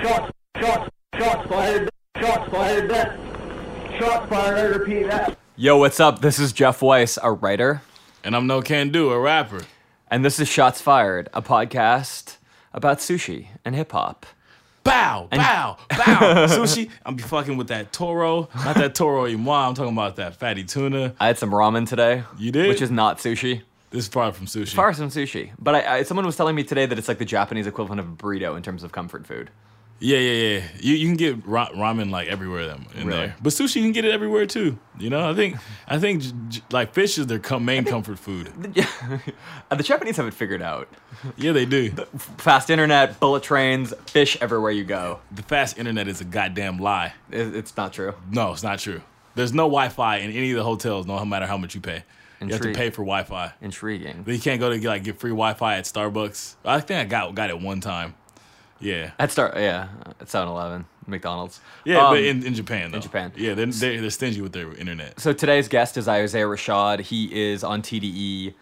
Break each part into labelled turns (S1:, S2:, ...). S1: Shots, shots, shots fired, shots fired, that. Shots fired, I repeat that.
S2: Yo, what's up? This is Jeff Weiss, a writer,
S3: And I'm no can do, a rapper.
S2: and this is Shots Fired, a podcast about sushi and hip hop.
S3: Bow, bow, bow. Sushi, I'm be fucking with that Toro. Not that Toro Imam. I'm talking about that fatty tuna.
S2: I had some ramen today.
S3: You did?
S2: Which is not sushi.
S3: This is probably from sushi.
S2: Far some sushi, but I, I, someone was telling me today that it's like the Japanese equivalent of a burrito in terms of comfort food.
S3: Yeah, yeah, yeah. You, you can get ra- ramen like everywhere them in
S2: Really?
S3: there. But sushi, you can get it everywhere too. You know, I think I think j- j- like fish is their com- main comfort food.
S2: Uh, the Japanese have it figured out.
S3: Yeah, they do.
S2: Fast internet, bullet trains, fish everywhere you go.
S3: The fast internet is a goddamn lie.
S2: It, it's not true.
S3: No, it's not true. There's no Wi-Fi in any of the hotels, no matter how much you pay. You have to
S2: Intrigued.
S3: pay for Wi-Fi.
S2: Intriguing.
S3: But you can't go to get, like get free Wi-Fi at Starbucks. I think I got got it one time. Yeah,
S2: At start, yeah, at 7-Eleven, McDonald's.
S3: yeah,
S2: Um,
S3: but in, in Japan though. In
S2: Japan.
S3: yeah, they're, they're they're stingy with their internet.
S2: So today's guest is Isaiah Rashad. He is on TDE.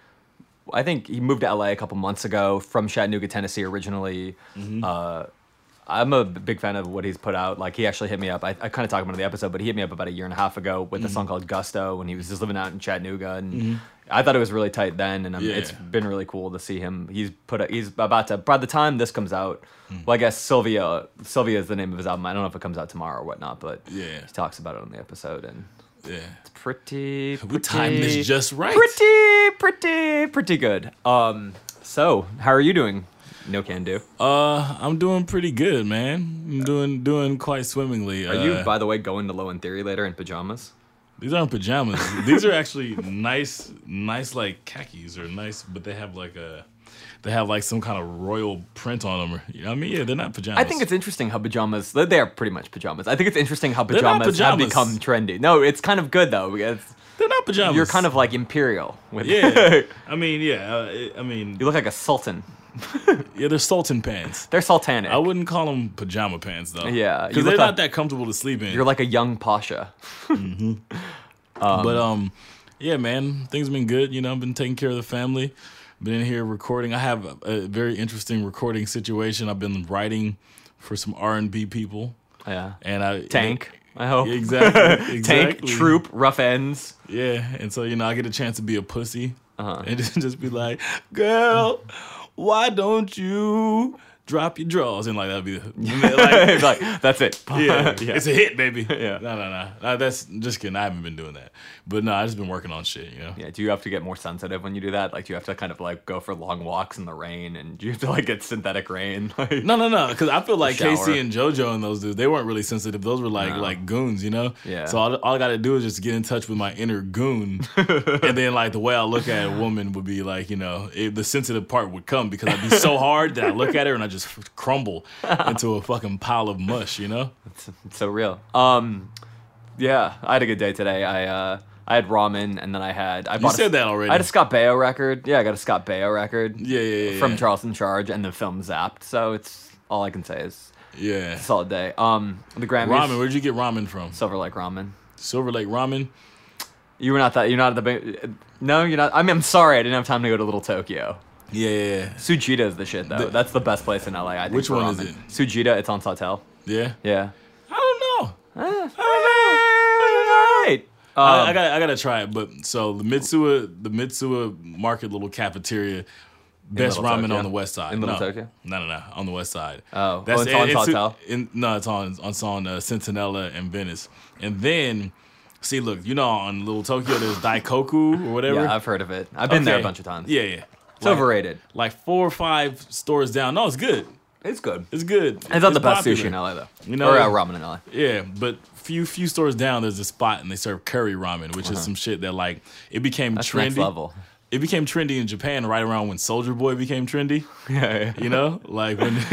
S2: I think he moved to LA a couple months ago from Chattanooga, Tennessee originally.
S3: Mm-hmm.
S2: Uh, I'm a big fan of what he's put out. Like he actually hit me up. I, I kind of talked about it in the episode, but he hit me up about a year and a half ago with
S3: Mm-hmm.
S2: a song called Gusto when he was just living out in Chattanooga, and I thought it was really tight then. And um,
S3: Yeah.
S2: it's been really cool to see him. He's put. A, he's about to. By the time this comes out,
S3: Mm-hmm.
S2: well, I guess Sylvia. Sylvia is the name of his album. I don't know if it comes out tomorrow or whatnot, but
S3: Yeah.
S2: he talks about it on the episode and
S3: Yeah,
S2: pretty, pretty
S3: we timed this just right.
S2: pretty pretty pretty good um so how are you doing no can do
S3: Uh, I'm doing pretty good, man. I'm doing doing quite swimmingly. Uh,
S2: are you by the way going to low in theory later in pajamas
S3: These aren't pajamas. These are actually nice, nice like khakis or nice, but they have like a, they have like some kind of royal print on them. Or, you know what I mean? Yeah, they're not pajamas.
S2: I think it's interesting how pajamas, they they are pretty much pajamas. I think it's interesting how
S3: They're not
S2: pajamas, have become
S3: pajamas.
S2: trendy. No, it's kind of good though. because
S3: they're not pajamas.
S2: you're kind of like imperial. With
S3: yeah. I mean, yeah. Uh, it- I mean,
S2: you look like a sultan.
S3: yeah. They're sultan pants.
S2: They're sultanic.
S3: I wouldn't call them pajama pants though.
S2: Yeah, you
S3: because they're
S2: look
S3: not
S2: like-
S3: that comfortable to sleep in.
S2: you're like a young pasha.
S3: but um, yeah, man, things have been good. You know, I've been taking care of the family. Been in here recording. I have a, a very interesting recording situation. I've been writing for some R and B people,
S2: Yeah.
S3: and I
S2: Tank, I hope.
S3: Exactly.
S2: Tank,
S3: exactly.
S2: troop, rough ends.
S3: Yeah, and so you know, I get a chance to be a pussy
S2: Uh-huh.
S3: and just, just be like, "Girl, why don't you drop your drawers?" And like that'd be the, like,
S2: It's like, that's it.
S3: yeah, it's a hit, baby.
S2: Yeah.
S3: No, no, no, no. That's just kidding. I haven't been doing that, but no, I just been working on shit. You know.
S2: Yeah, do you have to get more sensitive when you do that? Like, do you have to kind of like go for long walks in the rain, and do you have to like get synthetic rain? Like,
S3: No, no, no. Because I feel like
S2: shower.
S3: Casey and JoJo and those dudes, they weren't really sensitive. Those were like like goons, you know.
S2: Yeah.
S3: So all, all I got to do is just get in touch with my inner goon, and then like the way I look at a woman would be like, you know, it, the sensitive part would come because I'd be so hard that I look at her and I just crumble into a fucking pile of mush, you know.
S2: It's so real. Um, yeah, I had a good day today. I uh, I had ramen, and then I had I bought a-
S3: said that already.
S2: I had a Scott Baio record. Yeah, I got a Scott Baio record.
S3: Yeah, yeah, yeah.
S2: from
S3: yeah.
S2: Charleston Charge and the film Zapped. So it's all I can say is
S3: Yeah.
S2: solid day. Um, the Grammys,
S3: Ramen. Where'd you get ramen from?
S2: Silver Lake Ramen.
S3: Silver Lake Ramen.
S2: You were not that. You're not at the. big- No, you're not. I mean, I'm sorry. I didn't have time to go to Little Tokyo.
S3: Yeah, yeah, yeah.
S2: Sujita is the shit though.
S3: The-
S2: That's the best place in LA. I think.
S3: Which
S2: for
S3: one is
S2: ramen.
S3: it?
S2: Sujita. It's on Sawtell.
S3: Yeah.
S2: Yeah.
S3: I don't know.
S2: I don't know. All right.
S3: I, I gotta I gotta try it. But so the Mitsua the Mitsua Market little cafeteria, best
S2: Little
S3: ramen
S2: Tokyo?
S3: on the west side.
S2: In Little
S3: no,
S2: Tokyo?
S3: No, no, no, on the west side.
S2: Oh. Oh, it's on
S3: and
S2: Sawtelle?
S3: in- no, it's on it's on uh, Centinela and Venice, and then. See, look, you know, on Little Tokyo, there's Daikoku or whatever.
S2: yeah, I've heard of it. I've been there a
S3: Okay.
S2: bunch of times.
S3: Yeah, yeah.
S2: It's overrated.
S3: Like four or five stores down. No, it's good.
S2: It's good. It's,
S3: It's good.
S2: not the best
S3: popular.
S2: sushi in LA though.
S3: You know-
S2: or uh, ramen in LA.
S3: Yeah, but few few stores down, there's a spot and they serve curry ramen, which is some shit that like it became
S2: Uh-huh. That's
S3: trendy.
S2: next level.
S3: It became trendy in Japan right around when Soldier Boy became trendy.
S2: Yeah,
S3: You know, like when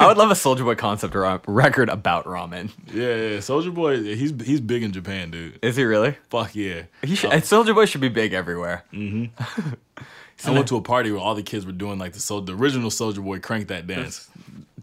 S2: I would love a Soldier Boy concept ra- record about ramen.
S3: yeah, yeah Soldier Boy, he's he's big in Japan, dude.
S2: Is he really?
S3: Fuck yeah.
S2: He should, Soldier Boy should be big everywhere.
S3: Mm, I went to a party where all the kids were doing like the Sol- the original Soldier Boy crank that dance.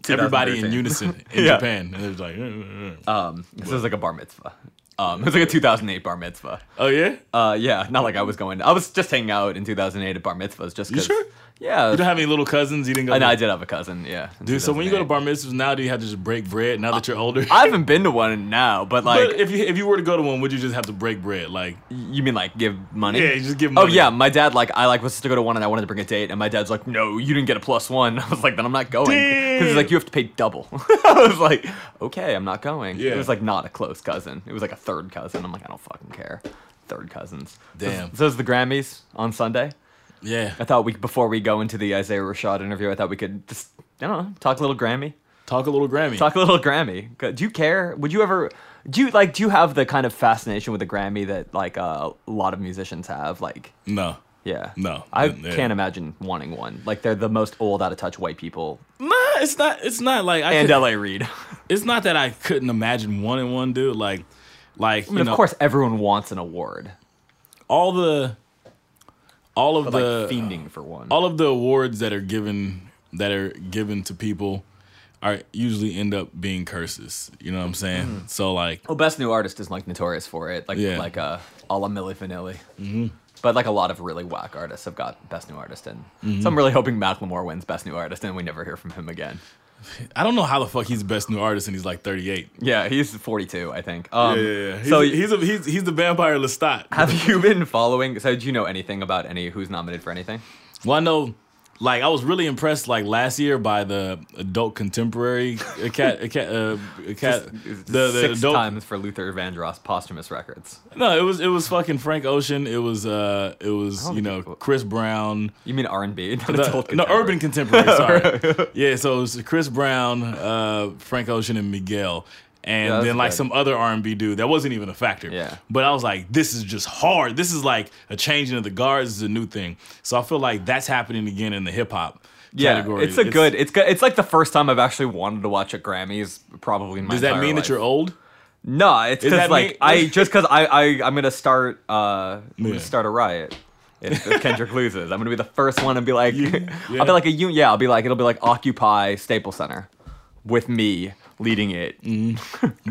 S3: Everybody
S2: 2013.
S3: in unison in
S2: Yeah.
S3: Japan, and they're just like, "Mm, mm, mm."
S2: Um, this is like a bar mitzvah. Um, it was like a 2008 bar mitzvah.
S3: Oh yeah,
S2: Uh, yeah, not like I was going. I was just hanging out in 2008 at bar mitzvahs, just because.
S3: sure?
S2: Yeah,
S3: you don't have any little cousins. You didn't go.
S2: I know
S3: to-
S2: I did have a cousin. Yeah, in
S3: Dude, so when you go to
S2: 2008.
S3: bar mitzvahs now, do you have to just break bread now that you're older?
S2: Uh, I haven't been to one now, but like,
S3: but if you if you were to go to one, would you just have to break bread? Like,
S2: you mean like give money?
S3: Yeah, you just give
S2: Oh
S3: money.
S2: yeah, my dad like I like was supposed to go to one and I wanted to bring a date, and my dad's like, no, you didn't get a plus one. I was like, then I'm not going because he's like, you have to pay double. I was like, okay, I'm not going.
S3: Yeah.
S2: It was like not a close cousin. It was like a third cousin. I'm like, I don't fucking care. Third cousins.
S3: Damn.
S2: So, so it's the Grammys on Sunday.
S3: yeah,
S2: I thought we before we go into the Isaiah Rashad interview, I thought we could just I don't know talk a little Grammy,
S3: talk a little Grammy.
S2: talk a little Grammy. Go- Do you care? Would you ever? Do you like? Do you have the kind of fascination with the Grammy that like uh, a lot of musicians have? Like,
S3: no,
S2: yeah,
S3: No,
S2: I
S3: yeah.
S2: can't imagine wanting one. Like they're the most old, out of touch white people,
S3: nah, it's not. It's not like I.
S2: and
S3: could-
S2: L.A. Reid.
S3: it's not that I couldn't imagine one and one, dude. Like, like you
S2: I mean,
S3: know,
S2: of course, everyone wants an award,
S3: all the, all of
S2: but
S3: the
S2: like fiending for one.
S3: all of the awards that are given that are given to people are usually end up being curses. You know what I'm saying?
S2: Mm-hmm.
S3: So like,
S2: Well, best new artist is like notorious for it, like
S3: Yeah.
S2: like uh, a la Milli Vanilli. Mm-hmm. But like a lot of really whack artists have got best new artist, and
S3: Mm-hmm.
S2: so I'm really hoping Macklemore wins best new artist, and we never hear from him again.
S3: I don't know how the fuck he's best new artist and he's like 38.
S2: Yeah, he's 42, I think. Um,
S3: He's,
S2: So
S3: so he's a, he's he's the vampire Lestat.
S2: have you been following? So do you know anything about any who's nominated for anything?
S3: Well, I know, like, I was really impressed, like, last year by the adult contemporary cat, cat, uh, cat, the, the
S2: Six
S3: adult.
S2: times for Luther Vandross posthumous records.
S3: No, it was it was fucking Frank Ocean. It was uh, it was
S2: don't
S3: you know
S2: think-
S3: Chris Brown.
S2: You mean R&B? Not
S3: The-
S2: adult
S3: no,
S2: contemporary.
S3: urban contemporary. Sorry, yeah. So it was Chris Brown, uh, Frank Ocean, and Miguel, and
S2: Yeah, that's
S3: then like
S2: good.
S3: some other R and B dude that wasn't even a factor.
S2: Yeah.
S3: But I was like, this is just hard. This is like a changing of the guards. This is a new thing. So I feel like that's happening again in the hip hop
S2: Yeah,
S3: category.
S2: it's a good. It's good. It's like the first time I've actually wanted to watch a Grammys, probably. In my
S3: Does that
S2: entire
S3: mean
S2: life.
S3: that you're old?
S2: No, it's
S3: Is that
S2: because like
S3: me?
S2: I just because I I I'm gonna start uh I'm
S3: Yeah.
S2: gonna start a riot. If, if Kendrick loses, I'm gonna be the first one and be like,
S3: yeah.
S2: I'll be like a union. Yeah, I'll be like, it'll be like Occupy Staples Center, with me leading it.
S3: Mm.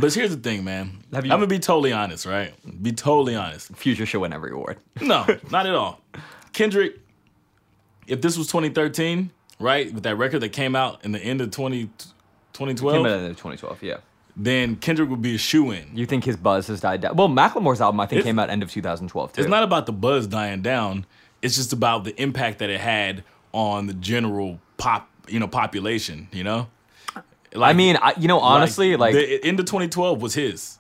S3: But here's the thing, man.
S2: Have you-
S3: I'm gonna be totally honest, right? Be totally honest.
S2: Future should win every award.
S3: No, not at all. Kendrick, if this was 2013, right, with that record that came out in the end of 20,
S2: Came
S3: 2012,
S2: out in 2012. Yeah,
S3: then Kendrick would be a shoe in.
S2: you think his buzz has died down? Well, Macklemore's album I think
S3: It's-
S2: came out end of 2012 too.
S3: It's not about the buzz dying down. It's just about the impact that it had on the general pop, you know, population. You know,
S2: I mean, I, you know, honestly, like,
S3: the end of 2012 was his.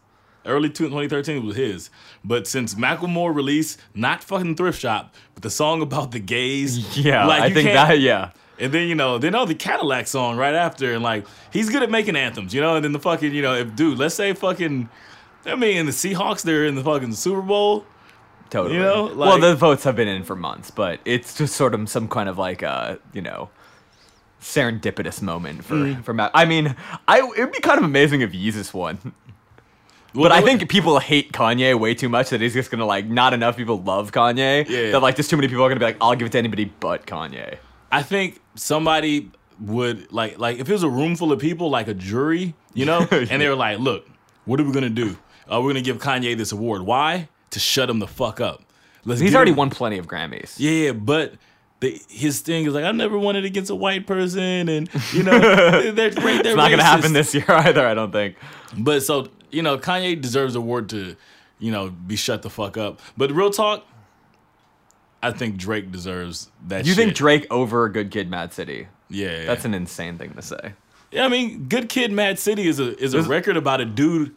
S3: Early two- 2013 was his. But since Macklemore released not fucking Thrift Shop, but the song about the gays,
S2: yeah,
S3: like,
S2: I
S3: you
S2: think
S3: can't-
S2: that yeah.
S3: And then you know, then oh the Cadillac song right after, and like he's good at making anthems, you know. And then the fucking you know, if dude, let's say fucking, I mean, the Seahawks they're in the fucking Super Bowl.
S2: Totally.
S3: You know,
S2: well,
S3: like-
S2: the votes have been in for months, but it's just sort of some kind of like uh, you know, serendipitous moment for
S3: Mm.
S2: for Matt. I mean, I it'd be kind of amazing if Yeezus won, but I think people hate Kanye way too much that he's just gonna like not enough people love Kanye
S3: Yeah.
S2: that like just too many people are gonna be like I'll give it to anybody but Kanye.
S3: I think somebody would like like if it was a room full of people, like a jury, you know, and they were like, "Look, what are we gonna do? Uh, we're gonna give Kanye this award. Why? To shut him the fuck up. Let's
S2: He's
S3: get
S2: already
S3: him-
S2: won plenty of Grammys.
S3: Yeah, yeah, but the, his thing is like, I never wanted against a white person, and you know, they're, they're,
S2: It's not gonna happen this year either, I don't think.
S3: But so you know, Kanye deserves an award to, you know, be shut the fuck up. But real talk, I think Drake deserves that.
S2: You think
S3: shit.
S2: Drake over Good Kid, Mad City?
S3: Yeah,
S2: That's an insane thing to say.
S3: yeah. I mean, Good Kid, Mad City is a is a record about a dude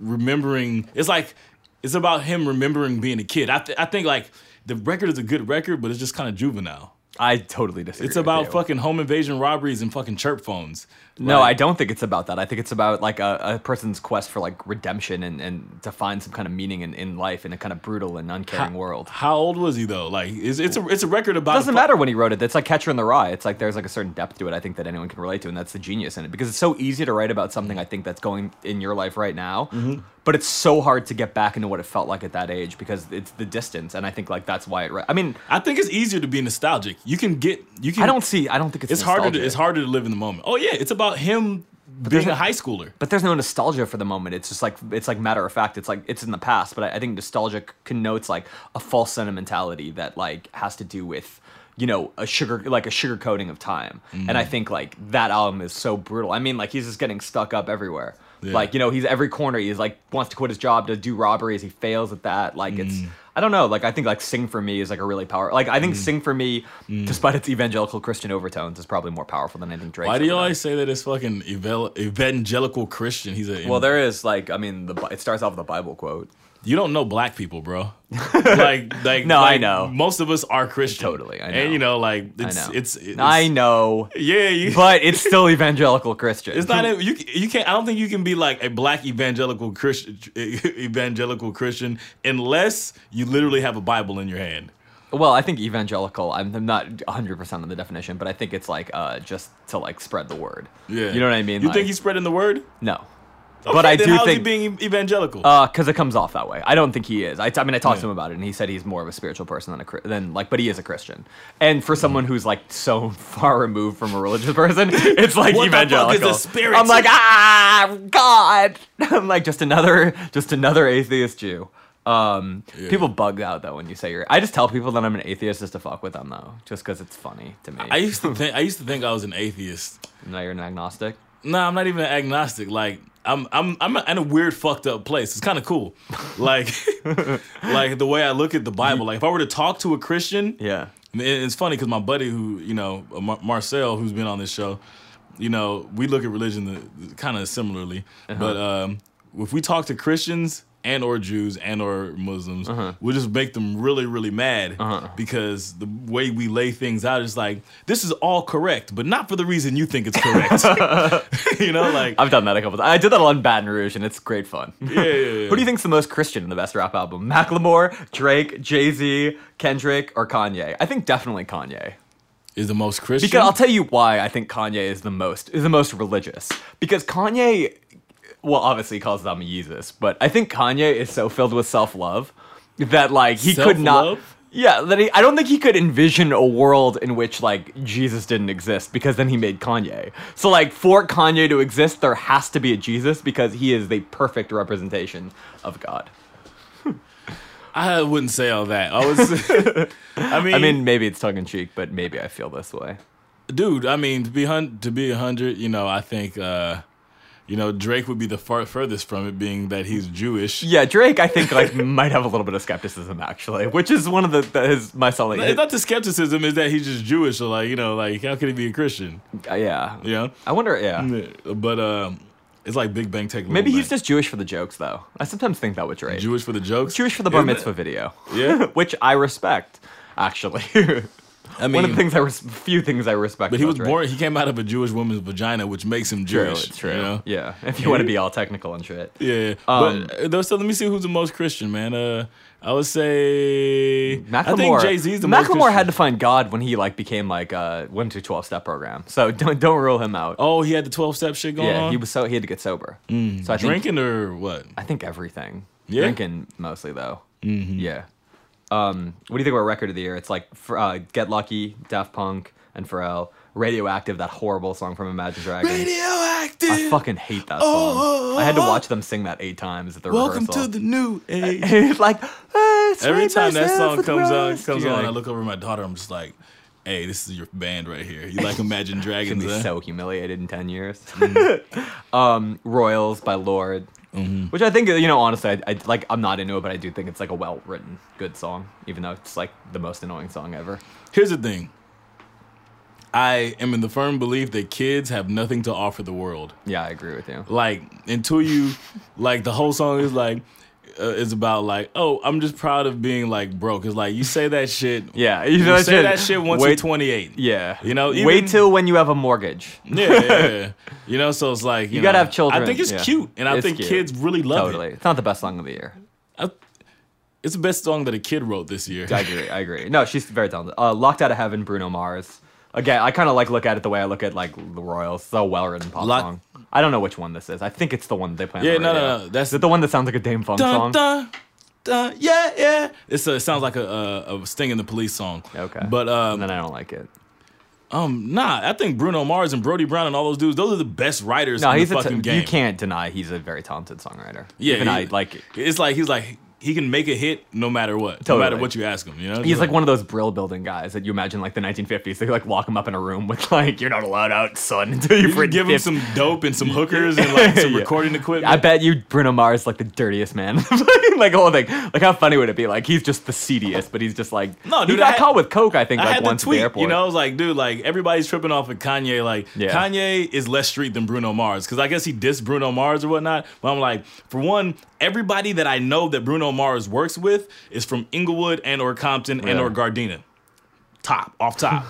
S3: remembering. It's like it's about him remembering being a kid. I th- I think like the record is a good record, but it's just kind of juvenile.
S2: I totally disagree.
S3: It's
S2: with
S3: about
S2: you.
S3: fucking home invasion robberies and fucking chirp phones.
S2: No, I don't think it's about that. I think it's about like a, a person's quest for like redemption and, and to find some kind of meaning in, in life in a kind of brutal and uncaring world.
S3: How old was he though? Like, it's, it's a it's a record about.
S2: It
S3: a
S2: doesn't
S3: fu-
S2: matter when he wrote it. It's like Catcher in the Rye. It's like there's like a certain depth to it. I think that anyone can relate to, and that's the genius in it because it's so easy to write about something I think that's going in your life right now,
S3: Mm-hmm.
S2: but it's so hard to get back into what it felt like at that age because it's the distance, and I think like that's why it. Re- I mean,
S3: I think it's easier to be nostalgic. You can get you can.
S2: I don't see. I don't think it's.
S3: Hmm. It's harder. To,
S2: nostalgic.
S3: it's harder to live in the moment. Oh yeah, it's about him being a high schooler.
S2: But there's no nostalgia for the moment. It's just like it's like matter of fact. It's like it's in the past. But I, I think nostalgia connotes like a false sentimentality that like has to do with you know a sugar like a sugar coating of time. And I
S3: Mm.
S2: think like that album is so brutal. I mean like he's just getting stuck up everywhere.
S3: Yeah.
S2: Like you know he's every corner. He's like wants to quit his job to do robberies. He fails at that. Like it's.
S3: Mm.
S2: I don't know. Like I think like "Sing for Me" is like a really powerful. Like I think "Sing for Me,"
S3: Mm.
S2: despite its evangelical Christian overtones, is probably more powerful than anything Drake.
S3: Why do you always say that it's fucking evel- evangelical Christian? He's a
S2: Well, there is like I mean, the Bi- it starts off with a Bible quote.
S3: You don't know black people, bro. like, like
S2: No, I
S3: like,
S2: know.
S3: Most of us are Christian.
S2: Totally, I know.
S3: And you know, like
S2: I
S3: it's
S2: know.
S3: it's, it's
S2: I know,
S3: yeah. You,
S2: but it's still evangelical Christian.
S3: it's not a- you. You can't. I don't think you can be like a black evangelical Christian evangelical Christian unless you literally have a Bible in your hand.
S2: well, I think evangelical. I'm, I'm not 100 percent on the definition, but I think it's like uh just to like spread the word.
S3: Yeah,
S2: you know what I mean.
S3: You
S2: Like,
S3: think he's spreading the word?
S2: no, but I do
S3: how's
S2: think Uh,
S3: he being evangelical.
S2: because it comes off that way. I don't think he is. I, I mean, I talked to
S3: Yeah.
S2: him about it, and he said he's more of a spiritual person than a Chri- than like, but he is a Christian. And for someone who's like so far removed from a religious person, it's like
S3: What the fuck is
S2: evangelical.
S3: a spirit?
S2: I'm like ah God. I'm like just another just another atheist Jew. Um,
S3: Yeah.
S2: people bug out though when you say you're. I just tell people that I'm an atheist just to fuck with them though, just because it's funny to me.
S3: I used to think I used to think I was an atheist.
S2: now you're an agnostic.
S3: No, I'm not even an agnostic. Like I'm I'm I'm in a weird fucked up place. It's kind of cool. Like like the way I look at the Bible. Like if I were to talk to a Christian,
S2: Yeah.
S3: and it- it's funny because my buddy who you know uh, Mar- Marcel who's been on this show, you know we look at religion kind of similarly. But um, if we talk to Christians and or Jews and or Muslims, we'll just make them really really mad because the way we lay things out is like this is all correct, but not for the reason you think it's correct. you know, like
S2: I've done that a couple times. I did that on Baton Rouge, and it's great fun.
S3: yeah, yeah, yeah.
S2: Who do you think's the most Christian in the best rap album? Macklemore, Drake, Jay Z, Kendrick, or Kanye? I think definitely Kanye.
S3: is the most Christian?
S2: Because I'll tell you why I think Kanye is the most is the most religious. Because Kanye, well, obviously he calls them Jesus, but I think Kanye is so filled with self love that like he could not.
S3: Self-love?
S2: Yeah, that he, I don't think he could envision a world in which like Jesus didn't exist because then he made Kanye. So like for Kanye to exist, there has to be a Jesus because he is the perfect representation of God.
S3: I wouldn't say all that. I was. I mean,
S2: I mean, maybe it's tongue in cheek, but maybe I feel this way.
S3: dude i mean to be hun- to be 100 you know i think uh you know drake would be the far furthest from it being that he's jewish
S2: Yeah, Drake, I think like might have a little bit of skepticism actually, which is one of the, the his my selling.
S3: it's not the skepticism is that he's just jewish or like you know like how could he be a christian
S2: Uh, yeah,
S3: you know
S2: I wonder.
S3: Mm.
S2: Yeah,
S3: but um it's like big bang take
S2: maybe
S3: Little
S2: he's
S3: Bang.
S2: just Jewish for the jokes though. I sometimes think that with Drake.
S3: jewish for the jokes
S2: Jewish for the bar
S3: Isn't it?
S2: mitzvah video,
S3: yeah
S2: which I respect actually.
S3: i mean
S2: one of the things I res- few things I respect.
S3: but he
S2: about
S3: was
S2: Drake.
S3: born he came out of a jewish woman's vagina which makes him
S2: True,
S3: jewish
S2: it's true.
S3: you know?
S2: Yeah, if you want to be all technical and shit.
S3: Yeah,
S2: Um,
S3: but uh, though, so let me see who's the most Christian, man. Uh, I would say
S2: Macklemore,
S3: I think Jay Z's the most
S2: Macklemore
S3: Christian.
S2: had to find God when he like became like uh, went to twelve step program. So don't don't rule him out.
S3: Oh, he had the twelve step shit going
S2: Yeah,
S3: on.
S2: he was so he had to get sober.
S3: Mm.
S2: so I think
S3: drinking or what?
S2: I think everything.
S3: Yeah?
S2: Drinking mostly though. Mm-hmm. Yeah. Um, what do you think about record of the year? It's like Ph- uh, Get Lucky, Daft Punk, and Pharrell. Radioactive, that horrible song from Imagine Dragons.
S3: Radioactive.
S2: I fucking hate that song.
S3: Oh.
S2: I had to watch them sing that eight times at the
S3: Welcome
S2: rehearsal.
S3: to the new age.
S2: it's like "Ah, it's made
S3: Every time that
S2: myself
S3: song
S2: with
S3: comes on,
S2: rust."
S3: comes
S2: You're
S3: on, I
S2: like,
S3: look over at my daughter. I'm just like, "Hey, this is your band right here. You like Imagine
S2: gonna
S3: Dragons?
S2: be
S3: huh?
S2: so humiliated in 10 years.
S3: Mm-hmm.
S2: um, Royals by Lord, which I think, you know, honestly, I, I like, I'm not into it, but I do think it's like a well written, good song, even though it's like the most annoying song ever.
S3: Here's the thing. I am in the firm belief that kids have nothing to offer the world.
S2: Yeah, I agree with you.
S3: like until you like the whole song is like uh, is about like oh I'm just proud of being like broke. It's like you say that shit.
S2: Yeah, you
S3: you
S2: know,
S3: say that shit once you're
S2: wait,
S3: 28.
S2: Yeah.
S3: You know, even-
S2: wait till when you have a mortgage.
S3: Yeah, yeah, yeah. you know, so it's like you,
S2: gotta
S3: know,
S2: have children,
S3: I think it's
S2: yeah.
S3: cute, and I
S2: It's
S3: think
S2: cute.
S3: kids really love
S2: totally.
S3: it.
S2: It's not the best song of the year.
S3: I, it's the best song that a kid wrote this year.
S2: I agree. I agree. No, she's very talented. Uh, Locked Out of Heaven, Bruno Mars. Again, I kind of like look at it the way I look at like the Royals. It's a well-written pop
S3: Lock-
S2: song. I don't know which one this is. I think it's the one that they play. On
S3: Yeah,
S2: the
S3: no, no,
S2: radio.
S3: no, that's-
S2: is it the one that sounds like a Dame Funk
S3: Dun,
S2: song.
S3: dun, dun, yeah, yeah. It's a, it sounds like a, a, a Sting and the Police song.
S2: Okay,
S3: but um,
S2: and then I don't like it.
S3: Um, nah, I think Bruno Mars and Brody Brown and all those dudes, those are the best writers
S2: No,
S3: in
S2: he's
S3: the
S2: a
S3: fucking
S2: t-
S3: game.
S2: you can't deny he's a very talented songwriter.
S3: Yeah,
S2: Even
S3: yeah.
S2: I like
S3: It's like he's like he can make a hit no matter what, no
S2: Totally.
S3: matter what you ask him. You know,
S2: He's like one of those brill building guys that you imagine like the 1950s. They like lock him up in a room with like, you're not allowed out, son, until you
S3: You can
S2: print
S3: give him
S2: 50."
S3: some dope and some hookers and like some
S2: Yeah.
S3: recording equipment.
S2: I bet you Bruno Mars is, like the dirtiest man. like the whole thing. Like how funny would it be? Like he's just the seediest, but he's just like
S3: No,
S2: he
S3: dude,
S2: got
S3: I had-
S2: caught with coke. I think
S3: I
S2: like
S3: had
S2: once
S3: the tweet,
S2: at the airport.
S3: you know, I was like, dude, like everybody's tripping off of Kanye. Like
S2: Yeah.
S3: Kanye is less street than Bruno Mars because I guess he dissed Bruno Mars or whatnot. But I'm like, for one, everybody that I know that Bruno Mars works with is from Inglewood and or Compton and
S2: Yeah.
S3: or Gardena. Top off top.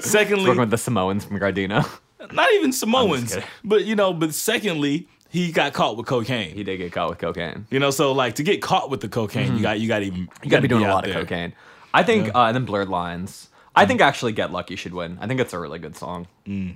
S3: Secondly,
S2: working with the Samoans from Gardena.
S3: not even Samoans,
S2: kidding.
S3: but you know, but secondly, he got caught with cocaine.
S2: he did get caught with cocaine.
S3: You know, so like to get caught with the cocaine, you got you got even
S2: You got to be doing a
S3: out
S2: lot
S3: there. Mm.
S2: of cocaine. I think, uh, and then Blurred Lines. I think actually Get Lucky should win. I think it's a really good song.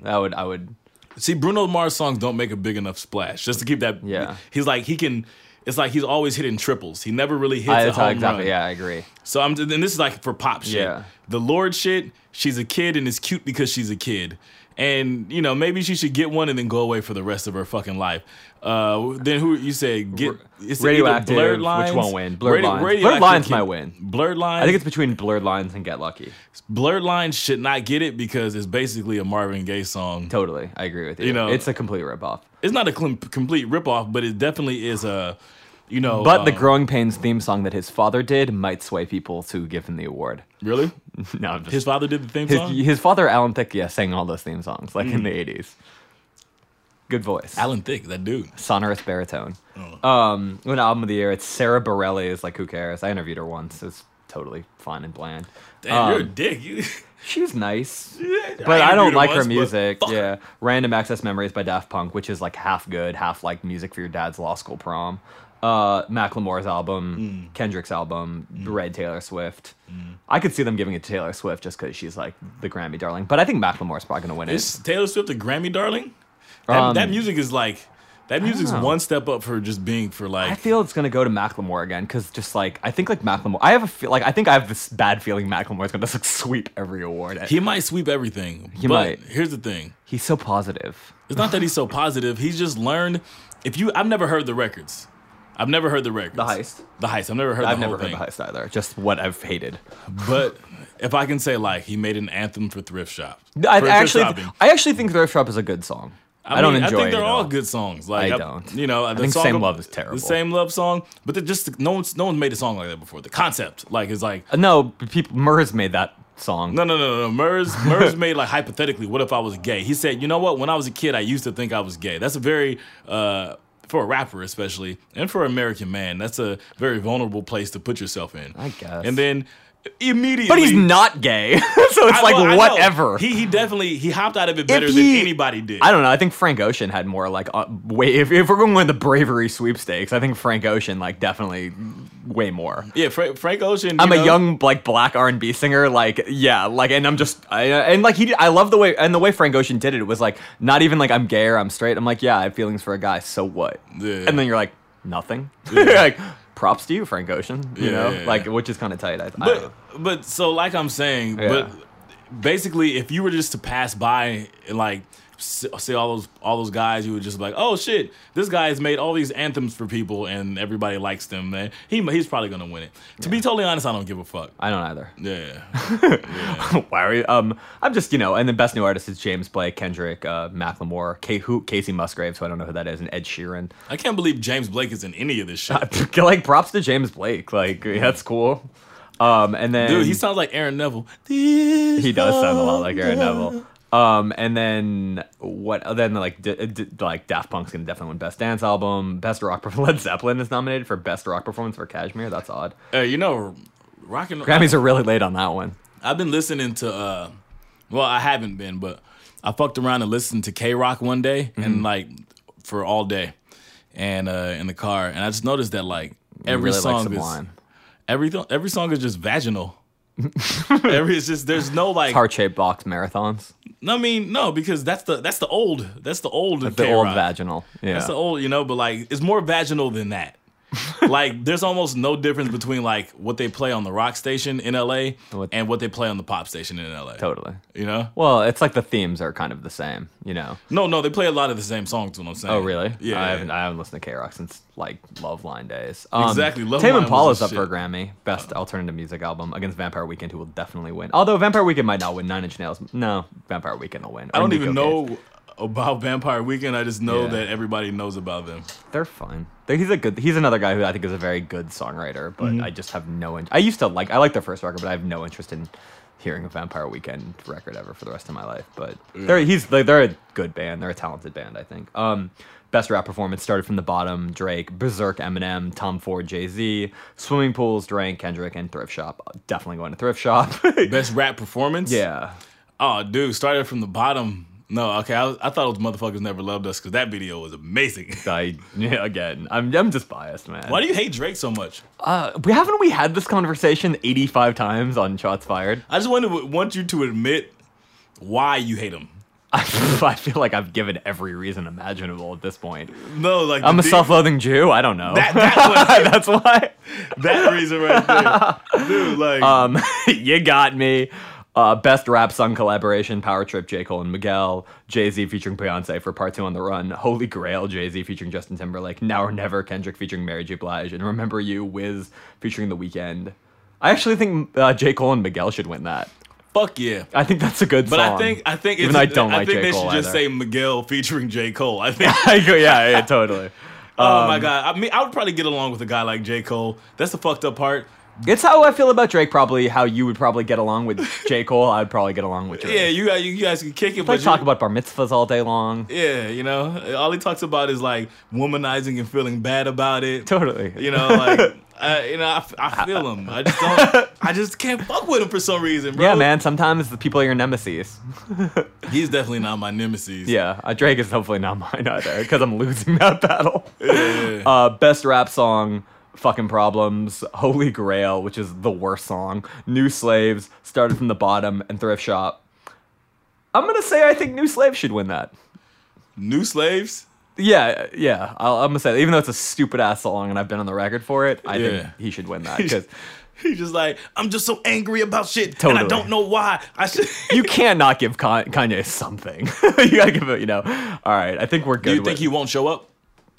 S2: I would, I would.
S3: See, Bruno Mars songs don't make a big enough splash. Just to keep that.
S2: Yeah.
S3: He's like he can. It's like he's always hitting triples. He never really hits
S2: I,
S3: a
S2: that's how
S3: home
S2: exactly.
S3: run.
S2: Yeah, I agree.
S3: So I'm. And this is like for pop shit.
S2: Yeah.
S3: The Lord shit. She's a kid and is cute because she's a kid. And you know maybe she should get one and then go away for the rest of her fucking life. Uh, then who you said get? It's either
S2: Radioactive, which won't win. Blurred Lines. Blurred Lines might win.
S3: Blurred lines.
S2: I think it's between Blurred Lines and Get Lucky.
S3: blurred lines should not get it because it's basically a Marvin Gaye song.
S2: Totally, I agree with you.
S3: You know-
S2: it's a complete ripoff.
S3: it's not a cl- complete ripoff, but it definitely is a, you know.
S2: But the
S3: uh,
S2: Growing Pains theme song that his father did might sway people to give him the award.
S3: really,
S2: no, I'm just,
S3: his father did the theme
S2: his,
S3: song.
S2: his father, Alan Thicke, yeah, sang all those theme songs like in the 80s. Good voice.
S3: Alan Thicke, that dude.
S2: sonorous baritone. Um, an album of the year. It's Sarah Bareilles. It's like who cares? I interviewed her once. It's totally fine and bland.
S3: Damn, you're a
S2: Um,
S3: dick. You,
S2: She was nice, but
S3: interviewed
S2: I, don't
S3: her
S2: like her
S3: once, but
S2: music.
S3: fuck.
S2: Yeah, Random Access Memories by Daft Punk, which is like half good, half like music for your dad's law school prom. Uh, Macklemore's
S3: Mm.
S2: album, Kendrick's album, Red Taylor Swift. I could see them giving it to Taylor Swift just because she's like the Grammy darling. But I think Macklemore's probably gonna win it.
S3: Is Taylor Swift a Grammy darling? That,
S2: Um,
S3: that music is like, that music's
S2: know.
S3: one step up for just being for like.
S2: I feel it's gonna go to Macklemore again because just like I think like Macklemore, I have a feel like I think I have this bad feeling Macklemore is gonna just like sweep every award.
S3: he might sweep everything.
S2: He
S3: but
S2: might.
S3: Here's the thing.
S2: He's so positive.
S3: It's not that he's so positive. He's just learned. If you, I've never heard the records. I've never heard the records.
S2: Heist.
S3: The heist. I've never heard.
S2: I've
S3: the whole
S2: never heard
S3: thing.
S2: the heist either. Just what I've hated.
S3: But if I can say like he made an anthem for thrift shop.
S2: I
S3: for thrift
S2: actually,
S3: shopping.
S2: I actually think Thrift Shop is a good song. I, don't
S3: mean,
S2: enjoy
S3: I think
S2: it.
S3: they're
S2: at
S3: all
S2: all.
S3: good songs. Like
S2: I don't.
S3: You know, the
S2: think
S3: song
S2: Same Love is terrible.
S3: The same love song, but they're just no one's no one's made a song like that before. The concept, like, is like
S2: Uh, No, people, Murs made that song.
S3: no, no, no, no. no. Murs Murs made like hypothetically, what if I was gay? He said, you know what? When I was a kid, I used to think I was gay. That's a very uh, for a rapper especially, and for an American man, that's a very vulnerable place to put yourself in.
S2: I guess.
S3: And then immediately,
S2: but he's not gay, so it's
S3: I-
S2: like
S3: well, I know.
S2: whatever.
S3: He he definitely he hopped out of it better
S2: he-
S3: than anybody did.
S2: I don't know. I think Frank Ocean had more like uh, way. If, if we're going with the bravery sweepstakes, I think Frank Ocean like definitely way more.
S3: Yeah, Frank, Frank Ocean. you
S2: I'm
S3: know,
S2: a young like black R and B singer, like yeah, like and I'm just I, and like he, I love the way and the way Frank Ocean did it. It was like not even like I'm gay or I'm straight. I'm like yeah, I have feelings for a guy. So what?
S3: Yeah.
S2: And then you're like nothing. like props to you, Frank Ocean. You
S3: Yeah,
S2: know,
S3: yeah, yeah.
S2: like which is kind of tight. I, I
S3: But but so like I'm saying,
S2: Yeah.
S3: but basically, if you were just to pass by and like s- see all those all those guys, you would just be like, oh shit, this guy's made all these anthems for people and everybody likes them. Man, he he's probably gonna win it. To be totally honest, I don't give a fuck.
S2: I don't either.
S3: Yeah,
S2: Why are you? Um, I'm just you know, and the best new artist is James Blake, Kendrick, uh, Macklemore, K- who, Casey Musgraves, who I don't know who that is, and Ed Sheeran.
S3: I can't believe James Blake is in any of this shit.
S2: like props to James Blake, like that's cool. Um, and then
S3: Dude, he sounds like Aaron Neville. He
S2: he does sound a
S3: Oh,
S2: lot like Aaron Neville. Um, and then what? Then like d- d- like Daft Punk's gonna definitely win Best Dance Album, Best Rock Performance. Led Zeppelin is nominated for Best Rock Performance for Cashmere. That's odd.
S3: Uh, you know, rock and
S2: Grammys are really late on that one.
S3: I've been listening to uh well, I haven't been, but I fucked around and listened to K Rock one day and
S2: Mm-hmm.
S3: like for all day. And uh in the car. And I just noticed that like every
S2: really like
S3: song is
S2: Sublime.
S3: every th- every song is just vaginal. every it's just there's no like
S2: Heart shaped box marathons.
S3: no I mean no because that's the that's the old that's the old
S2: The
S3: K-Rock.
S2: old vaginal. Yeah.
S3: That's the old, you know, but like it's more vaginal than that. like, there's almost no difference between like what they play on the rock station in LA
S2: What-
S3: and what they play on the pop station in LA.
S2: Totally.
S3: You know?
S2: Well, it's like the themes are kind of the same, you know.
S3: No, no, they play a lot of the same songs. What I'm saying.
S2: Oh, really?
S3: Yeah.
S2: I haven't, I haven't listened to K Rock since like Love Line days. Um,
S3: Exactly, Love
S2: Tame
S3: Line was
S2: Impala's
S3: the
S2: up for a
S3: shit. Uh,
S2: Grammy, best alternative music album against Vampire Weekend, who will definitely win. Although Vampire Weekend might not win. Nine Inch Nails, no, Vampire Weekend will win.
S3: I
S2: Or
S3: don't
S2: Nico
S3: even
S2: Cage.
S3: know about Vampire Weekend. I just know
S2: Yeah.
S3: that everybody knows about them.
S2: They're fine. They- He's a good. He's another guy who I think is a very good songwriter, but I just have no. In- I used to like. I like their first record, but I have no interest in hearing a Vampire Weekend record ever for the rest of my life. But they're he's they- they're a good band. They're a talented band, I think. Um, best rap performance started from the bottom: Drake, Berserk, Eminem, Tom Ford, Jay Z, Swimming Pools, Drank, Kendrick, and Thrift Shop. Definitely going to Thrift Shop.
S3: Best rap performance.
S2: yeah.
S3: Oh, dude, started from the bottom. No, okay. I, I thought it was motherfuckers never loved us because that video was amazing.
S2: I yeah, again. I'm I'm just biased, man.
S3: Why do you hate Drake so much?
S2: Uh, we haven't we had this conversation 85 times on Shots Fired.
S3: I just wanted want you to admit why you hate him.
S2: I, I feel like I've given every reason imaginable at this point.
S3: No, like
S2: I'm
S3: the
S2: a
S3: deep-
S2: self-loathing Jew. I don't know.
S3: That, that
S2: That's why.
S3: was that reason right there, dude. Like,
S2: Um, you got me. Uh, best rap song collaboration: Power Trip, J Cole and Miguel. Jay Z featuring Beyonce for Part Two on the Run. Holy Grail: Jay Z featuring Justin Timberlake. Now or Never: Kendrick featuring Mary J. Blige. And Remember You: Wiz featuring The Weeknd. I actually think uh, J Cole and Miguel should win that.
S3: fuck yeah.
S2: I think that's a good
S3: But
S2: song.
S3: I think I think
S2: even
S3: it's,
S2: though I don't like
S3: think
S2: J
S3: they
S2: Cole
S3: should just
S2: either.
S3: say Miguel featuring J Cole. I think.
S2: I go, yeah, yeah, totally.
S3: oh
S2: Um,
S3: my god. I mean, I would probably get along with a guy like J Cole. That's the fucked up part.
S2: It's how I feel about Drake. Probably how you would probably get along with J. Cole. I'd probably get along with Drake.
S3: Yeah, you guys, you guys can kick it,
S2: They
S3: but
S2: talk
S3: you-
S2: about bar mitzvahs all day long.
S3: Yeah, you know, all he talks about is like womanizing and feeling bad about it.
S2: Totally.
S3: You know, like, I, you know, I, f- I feel him. I just don't. I just can't fuck with him for some reason, bro.
S2: Yeah, man. Sometimes the people are your nemesis.
S3: He's definitely not my nemesis.
S2: Yeah, uh, Drake is hopefully not mine either because I'm losing that battle.
S3: Yeah.
S2: Uh, best rap song, fucking problems, Holy Grail, which is the worst song. New Slaves started from the bottom and Thrift Shop. I'm gonna say I think New Slaves should win that.
S3: New slaves.
S2: Yeah, yeah. I'll, I'm gonna say that. Even though it's a stupid ass song, and I've been on the record for it, I think
S3: Yeah.
S2: he should win that because
S3: He's just like, I'm just so angry about shit, and
S2: Totally.
S3: I don't know why. I should.
S2: you can't not give Con- Kanye something. you gotta give it. You know. All right. I think we're good.
S3: Do you think
S2: with-
S3: he won't show up?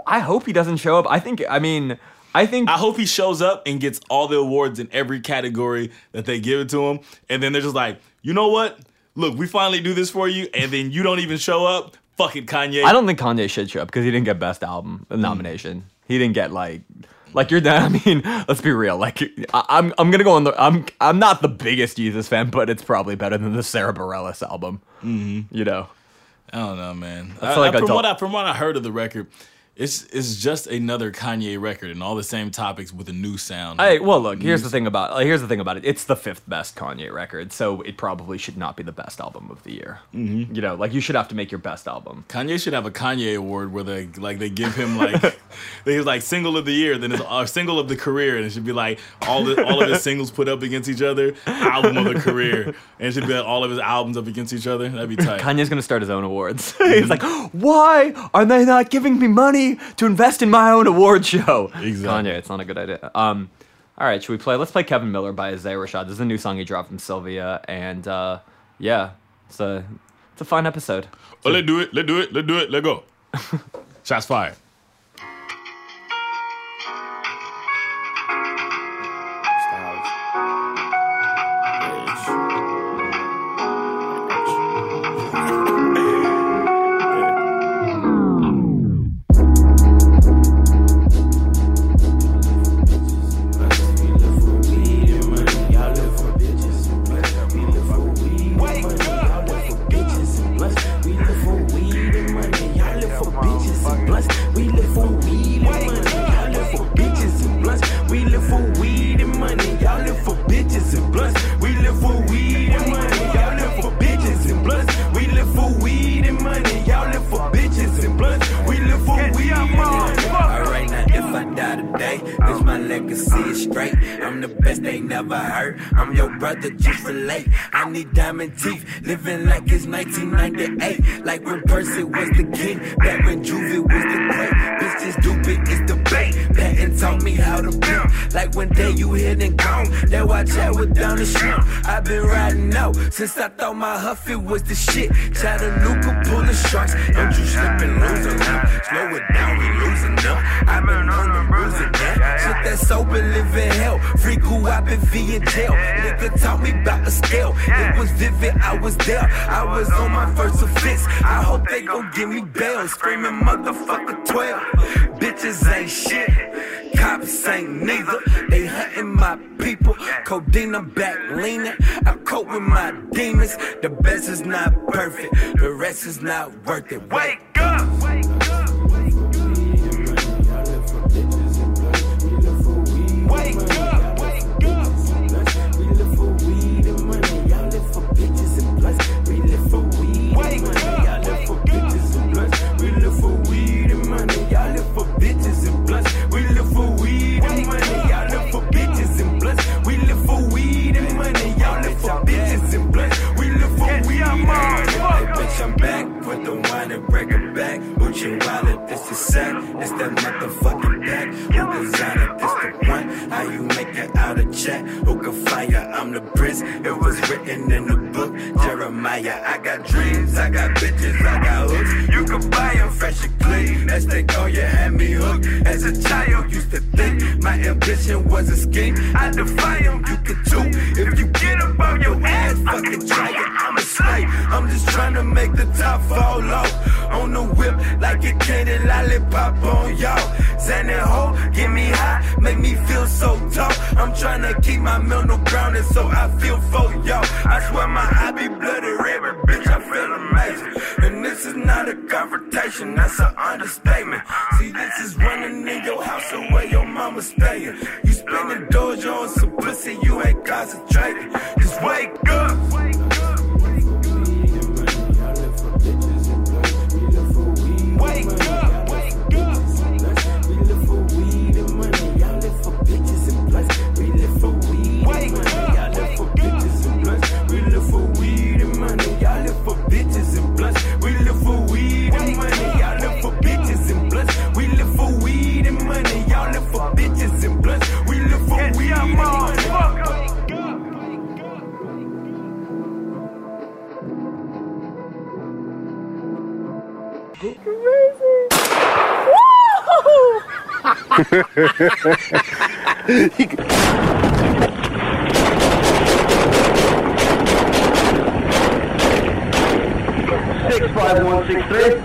S2: I hope he doesn't show up. I think. I mean. I think.
S3: I hope he shows up and gets all the awards in every category that they give it to him. And then they're just like, you know what? Look, we finally do this for you, and then you don't even show up. Fuck it, Kanye.
S2: I don't think Kanye should show up because he didn't get best album nomination. He didn't get like. Like you're I mean, let's be real. Like I, I'm, I'm gonna go on the. I'm, I'm not the biggest Jesus fan, but it's probably better than the Sarah Bareilles album. Mm-hmm. You know,
S3: I don't know, man. I,
S2: like
S3: I- from
S2: adult-
S3: what I from what I heard of the record, it's it's just another Kanye record and all the same topics with a new sound.
S2: Hey, well, look. Here's the thing about uh, here's the thing about it. It's the fifth best Kanye record, so it probably should not be the best album of the year. Mm-hmm. You know, like you should have to make your best album.
S3: Kanye should have a Kanye award where they like they give him like they like single of the year, then it's uh, single of the career, and it should be like all the all of his singles put up against each other, album of the career, and it should be like, all of his albums up against each other. That'd be tight.
S2: Kanye's gonna start his own awards. He's like, why are they not giving me money to invest in my own award show?
S3: Exactly.
S2: Kanye, it's not a good idea. Um, all right, should we play? Let's play Kevin Miller by Isaiah Rashad. This is a new song he dropped from Sylvia, and uh, yeah, it's a it's a fun episode.
S3: Oh, let's do it. Let's do it. Let's do it. Let's go. Shots fired.
S4: Alright, now if I die today, bitch, my legacy is straight. I'm the best they never heard. I'm your brother, just relate. I need diamond teeth, living like it's 1998. Like when Percy was the king, back when Juvie was the great. Bitch, is stupid, it's the bait. Patton taught me One day you hit and gone. That why I chat with down the shrimp. I've been riding out since I thought my Huffy was the shit. Chattanooga pull the sharks. Don't you slip and lose a limb. Slow it down, we losing up. I've been on the bruising that. Shit that's open, living hell. Freak who I've been V in jail. Nigga taught me about the scale. It was vivid, I was there. I was on my first offense. I hope they gon' give me bail. Screaming motherfucker 12. Bitches ain't shit. Cops ain't neither. They hunting my people. Codeine, I'm back leaning. I cope with my demons. The best is not perfect. The rest is not worth it. Wake up! Wake up! Wake up! Wake up! Wake up, wake up. Wake up, wake Bitch, I'm back with the wine and break it back. Uchi wallet, this is sack. It's that motherfucking back. Who designed it? This the one. How you make it out of check? Who can fire? I'm the prince. It was written in the book. Jeremiah, I got dreams. I got bitches. I got hooks. You can buy them fresh and clean. As they go, you had me hooked. As a child, used to think my ambition was a scheme. I defy them. You can too. If you get up on your ass, fucking try it. I'm a slave. I'm just trying to make the top fall off. On the whip, like a candy lollipop on y'all. Xanin ho, get me high, make me feel so tall. I'm trying to keep my mental grounded so I feel for y'all. I swear my eye be bloody red, but bitch, I feel amazing. And this is not a confrontation, that's an understatement. See, this is running in your house or where your mama's staying. You spending dojo on some pussy, you ain't concentrating. Just wake up. Wake up, wake up. Wake up, wake up. Get your motherfucker.
S1: Six five one six three.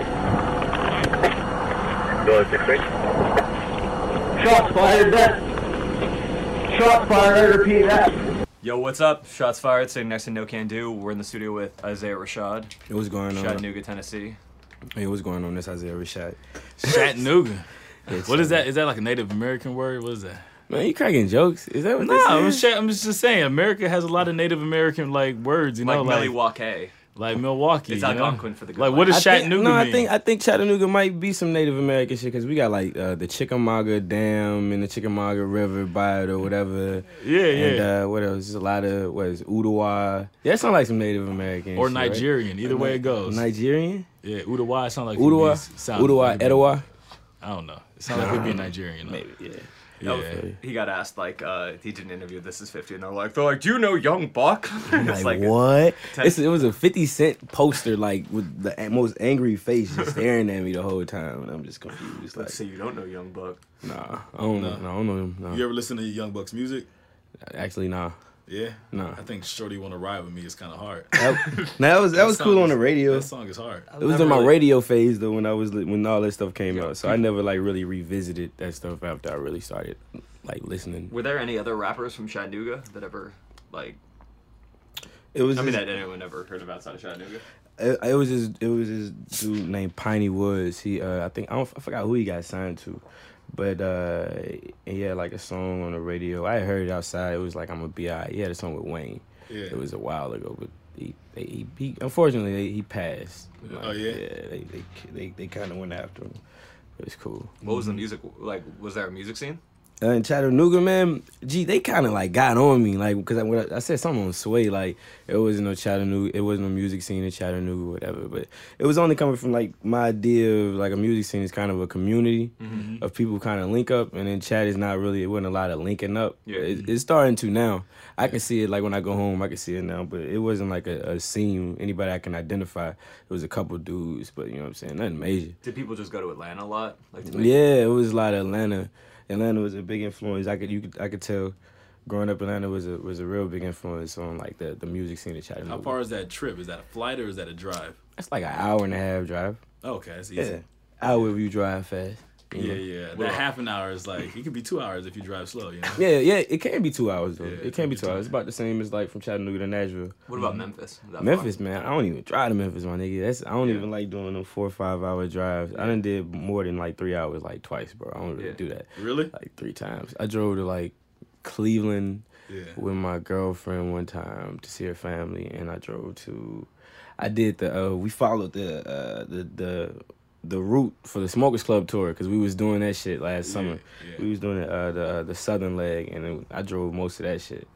S5: Go six three.
S1: Shots fired. That. Shots fired. I repeat that.
S2: Yo, what's up? Shots fired. Sitting next to No Can Do. We're in the studio with Isaiah Rashad,
S6: Hey, what's going on?
S2: Chattanooga, Tennessee.
S6: Hey, what's going on? This Isaiah Rashad.
S3: Chattanooga. What is that? Is that like a Native American word? What is that?
S6: Man, you cracking jokes? Is that what
S3: No, I'm
S6: this is?
S3: just, I'm just saying. America has a lot of Native American like words, you know,
S6: Oh,
S2: Like Millie
S3: like
S2: Walker.
S3: like Milwaukee.
S2: It's
S3: you know?
S2: Algonquin for the good
S3: Like what
S2: life.
S3: does
S6: I think-
S3: Chattanooga
S6: no,
S3: mean?
S6: I think I think Chattanooga might be some Native American shit because we got like uh, the Chickamauga Dam and the Chickamauga River by it or whatever.
S3: yeah, yeah.
S6: And uh, what else? There's a lot of what is Udawa. That sounds like some Native American
S3: or
S6: shit, right?
S3: Nigerian, either way it goes.
S6: Nigerian,
S3: yeah, Udawa sounds like
S6: Udawa,
S3: it'd be South-
S6: Udawa, Edawa.
S3: I don't know. It sounds like it'd be Nigerian. Maybe.
S6: Yeah.
S3: Yeah.
S2: He got asked like uh, he did an interview. This is fifty, and they're like, they're like, do you know Young Buck? it's
S6: Like,
S2: like
S6: what?
S2: Ten-
S6: It's- it was a fifty cent poster, like with the a- most angry face, just staring at me the whole time, and I'm just confused. Like,
S2: So you don't know Young Buck?
S6: nah, I don't know, no, I don't know him. No.
S3: ever listen to Young Buck's music?
S6: Actually, nah.
S3: Yeah.
S6: Nah.
S3: I think Shorty Wanna Ride With Me is kind of hard.
S6: That, now that was that was cool on the radio.
S3: That
S6: It
S3: song is hard.
S6: was
S2: Never
S6: in my
S2: really-
S6: radio phase though when I was li- when all that stuff came out. So I never like really revisited that stuff after I really started like listening.
S2: Were there any other rappers from Chattanooga that ever like?
S6: It was
S2: I mean,
S6: this-
S2: that anyone ever heard of outside of Chattanooga?
S6: it, it was this it was this dude named Piney Woods. He uh I think I don't I forgot who he got signed to. But uh he had like a song on the radio. I heard it outside. It was like I'm a BI. He had a song with Wayne.
S3: Yeah.
S6: It was a while ago, but he they, he, he unfortunately they, he passed.
S3: Oh, yeah?
S6: they they they, they kind of went after him. It was cool. Mm-hmm.
S2: What was the music like? Was there a music scene?
S6: uh, in Chattanooga, man, gee, they kind of like got on me, like because I, when I, I said something on Sway, like it wasn't no Chattanooga, it wasn't no music scene in Chattanooga, whatever. But it was only coming from like my idea of like a music scene is kind of a community of people kind of link up, and then Chat is not really it wasn't a lot of linking up.
S2: Yeah.
S6: It- it's starting to now. I can see it like when I go home, I can see it now, but it wasn't like a, a scene anybody I can identify. It was a couple dudes, but you know what I'm saying, nothing major.
S2: Did people just go to Atlanta a lot? Like to
S6: Yeah, it was a lot of Atlanta. Atlanta was a big influence. I could you could, I could tell growing up Atlanta was a was a real big influence on like the, the music scene in Chattanooga.
S3: How far is that trip? Is that a flight or is that a drive?
S6: That's like an hour and a half drive.
S3: Oh, okay, that's
S6: Yeah.
S3: easy.
S6: Hour if you drive fast. you
S3: Yeah, yeah.
S6: know.
S3: That half an hour is like it could be two hours if you drive slow. You know.
S6: Yeah, yeah, it can be two hours though.
S3: Yeah,
S6: it can be two hours. It's about the same as like from Chattanooga to Nashville.
S2: What about Memphis? Is that far?
S6: Memphis, man, I don't even drive to Memphis, my nigga. That's I don't even like doing them four or five hour drives. I done did more than like three hours like twice, bro. I don't really
S2: Yeah.
S6: do that.
S3: Really?
S6: Like three times. I drove to like Cleveland
S3: Yeah.
S6: with my girlfriend one time to see her family, and I drove to. I did the. Uh, we followed the uh, the the the route for the Smokers Club tour because we was doing that shit last summer.
S3: yeah.
S6: We was doing the uh, the uh, the southern leg, and then I drove most of that shit,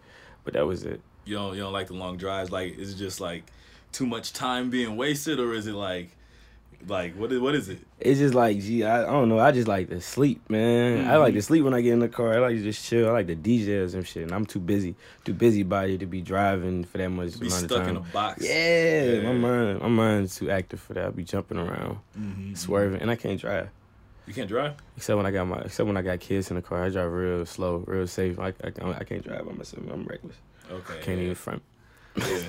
S6: but that was it.
S3: You don't you don't like the long drives. Like is it just like too much time being wasted, or is it like like what is what is it?
S6: It's just like, gee, I, I don't know. I just like to sleep, man. I
S3: Mm-hmm.
S6: like to sleep when I get in the car. I like to just chill. I like to DJ or some shit. And I'm too busy, too busybody to be driving for that much
S3: Be
S6: amount of
S3: stuck
S6: time.
S3: in a box.
S6: Yeah,
S3: Yeah.
S6: my mind, my mind's too active for that. I'll be jumping around, swerving, and I can't drive.
S3: You can't drive.
S6: Except when I got my, except when I got kids in the car, I drive real slow, real safe. I, I, I can't drive by myself. I'm reckless.
S3: Okay.
S6: Can't even front.
S3: Yeah.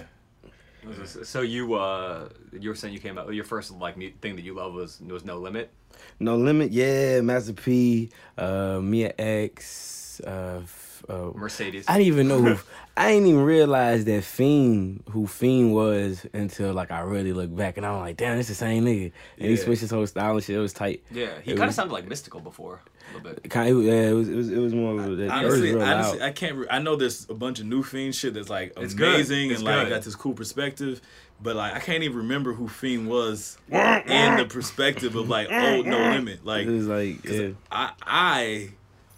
S2: So you uh, you were saying you came out your first like mu- thing that you loved was was No Limit.
S6: No limit. Yeah, Master P, uh, Mia X, uh, f- uh,
S2: Mercedes.
S6: I didn't even know. Who, I didn't even realize that Fiend, who Fiend was, until like I really look back and I'm like, damn, it's the same nigga. And he
S3: Yeah.
S6: switched his whole style and shit. It was tight.
S2: yeah, he
S6: It
S2: kind of
S6: was-
S2: sounded like mystical before a little bit.
S6: Kind of, yeah, it was, it was, it was more of a, that
S3: Honestly,
S6: it was real
S3: honestly,
S6: loud.
S3: I can't. Re- I know there's a bunch of new fiend shit that's like
S2: It's good.
S3: amazing
S2: It's
S3: and like
S2: good.
S3: got this cool perspective, but like I can't even remember who fiend was in the perspective of like old No Limit. Like
S6: it was like, yeah,
S3: I I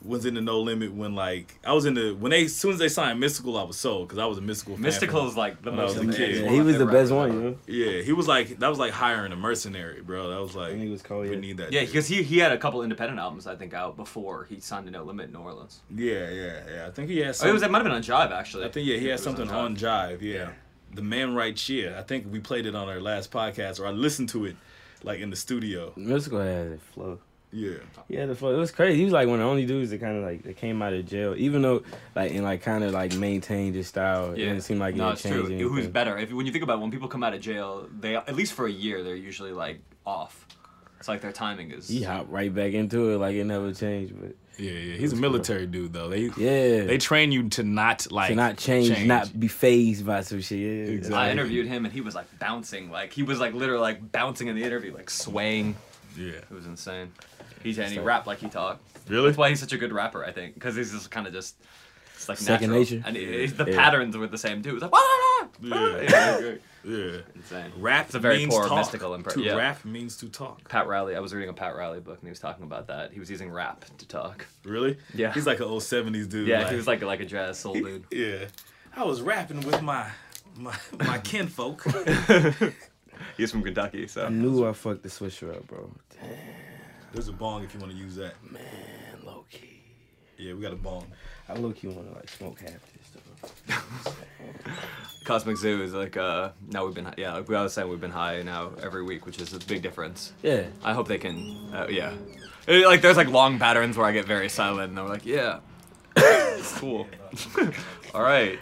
S3: was into No Limit when like I was into when they as soon as they signed Mystical, I was sold because I was a Mystical. fan
S2: Mystical
S3: from-
S2: is like the
S3: when I
S2: most.
S3: was a
S2: amazing-
S3: kid.
S2: it's
S6: yeah,
S2: one
S6: he
S2: of my
S6: was the
S2: favorite
S6: best one.
S2: rappers
S6: You
S2: ever.
S6: know?
S3: Yeah, he was like that was like hiring a mercenary, bro. That was like
S6: think it was called,
S3: we
S6: yeah.
S3: need that.
S2: Yeah,
S3: dude.
S2: because he he had a couple independent albums I think out before he signed to No Limit in New Orleans.
S3: yeah, yeah, yeah. I think he had.
S2: Oh,
S3: Some,
S2: it was it might have been on Jive actually.
S3: I think yeah, he
S2: It
S3: had
S2: was
S3: something
S2: Jive.
S3: on Jive. Yeah. the Man Right Cheer. I think we played it on our last podcast, or I listened to it like in the studio.
S6: Mystical has a flow.
S3: Yeah,
S6: Yeah, the flow. It was crazy. He was like one of the only dudes that kind of like that came out of jail, even though like and like kind of like maintained his style. It didn't seem like
S2: no,
S6: he
S2: it's
S6: changed
S2: true.
S6: anything.
S2: Who's better? If when you think about it, when people come out of jail, they at least for a year they're usually like off. It's like their timing is.
S6: He hopped right back into it like it never changed, but.
S3: yeah, yeah. He's a military dude though. They
S6: Yeah.
S3: they train you to not like
S6: to not change, not be phased by some shit. Yeah,
S3: Exactly.
S2: I interviewed him and he was like bouncing, like he was like literally like bouncing in the interview, like swaying.
S3: yeah.
S2: It was insane. He and he rapped like he talked.
S3: Really?
S2: That's why he's such a good rapper, I think, because he's just kind of just. It's like
S6: Second
S2: natural.
S6: nature.
S2: And it- it's- the
S6: Yeah.
S2: patterns were the same too. It was like. "Wah, wah, wah."
S3: Yeah.
S2: Yeah, it was great.
S3: Yeah.
S2: insane.
S3: Rap
S2: It's a very
S3: means
S2: poor
S3: talk.
S2: mystical impre-
S3: To
S2: yeah.
S3: rap means to talk.
S2: Pat Riley. I was reading a Pat Riley book and he was talking about that. He was using rap to talk.
S3: Really?
S2: Yeah.
S3: He's like an old seventies dude.
S2: Yeah, he was like like a jazz soul dude.
S3: Yeah. I was rapping with my my my kinfolk.
S2: He's from Kentucky,
S6: I
S2: so
S6: knew I fucked the Swisher up, bro.
S3: There's a bong if you want to use that.
S6: Damn, low key.
S3: Yeah, we got a bong.
S6: I low key want to like smoke half this stuff.
S2: Cosmic Zoo is like uh now we've been hi- yeah like we always say we've been high now every week, which is a big difference.
S6: Yeah.
S2: I hope they can uh, yeah, It- like there's like long patterns where I get very silent and they're like yeah, it's cool, all right,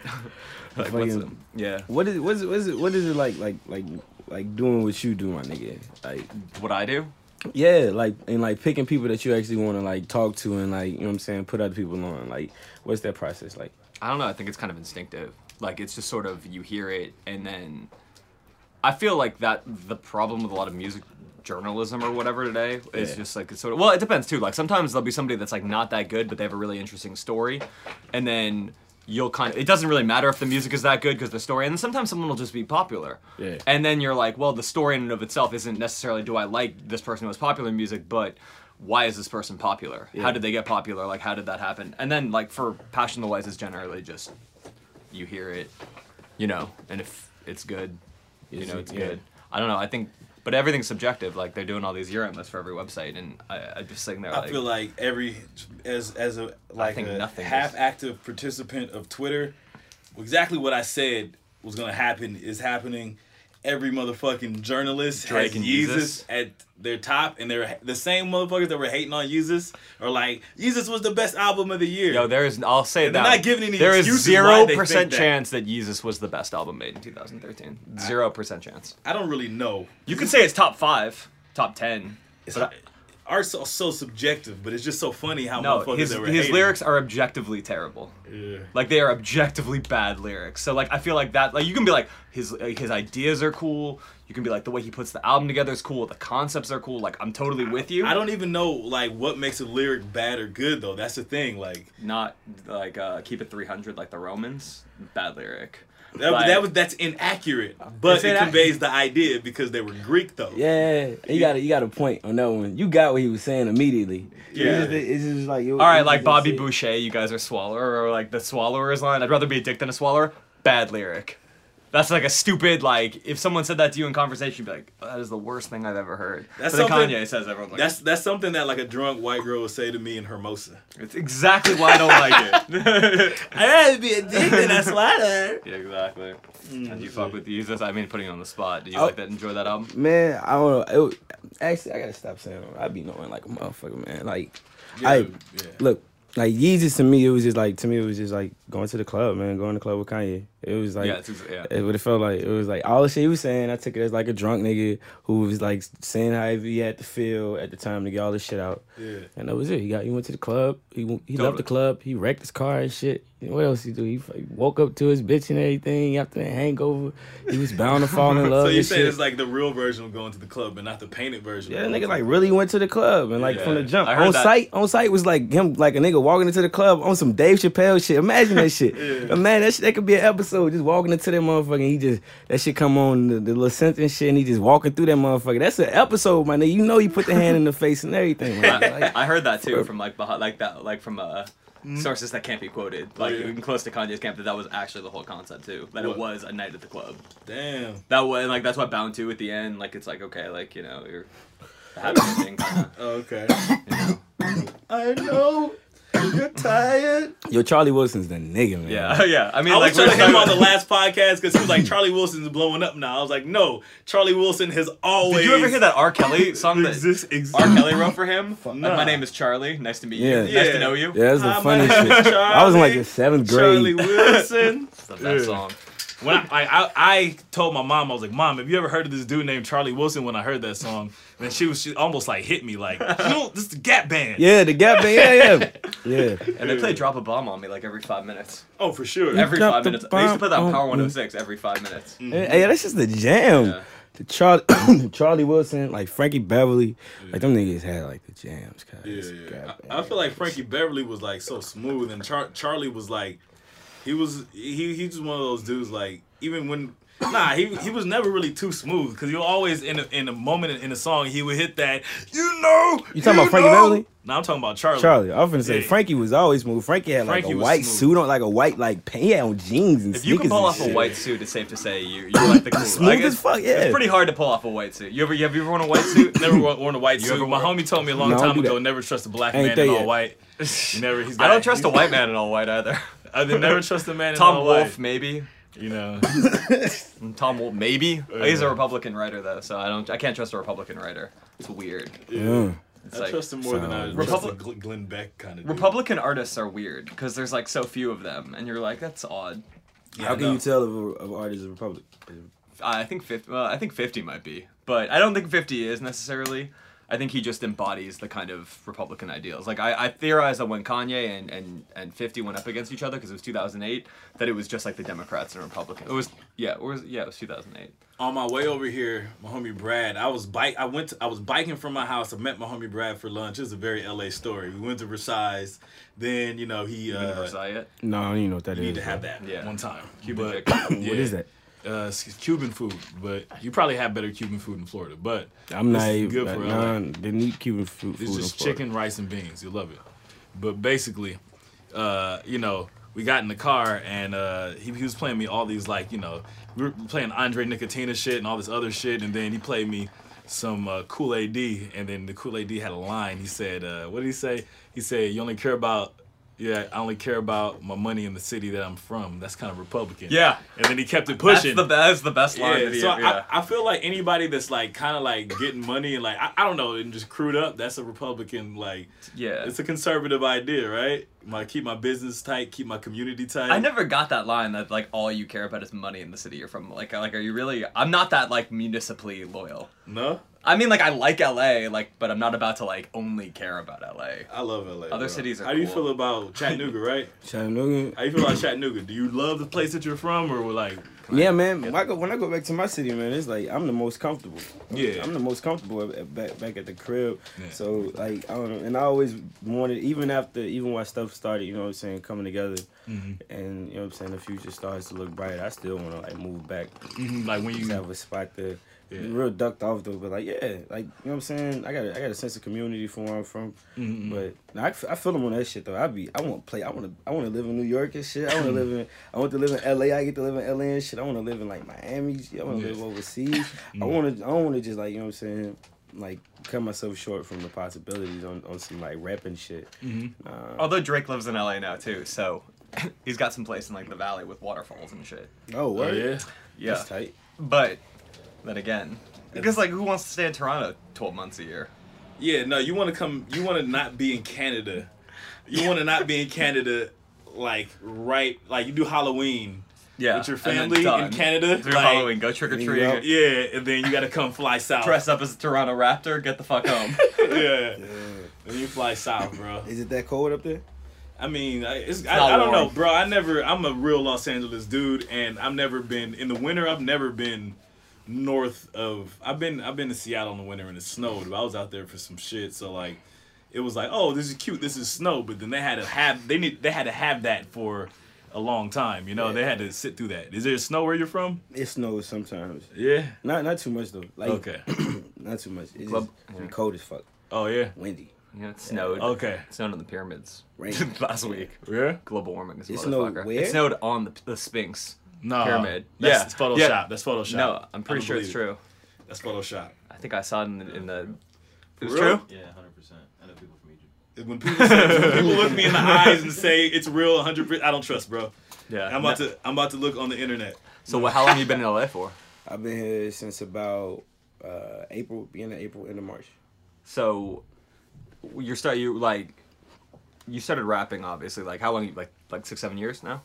S2: like what's
S6: Fucking-
S2: yeah
S6: What is what is what is it what is it like like like like doing what you do, my nigga? Like
S2: what I do.
S6: yeah, like and like picking people that you actually want to like talk to and like you know what I'm saying, put other people on. Like what's that process like?
S2: I don't know. I think it's kind of instinctive. Like it's just sort of you hear it, and then I feel like that the problem with a lot of music journalism or whatever today is
S6: Yeah.
S2: just like it's sort of well, it depends too. Like sometimes there'll be somebody that's like not that good, but they have a really interesting story, and then you'll kind of it doesn't really matter if the music is that good because the story, and then sometimes someone will just be popular,
S6: Yeah.
S2: and then you're like, well, the story in and of itself isn't necessarily do I like this person who was popular in music, but why is this person popular? How did they get popular? Like, how did that happen? And then, like, for Passion of the Wise is generally just you hear it, you know, and if it's good, you know, it's
S6: yeah.
S2: good. I don't know. I think, but everything's subjective. Like, they're doing all these year lists for every website, and I, I'm just sitting there like,
S3: I feel like every as as a like
S2: think
S3: a
S2: nothing is-
S3: half active participant of Twitter, exactly what I said was gonna happen is happening. Every motherfucking journalist
S2: Drake
S3: has
S2: and
S3: Yeezus
S2: Yeezus.
S3: at their top, and they're the same motherfuckers that were hating on Yeezus are like, Yeezus was the best album of the year.
S2: yo, there is. I'll say that
S3: they're not giving any
S2: there is
S3: excuses why
S2: zero
S3: they think
S2: percent
S3: that.
S2: chance that Yeezus was the best album made in 2013. Zero percent chance.
S3: I don't really know.
S2: You could say it's top five, top ten.
S3: It's
S2: but I-
S3: art's so, so subjective, but it's just so funny how
S2: no,
S3: motherfuckers
S2: his,
S3: that were
S2: his
S3: hating.
S2: lyrics are objectively terrible.
S3: Yeah.
S2: Like they are objectively bad lyrics. So like I feel like that like you can be like his like, his ideas are cool. You can be like the way he puts the album together is cool. The concepts are cool. Like I'm totally with you.
S3: I don't even know like what makes a lyric bad or good though. That's the thing. Like
S2: not like uh, keep it 300 like the Romans. Bad lyric.
S3: That,
S2: Like-
S3: that was that's inaccurate, but
S2: It's
S3: it
S2: inac-
S3: conveys the idea because they were Greek
S2: Oh.
S3: though.
S6: Yeah, you got a, you got a point on that one. You got what he was saying immediately.
S3: Yeah.
S6: it's just, it's just like it was-
S2: All
S6: it
S2: right,
S6: was
S2: like
S6: just
S2: Bobby
S6: it.
S2: Boucher, you guys are swallower or like the swallowers line. I'd rather be a dick than a swallower. Bad lyric. That's like a stupid like. If someone said that to you in conversation, you'd be like, "Oh, "That is the worst thing I've ever heard." That's
S3: That's
S2: but then
S3: something-
S2: Kanye says everyone's like,
S3: That's that's something that like a drunk white girl would say to me in Hermosa.
S2: It's exactly why I don't like it.
S3: I'd rather be a dick than a Mm. slider.
S2: yeah, exactly. And you fuck with Jesus. I mean, putting you on the spot. Do you like that? Enjoy that album?
S6: Man, I don't know. It, was- actually, I gotta stop saying it. I be knowing like a motherfucker, man. Like, I
S3: yeah.
S6: look like Yeezus to me. It was just like to me. It was just like going to the club, man. Going to the club with Kanye. It was like
S2: Yeah, it's ex- yeah.
S6: It would have felt like it was like all the shit he was saying. I took it as like a drunk nigga who was like saying how he had to feel at the time to get all this shit out.
S3: Yeah.
S6: And that was it. He got he went to the club. He w- he left
S2: Totally.
S6: the club. He wrecked his car and shit. And what else he do? He f- woke up to his bitch and everything after the hangover. He was bound to fall in love.
S3: So you
S6: and
S3: say
S6: shit.
S3: it's like the real version of going to the club, but not the painted version.
S6: Yeah, nigga like really went to the club and like from the
S2: Yeah.
S6: jump
S2: I heard
S6: on
S2: that.
S6: site. On site was like him like a nigga walking into the club on some Dave Chappelle shit. Imagine that shit. Imagine that shit. That could be an episode just walking into that motherfucker. And he just that shit come on the, the little sentence shit and he just walking through that motherfucker. That's an episode, my nigga. You know he put the hand in the face and everything. man.
S2: I,
S6: Like, Hmm?
S2: I heard that too from like behind, like that like from uh, sources that can't be quoted, like
S3: yeah.
S2: even close to Kanye's camp. That that was actually the whole concept too. That
S3: What?
S2: it was a night at the club.
S3: damn.
S2: That was like that's what Bound to at the end. Like it's like okay, like you know you're having a thing. Kinda,
S3: Oh, Okay.
S2: you know.
S3: I know you're tired.
S6: yo, Charlie Wilson's the nigga, man.
S2: Yeah, yeah. I mean,
S3: I
S2: like
S3: was trying to
S2: we're
S3: him on
S2: talking-
S3: the last podcast because he was like Charlie Wilson's blowing up now. I was like, no, Charlie Wilson has always.
S2: Did you ever hear that R. Kelly song that
S3: Exist, exist.
S2: R. Kelly wrote for him?
S3: Nah.
S2: My name is Charlie. Nice to meet
S6: Yeah.
S2: you. Nice
S3: Yeah.
S2: to know you.
S6: Yeah, that's the
S3: Hi, my
S6: funny
S3: name
S6: shit.
S3: is
S6: I was in like
S3: Charlie.
S6: the seventh
S3: Charlie
S6: grade.
S3: Wilson.
S2: It's the best song.
S3: When I, I, I, I told my mom, I was like, "Mom, have you ever heard of this dude named Charlie Wilson?" When I heard that song, and she was she almost like hit me, like, "You know, this is the Gap Band."
S6: Yeah, the gap man. Yeah, yeah, yeah.
S2: And they play "Drop a Bomb on Me" like every five minutes.
S3: Oh, for sure.
S2: Every
S6: dropped
S2: five
S6: a
S2: minutes. They used to play that
S6: bomb
S2: on Power
S6: on me.
S2: 106 every five minutes.
S6: Yeah, yeah, that's just the jam.
S2: Yeah.
S6: The Charlie, Charlie Wilson, like Frankie Beverly, like them niggas had like the jams. Cause
S3: yeah, yeah. I, I feel like Frankie Beverly was like so smooth, and Char- Charlie was like, he was he he just one of those dudes like even when nah he he was never really too smooth because you always in a, in a moment in- in a song he would hit that you know
S6: You talking about Frankie
S3: know."
S6: Beverly?
S3: No, I'm talking about Charlie.
S6: Charlie, I was finna say
S3: Yeah.
S6: Frankie was always smooth. Frankie had like
S3: Frankie
S6: a
S3: was
S6: white
S3: smooth.
S6: suit on, like a white like pants. He had on jeans and
S2: If you
S6: sneakers.
S2: can pull
S6: and
S2: off a
S6: shit.
S2: white suit, it's safe to say you you like the cool.
S6: Smooth
S2: like,
S6: as
S2: it's-
S6: fuck, yeah.
S2: It's pretty hard to pull off a white suit. You ever you, have you ever worn a white suit?
S3: Never wo- worn a white
S2: You
S3: suit.
S2: ever
S3: My
S2: wore-
S3: homie told me a long
S6: No, I don't
S3: time
S6: do
S3: ago,
S6: that.
S3: never trust a black
S6: Ain't
S3: man
S6: there
S3: in all
S6: yet.
S3: white. You never. He's
S2: I
S3: got-
S2: don't trust a
S3: he's-
S2: white man in all white either.
S3: I did never trust a man in
S2: Tom
S3: all
S2: Wolfe
S3: white.
S2: maybe.
S3: You know.
S2: And Tom Wolfe maybe. He's a Republican writer though, so I don't I can't trust a Republican writer. It's weird.
S6: Yeah.
S2: It's
S3: I
S2: like,
S3: trust him more than I trust a
S2: Republic-
S3: Gl- Glenn Beck kind of.
S2: Republican artists are weird because there's like so few of them, and you're like, that's odd.
S6: How can you tell if a if an artist is a Republican?
S2: I think 50, well, I think 50 might be, but I don't think 50 is necessarily. I think he just embodies the kind of Republican ideals. Like I, I theorized that when Kanye and, and, and 50 went up against each other because it was 2008, that it was just like the Democrats and Republicans. It was yeah, it was yeah, it was 2008.
S3: on my way over here, my homie Brad, I was bike I went to, I was biking from my house. I met my homie Brad for lunch. It's a very LA story. We went to Versailles. Then, you know, he
S2: Uh,
S3: uh,
S5: Uh-huh.
S2: Versailles.
S6: No, I don't even know what that is.
S3: you need to have that
S2: Yeah.
S3: one time.
S2: Cuban
S3: But-
S2: Dick.
S6: What is that?
S3: uh, it's Cuban food, but you probably have better Cuban food in Florida. But
S6: I'm
S3: this
S6: not
S3: is
S6: even
S3: good for LA.
S6: nah, They need Cuban food.
S3: It's
S6: food in
S3: just
S6: Florida.
S3: chicken, rice, and beans. You love it. But basically, uh, you know, we got in the car and uh, he, he was playing me all these like, you know, we were playing Andre Nicotina shit and all this other shit, and then he played me some uh, Kool Aid D, and then the Kool Aid D had a line. He said, uh, "What did he say?" He said, "You only care about." Yeah, I only care about my money in the city that I'm from. That's kind of Republican.
S5: Yeah.
S3: And then he kept it
S2: That's
S3: pushing.
S2: the, that's the best line.
S5: Yeah,
S2: that he-
S5: so
S2: yeah.
S5: I, I feel like anybody that's like kind of like getting money and like I, I don't know and just crewed up. That's a Republican like
S2: Yeah.
S5: It's a conservative idea, right? My keep my business tight, keep my community tight.
S2: I never got that line that like all you care about is money in the city you're from. Like, like are you really? I'm not that like municipally loyal.
S5: no.
S2: I mean, like I like LA, like, but I'm not about to like only care about LA.
S5: I love LA.
S2: Other
S5: bro.
S2: cities are
S5: How do you
S2: cool.
S5: feel about Chattanooga, right?
S6: Chattanooga.
S5: How you feel about Chattanooga? Do you love the place that you're from, or like?
S6: Yeah, man. When I, go, when I go back to my city, man, it's like I'm the most comfortable.
S3: Yeah.
S6: I'm the most comfortable at- at- back back at the crib.
S3: Yeah.
S6: So like I don't know, and I always wanted, even after, even when stuff started, you know what I'm saying, coming together, and you know what I'm saying, the future starts to look bright. I still want to like move back,
S5: mm,
S3: Mhm, like when you
S6: just have a spot there.
S3: Yeah.
S6: Real ducked off though, but like yeah, like you know what I'm saying. I got a, I got a sense of community from where I'm from,
S3: Mm-hmm.
S6: but nah, I, f- I feel them on that shit though. I be I want to play. I want to I want to live in New York and shit. I want to live in I want to live in L.A. I get to live in L.A. and shit. I want to live in like Miami. I want to
S3: Yeah. Mm.
S6: live overseas. I want to I don't want to just like you know what I'm saying. Like cut myself short from the possibilities on, on some like rapping shit.
S3: Mm.
S2: Although Drake lives in LA now too, so he's got some place in like the valley with waterfalls and shit.
S6: Oh,
S3: Oh
S6: what?
S3: yeah.
S2: Yeah,
S6: That's tight.
S2: but then again, because like who wants to stay in Toronto 12 months a year?
S5: Yeah, no. You want to come. You want to not be in Canada. You want to not be in Canada, like right, like you do Halloween
S2: Yeah,
S5: with your
S2: and then
S5: family
S2: done.
S5: in Canada.
S2: Through
S5: like,
S2: Halloween, go trick or
S6: Yep.
S2: treating,
S5: Yeah, and then you got to come fly south.
S2: dress up as a Toronto Raptor, get the fuck home.
S5: yeah. When you fly south, bro.
S6: Is it that cold up there?
S5: I mean, I, it's,
S2: not
S5: I, I don't know,
S2: warm.
S5: bro. I never. I'm a real Los Angeles dude, and I've never been in the winter. I've never been north of. I've been. I've been to Seattle in the winter and it snowed. But I was out there for some shit, so like, it was like, oh, this is cute. This is snow. But then they had to have. They need. They had to have that for a long time. You know, they had to sit through that. Is there snow where you're from?
S6: It snows sometimes.
S5: Yeah.
S6: Not not too much though. Like
S5: Okay.
S6: not too much. It's
S2: Club-
S6: just, it's cold as fuck.
S5: Oh yeah.
S6: Windy.
S2: You know, it snowed.
S5: Okay.
S2: It snowed on the pyramids
S6: Rain.
S2: last week.
S5: Yeah.
S2: Global warming is a
S6: It snowed
S2: motherfucker.
S6: where?
S2: It snowed on the, the Sphinx.
S3: No.
S2: Pyramid.
S3: That's,
S2: Yeah.
S3: That's Photoshop.
S2: Yeah.
S3: That's Photoshop.
S2: No, I'm pretty
S5: I
S2: sure it's
S5: believe
S2: true.
S5: That's Photoshop.
S2: I think I saw it in the. In the it was
S5: Real?
S2: true?
S7: Yeah, hundred percent. I know people from Egypt.
S5: When people, say, when people look me in the eyes and say it's real, 100, I don't trust, bro.
S2: Yeah.
S5: I'm about
S2: No.
S5: to I'm about to look on the internet.
S2: So, wh- how long you been in LA for?
S6: I've been here since about uh April, beginning of April, end of March.
S2: So, you're start you like, you started rapping obviously. Like how long? You, like like six seven years now.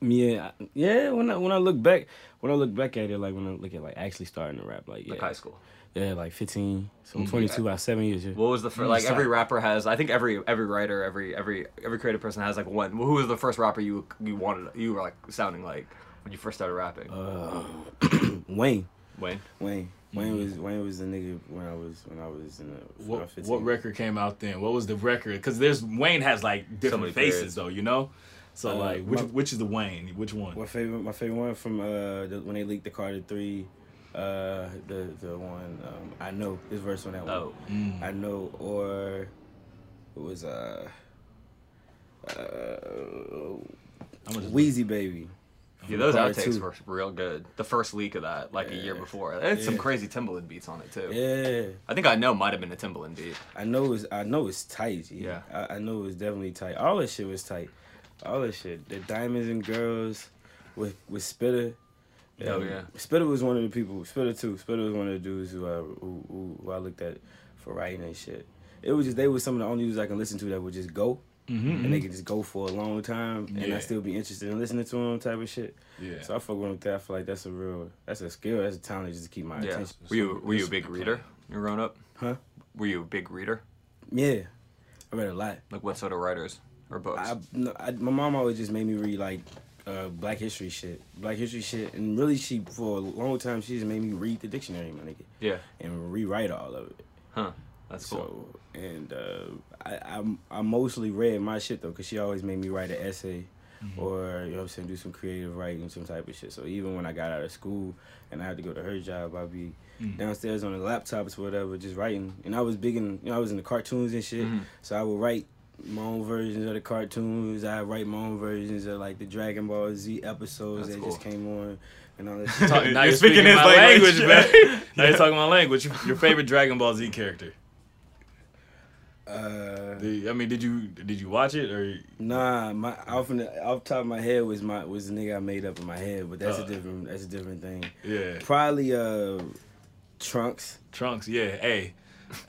S6: Yeah, I- yeah. When I when I look back, when I look back at it, like when I look at like actually starting to rap, like yeah,
S2: Like high school. Mm-hmm.
S6: yeah, like fifteen, so I'm twenty two, about seven years. Yeah.
S2: What was the
S6: Mm,
S2: first? Like every rapper has. I think every every writer, every every every creative person has like one. Who was the first rapper you you wanted? You were like sounding like when you first started rapping.
S6: Uh, Wayne,
S2: Wayne.
S6: Wayne,
S2: Mm-hmm.
S6: Wayne was Wayne was the nigga when I was when I was in the when I was
S3: What,
S6: 15.
S3: what record came out then? What was the record? Because there's Wayne has like different
S2: many
S3: faces
S2: periods.
S3: though, you know. So
S6: Uh,
S3: like, which
S6: my-
S3: which is the Wayne? Which one?
S6: My favorite, my favorite one from uh the, when they leaked the Carter three, uh the the one um, I know this verse on that one.
S2: Oh.
S6: I know or it was uh, uh
S3: I'm gonna just-
S6: Wheezy Baby.
S2: Yeah, those
S6: Part
S2: outtakes
S6: two.
S2: were real good. The first leak of that, like a year before, it had some
S6: Yeah.
S2: crazy Timbaland beats on it too.
S6: Yeah,
S2: I think I know might have been a Timbaland beat.
S6: I know it's I know it's tight. G.
S2: Yeah.
S6: I, I know it was definitely tight. All that shit was tight. All that shit. The Diamonds and Girls with with Spitter.
S2: Oh, yeah.
S6: Spitter was one of the people. Spitter too. Spitter was one of the dudes who I who, who, who I looked at for writing and shit. It was just they were some of the only dudes I can listen to that would just go.
S2: Mm-hmm,
S6: And they could just go for a long time, and
S3: Yeah.
S6: I still be interested in listening to them type of shit.
S3: Yeah.
S6: So I fuck with them. That I feel like that's a real, that's a skill, that's a talent just to keep my
S2: Yeah.
S6: attention.
S2: Were you were you a big reader? when You were growing up?
S6: Huh?
S2: Were you a big reader?
S6: Yeah, I read a lot.
S2: Like what sort of writers or books?
S6: I, no, I, my mom always just made me read like uh, Black History shit, Black History shit, and really she for a long time she just made me read the dictionary, my nigga,
S2: yeah.
S6: and rewrite all of it.
S2: Huh. That's cool.
S6: So and uh, I, I I mostly read my shit though, cause she always made me write an essay
S2: Mm-hmm.
S6: or you know what I'm saying, do some creative writing, some type of shit. So even when I got out of school and I had to go to her job, I'd be
S2: Mm.
S6: downstairs on the laptops or whatever, just writing. And I was big in you know, I was in the cartoons and shit.
S2: Mm-hmm.
S6: So I would write my own versions of the cartoons. I write my own versions of like the Dragon Ball Z episodes
S2: That's
S6: that just
S2: cool.
S6: came on and all that shit.
S3: Talk- now you're, speaking, my language, man. now you're talking my language. Your favorite Dragon Ball Z character?
S6: Uh,
S3: The- I mean, did you did you watch it or?
S6: Nah, my off in the, off top of my head was my was the nigga I made up in my head, but that's
S3: Uh.
S6: a different that's a different thing.
S3: Yeah,
S6: Probably uh Trunks.
S3: Trunks. Yeah, hey,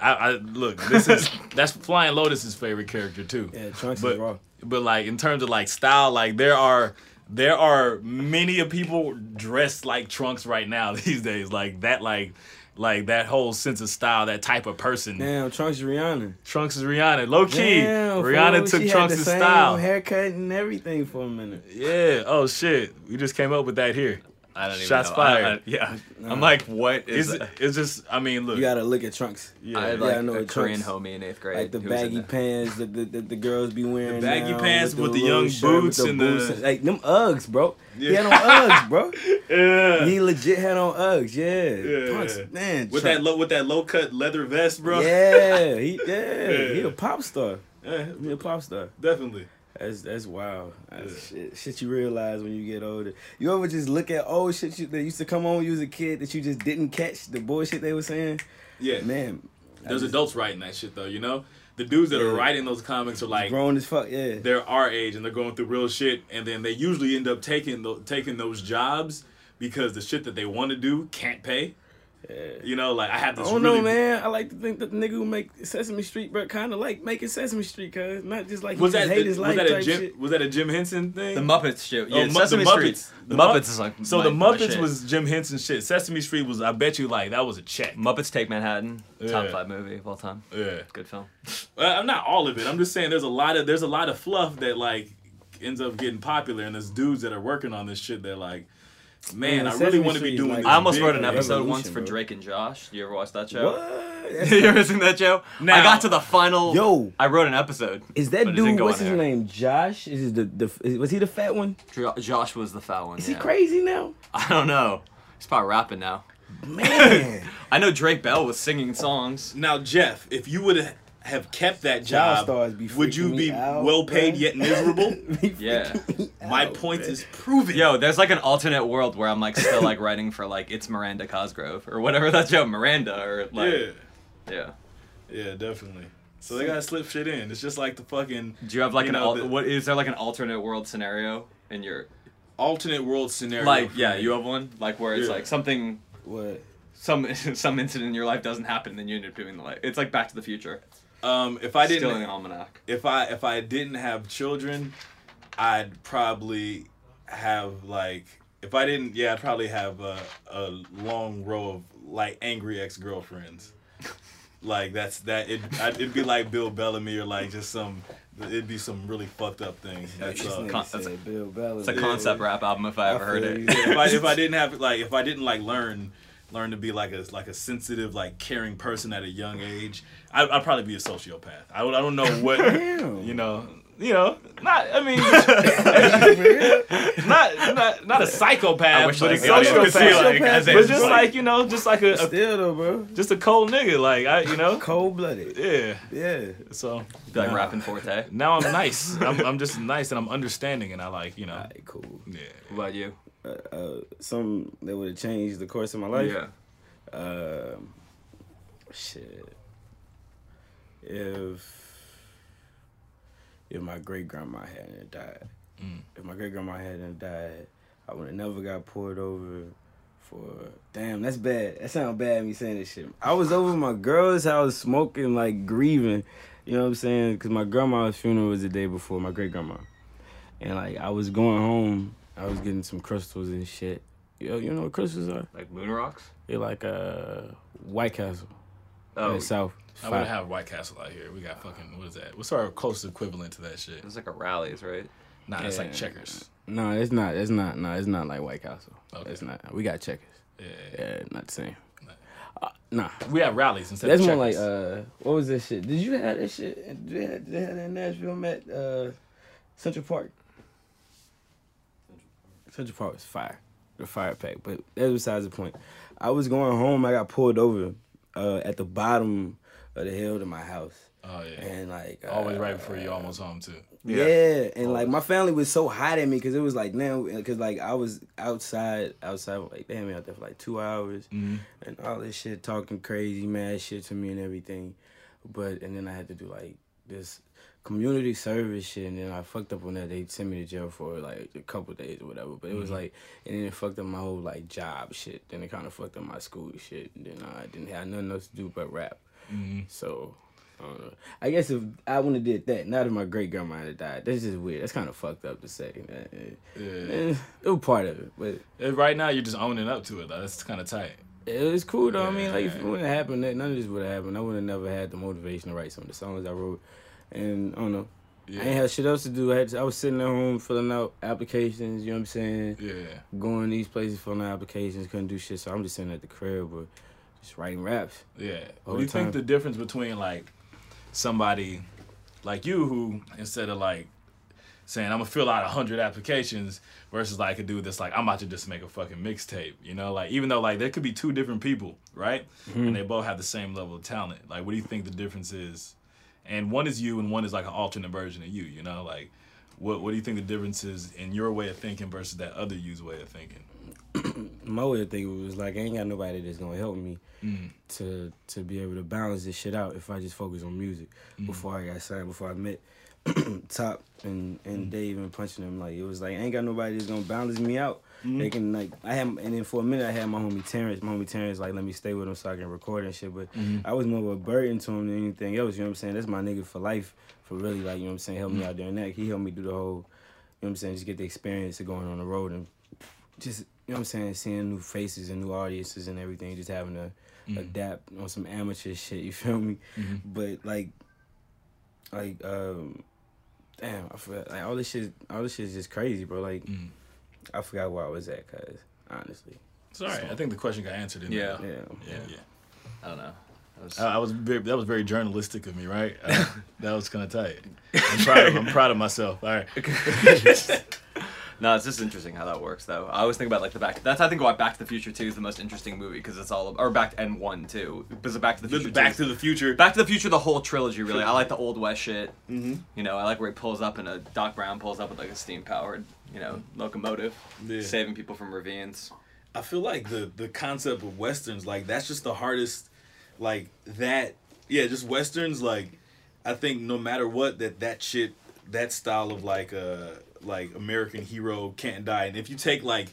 S3: I, I look. This is that's Flying Lotus's favorite character too.
S6: Yeah, Trunks
S3: but
S6: is raw.
S3: but like in terms of like style, like there are there are many of people dressed like Trunks right now these days. Like that, like like that whole sense of style, that type of person.
S6: Damn, Trunks is Rihanna.
S3: Trunks is Rihanna. Low key,
S6: Damn,
S3: Rihanna
S6: fool,
S3: took
S6: she had
S3: Trunks'
S6: the same
S3: style.
S6: haircut and everything for a minute.
S3: Yeah. Oh shit. We just came up with that here.
S2: I don't even
S3: Shots
S2: know.
S3: fired.
S2: I- I- yeah. I'm like, what
S3: It's,
S2: is that?
S3: it's just. I mean, look.
S6: You gotta look at Trunks.
S3: yeah.
S2: I had
S6: Yeah,
S2: like
S6: I know
S2: a
S6: it
S2: Korean
S6: trunks.
S2: homie in eighth grade.
S6: Like the
S2: who was in
S6: baggy
S2: that.
S6: pants that the, that the girls be wearing.
S5: The baggy
S6: now,
S5: pants with the
S6: little
S5: young
S6: shirt with
S5: boots
S6: the
S5: and the-
S6: and- like them Uggs, bro. He had on Uggs, bro.
S5: Yeah.
S6: He legit had on Uggs. Yeah,
S5: Yeah.
S6: Trunks, man. Trunks.
S5: With that low with that low cut leather vest, bro.
S6: Yeah, he yeah,
S5: Yeah.
S6: he a pop star.
S5: Yeah,
S6: He a pop star.
S5: Eh, definitely.
S6: That's that's wild. That's shit, shit you realize when you get older. You ever just look at old shit you, that used to come on when you was a kid that you just didn't catch the bullshit they were saying?
S5: Yeah.
S6: Man, I
S5: There's
S6: just-
S5: adults writing that shit though, you know? The dudes that are
S6: Yeah.
S5: writing those comics are like
S6: grown as fuck. Yeah,
S5: they're our age and they're going through real shit and then they usually end up taking tho- taking those jobs because the shit that they want to do can't pay. You know, like I have
S6: I
S5: this
S6: don't
S5: really
S6: know, man. I like to think that the nigga who make Sesame Street, bro, kind of like making Sesame Street, cause not just like he
S5: Was
S6: just
S5: that
S6: hate
S5: the-
S6: his
S5: was
S6: life
S5: that a
S6: type
S5: Jim
S6: shit.
S5: was that a Jim Henson thing? Oh,
S2: The Muppets show. Yeah,
S5: Mu-
S2: Sesame
S5: the
S2: Street.
S5: Muppets.
S2: The
S5: The Mu-
S2: Muppets is like
S3: so
S2: my-
S3: the
S2: my
S3: Muppets
S2: shit.
S3: was Jim Henson shit. Sesame Street was. I bet you like that was a check.
S2: Muppets Take Manhattan. Top
S3: Yeah.
S2: five movie of all time.
S3: Yeah.
S2: Good film.
S5: Well, I'm not all of it. I'm just saying there's a lot of there's a lot of fluff that like ends up getting popular, and there's dudes that are working on this shit. They're like, man,
S6: Man,
S5: I
S6: Sesame
S5: really want to
S6: Street
S5: be
S6: is
S5: doing
S6: like-
S5: this.
S2: I almost
S5: big
S2: wrote an
S5: thing."
S2: episode
S6: Revolution,
S2: once for
S6: bro.
S2: Drake and Josh. You ever watch that show?
S6: What?
S2: you
S6: That's-
S2: ever seen that show? I
S5: Now-
S2: got to the final.
S6: Yo.
S2: I wrote an episode.
S6: Is that
S2: but it didn't
S6: dude?
S2: go
S6: What's
S2: on
S6: his
S2: air.
S6: name? Josh? Is the the is, was he the fat one?
S2: Jo- Josh was the foul one.
S6: Is
S2: yeah.
S6: he crazy now?
S2: I don't know. He's probably rapping now.
S6: Man.
S2: I know Drake Bell was singing songs.
S5: Now, Jeff, if you would have kept
S6: Child
S5: that job,
S6: stars be
S5: would you
S6: freaking
S5: be
S6: me out,
S5: well paid
S6: bruh.
S5: yet miserable?
S2: Yeah.
S5: My point is proven.
S2: Yo, there's like an alternate world where I'm like still like writing for like it's Miranda Cosgrove or whatever that show Miranda or like
S5: yeah,
S2: yeah.
S5: yeah, definitely. So they gotta slip shit in. It's just like the fucking
S2: Do you have like
S5: You
S2: an
S5: know,
S2: al-
S5: the-
S2: what is there like an alternate world scenario in your
S5: alternate world scenario.
S2: like
S5: for
S2: yeah
S5: me.
S2: you have one like where it's
S5: Yeah.
S2: like something
S6: What?
S2: some some incident in your life doesn't happen and then you end up doing the like it's like Back to the Future.
S5: um, if I didn't
S2: Still in an almanac.
S5: if I if I didn't have children, I'd probably have like if I didn't yeah I'd probably have a, a long row of like angry ex girlfriends. Like that's that it I'd, it'd be like Bill Bellamy or like just some it'd be some really fucked up thing. That's
S6: This
S5: all.
S6: nigga
S2: Con-
S6: said
S2: that's a-
S6: Bill Ballard.
S2: It's a concept rap album if I ever heard
S6: feel
S2: it.
S6: you.
S5: if I if I didn't have like if I didn't like learn learn to be like a like a sensitive like caring person at a young age, I, I'd probably be a sociopath. I would I don't know what
S6: Damn.
S5: you know you know not I mean not not not a
S2: I
S5: psychopath,
S2: wish,
S5: but a
S2: like, the audio could see,
S5: sociopath.
S2: like, as
S5: but
S2: in,
S5: just
S2: like-
S5: like you know, just like a, a
S6: Still though, bro.
S5: just a cold nigga, like I you know
S6: Cold blooded.
S5: yeah.
S6: Yeah.
S5: So
S2: Be like rapping forte.
S5: now I'm nice. I'm, I'm just nice and I'm understanding and I like you know
S6: Alright, cool.
S5: yeah.
S2: What about you?
S6: Uh, something that would have changed the course of my life. Um, shit. If if my great grandma hadn't died, if my great grandma hadn't died, I would have never got poured over. For damn, that's bad. That sounds bad. Me saying this shit. I was over at my girl's house smoking, like grieving. You know what I'm saying? Because my grandma's funeral was the day before my great grandma, and like I was going home. I was getting some crystals and shit. Yo, you know what crystals are?
S2: Like moon rocks?
S6: They're like uh, White Castle. Oh,
S2: Oh,
S6: South.
S3: I would have White Castle out here. We got fucking what is that? What's our close equivalent to that shit?
S2: It was like a rallies, right?
S3: Nah, it's like
S6: Yeah.
S3: checkers.
S6: No, it's not. It's not. No, it's not like White Castle.
S3: Okay.
S6: It's not. We got checkers.
S3: Yeah.
S6: Yeah, not the same. Uh, nah,
S3: We have rallies instead
S6: that's
S3: of
S6: more
S3: checkers.
S6: like uh, what was this shit? Did you have that shit? Did they have, they had that in Nashville at uh, Central Park? Central Park was fire, the fire pack. But that's besides the point. I was going home. I got pulled over uh, at the bottom of the hill to my house,
S3: Oh yeah.
S6: and like uh,
S3: Always right before you almost home too.
S6: Yeah, and like my family was so hot at me because it was like now because like I was outside outside like they had me out there for like two hours and all this shit talking crazy mad shit to me and everything, but and then I had to do like this community service shit and then I fucked up on that they sent me to jail for like a couple days or whatever but it was like and then it fucked up my whole like job shit then it kind of fucked up my school shit and then I didn't have nothing else to do but rap so I don't know. Uh, I guess if I wouldn't have did that, not if my great grandma had died. That's just weird. That's kind of fucked up to say. Eh,
S3: Yeah.
S6: eh, It was part of it, but
S3: And Right now you're just owning up
S6: uh,
S3: to it. though. That's kind of tight.
S6: it was cool though. I mean, like if it wouldn't have happened, that- none of this would have happened. I would have never had the motivation to write some of the songs I wrote, and I don't know.
S3: Yeah.
S6: I ain't had shit else to do. I, had to, I was sitting at home filling out applications. You know what I'm saying?
S3: Yeah.
S6: Going these places filling out applications, couldn't do shit. So I'm just sitting at the crib, but just writing raps.
S3: Yeah. What
S6: All
S3: do you
S6: the
S3: think
S6: time.
S3: the difference between like somebody like you who instead of like saying I'm gonna fill out hundred applications versus like a dude that's like I'm about to just make a fucking mixtape, you know? Like even though like there could be two different people, right?
S6: Mm-hmm.
S3: And they both have the same level of talent. Like what do you think the difference is? And one is you and one is like an alternate version of you, you know? Like what what do you think the difference is in your way of thinking versus that other you's way of thinking?
S6: my way of thinking was like I ain't got nobody that's gonna help me to to be able to balance this shit out if I just focus on music. Before I got signed, before I met Top and and Dave and punching them, like it was like I ain't got nobody that's gonna balance me out. They can like I had and then for a minute I had my homie Terrence. My homie Terrence like let me stay with him so I can record and shit. But I was more of a burden to him than anything else. You know what I'm saying? That's my nigga for life. For really like you know what I'm saying. Help me out there and that. He helped me do the whole. You know what I'm saying? Just get the experience of going on the road and just you know what I'm saying, seeing new faces and new audiences and everything, just having to adapt on some amateur shit, you feel me? But like like um damn, I forgot like all this shit all this shit is just crazy, bro. Like I forgot where I was at, cuz honestly.
S3: Sorry, I think the question got answered in
S2: Yeah.
S3: there.
S6: Yeah.
S3: Yeah, yeah.
S2: I don't know. That was-
S3: Uh, I was very, that was very journalistic of me, right? Uh, that was kind of tight. I'm proud, of, I'm proud of myself. All right.
S2: No, it's just interesting how that works, though. I always think about like the back. That's I think why Back to the Future Two is the most interesting movie because it's all or Back and One too because of Back to the Future.
S5: The Back
S2: 2
S5: to the Future.
S2: Back to the Future, the whole trilogy, really. I like the Old West shit. Mm-hmm. You know, I like where he pulls up and a Doc Brown pulls up with like a steam powered, you know, locomotive,
S5: Yeah.
S2: saving people from ravines.
S5: I feel like the the concept of westerns, like that's just the hardest, like that. Yeah, just westerns. Like, I think no matter what, that that shit, that style of like uh like American hero can't die. And if you take like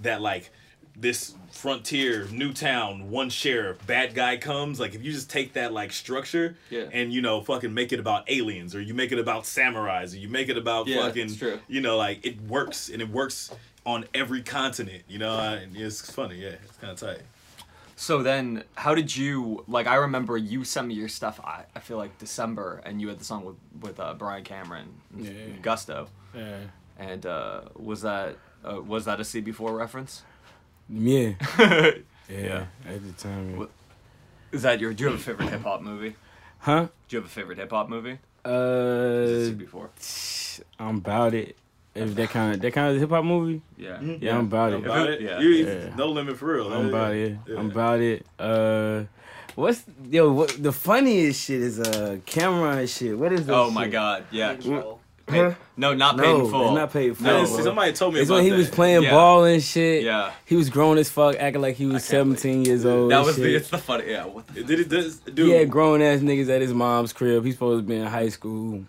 S5: that like this frontier new town one sheriff bad guy comes like if you just take that like structure
S2: Yeah.
S5: and you know fucking make it about aliens or you make it about samurais or you make it about
S2: Yeah,
S5: fucking
S2: it's true.
S5: you know like it works and it works on every continent you know and it's funny yeah it's kind of tight
S2: So then, how did you like? I remember you sent me your stuff. I, I feel like December, and you had the song with with uh, Brian Cameron, and
S6: Yeah.
S2: Gusto,
S6: Yeah.
S2: and uh, was that uh, was that a CB4 reference?
S6: Yeah. yeah. At the time. yeah.
S2: What- Is that your? Do you have a favorite hip hop movie?
S6: Huh?
S2: Do you have a favorite hip hop movie?
S6: Uh
S2: CB4.
S6: I'm about it. If that kind of that kind of hip hop movie?
S2: Yeah.
S6: Yeah, I'm about it.
S5: about it
S2: Yeah.
S5: You- you-
S6: Yeah.
S5: no limit for real
S6: I'm
S5: Yeah.
S6: about it.
S5: Yeah.
S6: I'm about it. Uh, what's yo? What the funniest shit is uh camera and shit. What is that?
S2: Oh my
S6: shit?
S2: god. Yeah.
S6: Huh?
S2: No, not paid
S6: No,
S2: in full.
S6: it's not paid in full.
S5: I didn't
S6: No,
S5: see-
S6: bro.
S5: somebody told me
S6: It's
S5: about
S6: when he
S5: that.
S6: was playing
S2: Yeah.
S6: ball and shit.
S2: Yeah.
S6: He was grown as fuck, acting like he was
S2: I can't believe-
S6: 17 years old.
S2: That
S6: and
S2: was the.
S6: shit.
S2: It's the funny. Yeah. What the,
S5: did it does dude
S6: He had grown ass niggas at his mom's crib. He's supposed to be in high school.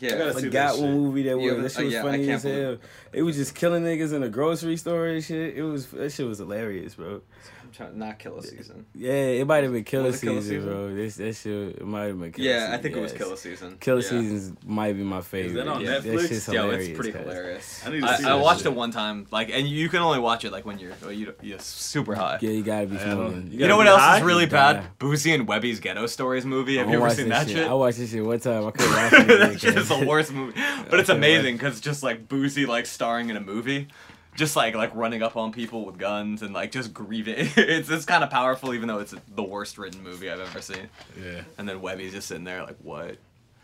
S2: yeah.
S5: gotta see-
S6: Forgot
S5: that
S6: what
S5: shit.
S6: movie that was.
S2: Yeah,
S6: that
S2: uh,
S6: shit was
S2: yeah, I
S6: funny
S2: can't
S6: as hell.
S2: believe-
S6: It was just killing niggas in a grocery store and shit. It was that shit was hilarious, bro.
S2: I'm trying to not kill a season.
S6: Yeah, it might have been killer,
S2: Was it Killer
S6: season,
S2: Season?
S6: bro. This that shit it might have been killer
S2: yeah, I
S6: Season,
S2: think it was
S6: yes.
S2: killer season.
S6: Killer
S2: yeah.
S6: Seasons might be my favorite.
S5: on
S6: Yeah, that
S5: Netflix?
S6: shit's
S2: Yo, it's
S6: hilarious,
S2: pretty
S6: cuz.
S2: hilarious.
S5: I need to
S2: I,
S5: see
S2: I
S5: that
S2: watched
S5: shit.
S2: it one time, like, and you can only watch it like when you're well, you don't- you're super high.
S6: Yeah, you gotta be smoking.
S2: You know what else is really
S6: Yeah.
S2: bad? Boozy and Webby's Ghetto Stories movie. Have
S6: I
S2: you ever
S6: watched
S2: seen
S6: this
S2: that shit?
S6: I watched this shit one time. I couldn't watch it. again,
S2: that shit is the
S6: cuz.
S2: worst movie. But it's
S6: Okay, right.
S2: amazing because just like Boozy like starring in a movie, just like like running up on people with guns and like just grieving. It's it's kind of powerful, even though it's the worst written movie I've ever seen.
S3: Yeah.
S2: And then Webby's just sitting there like, what?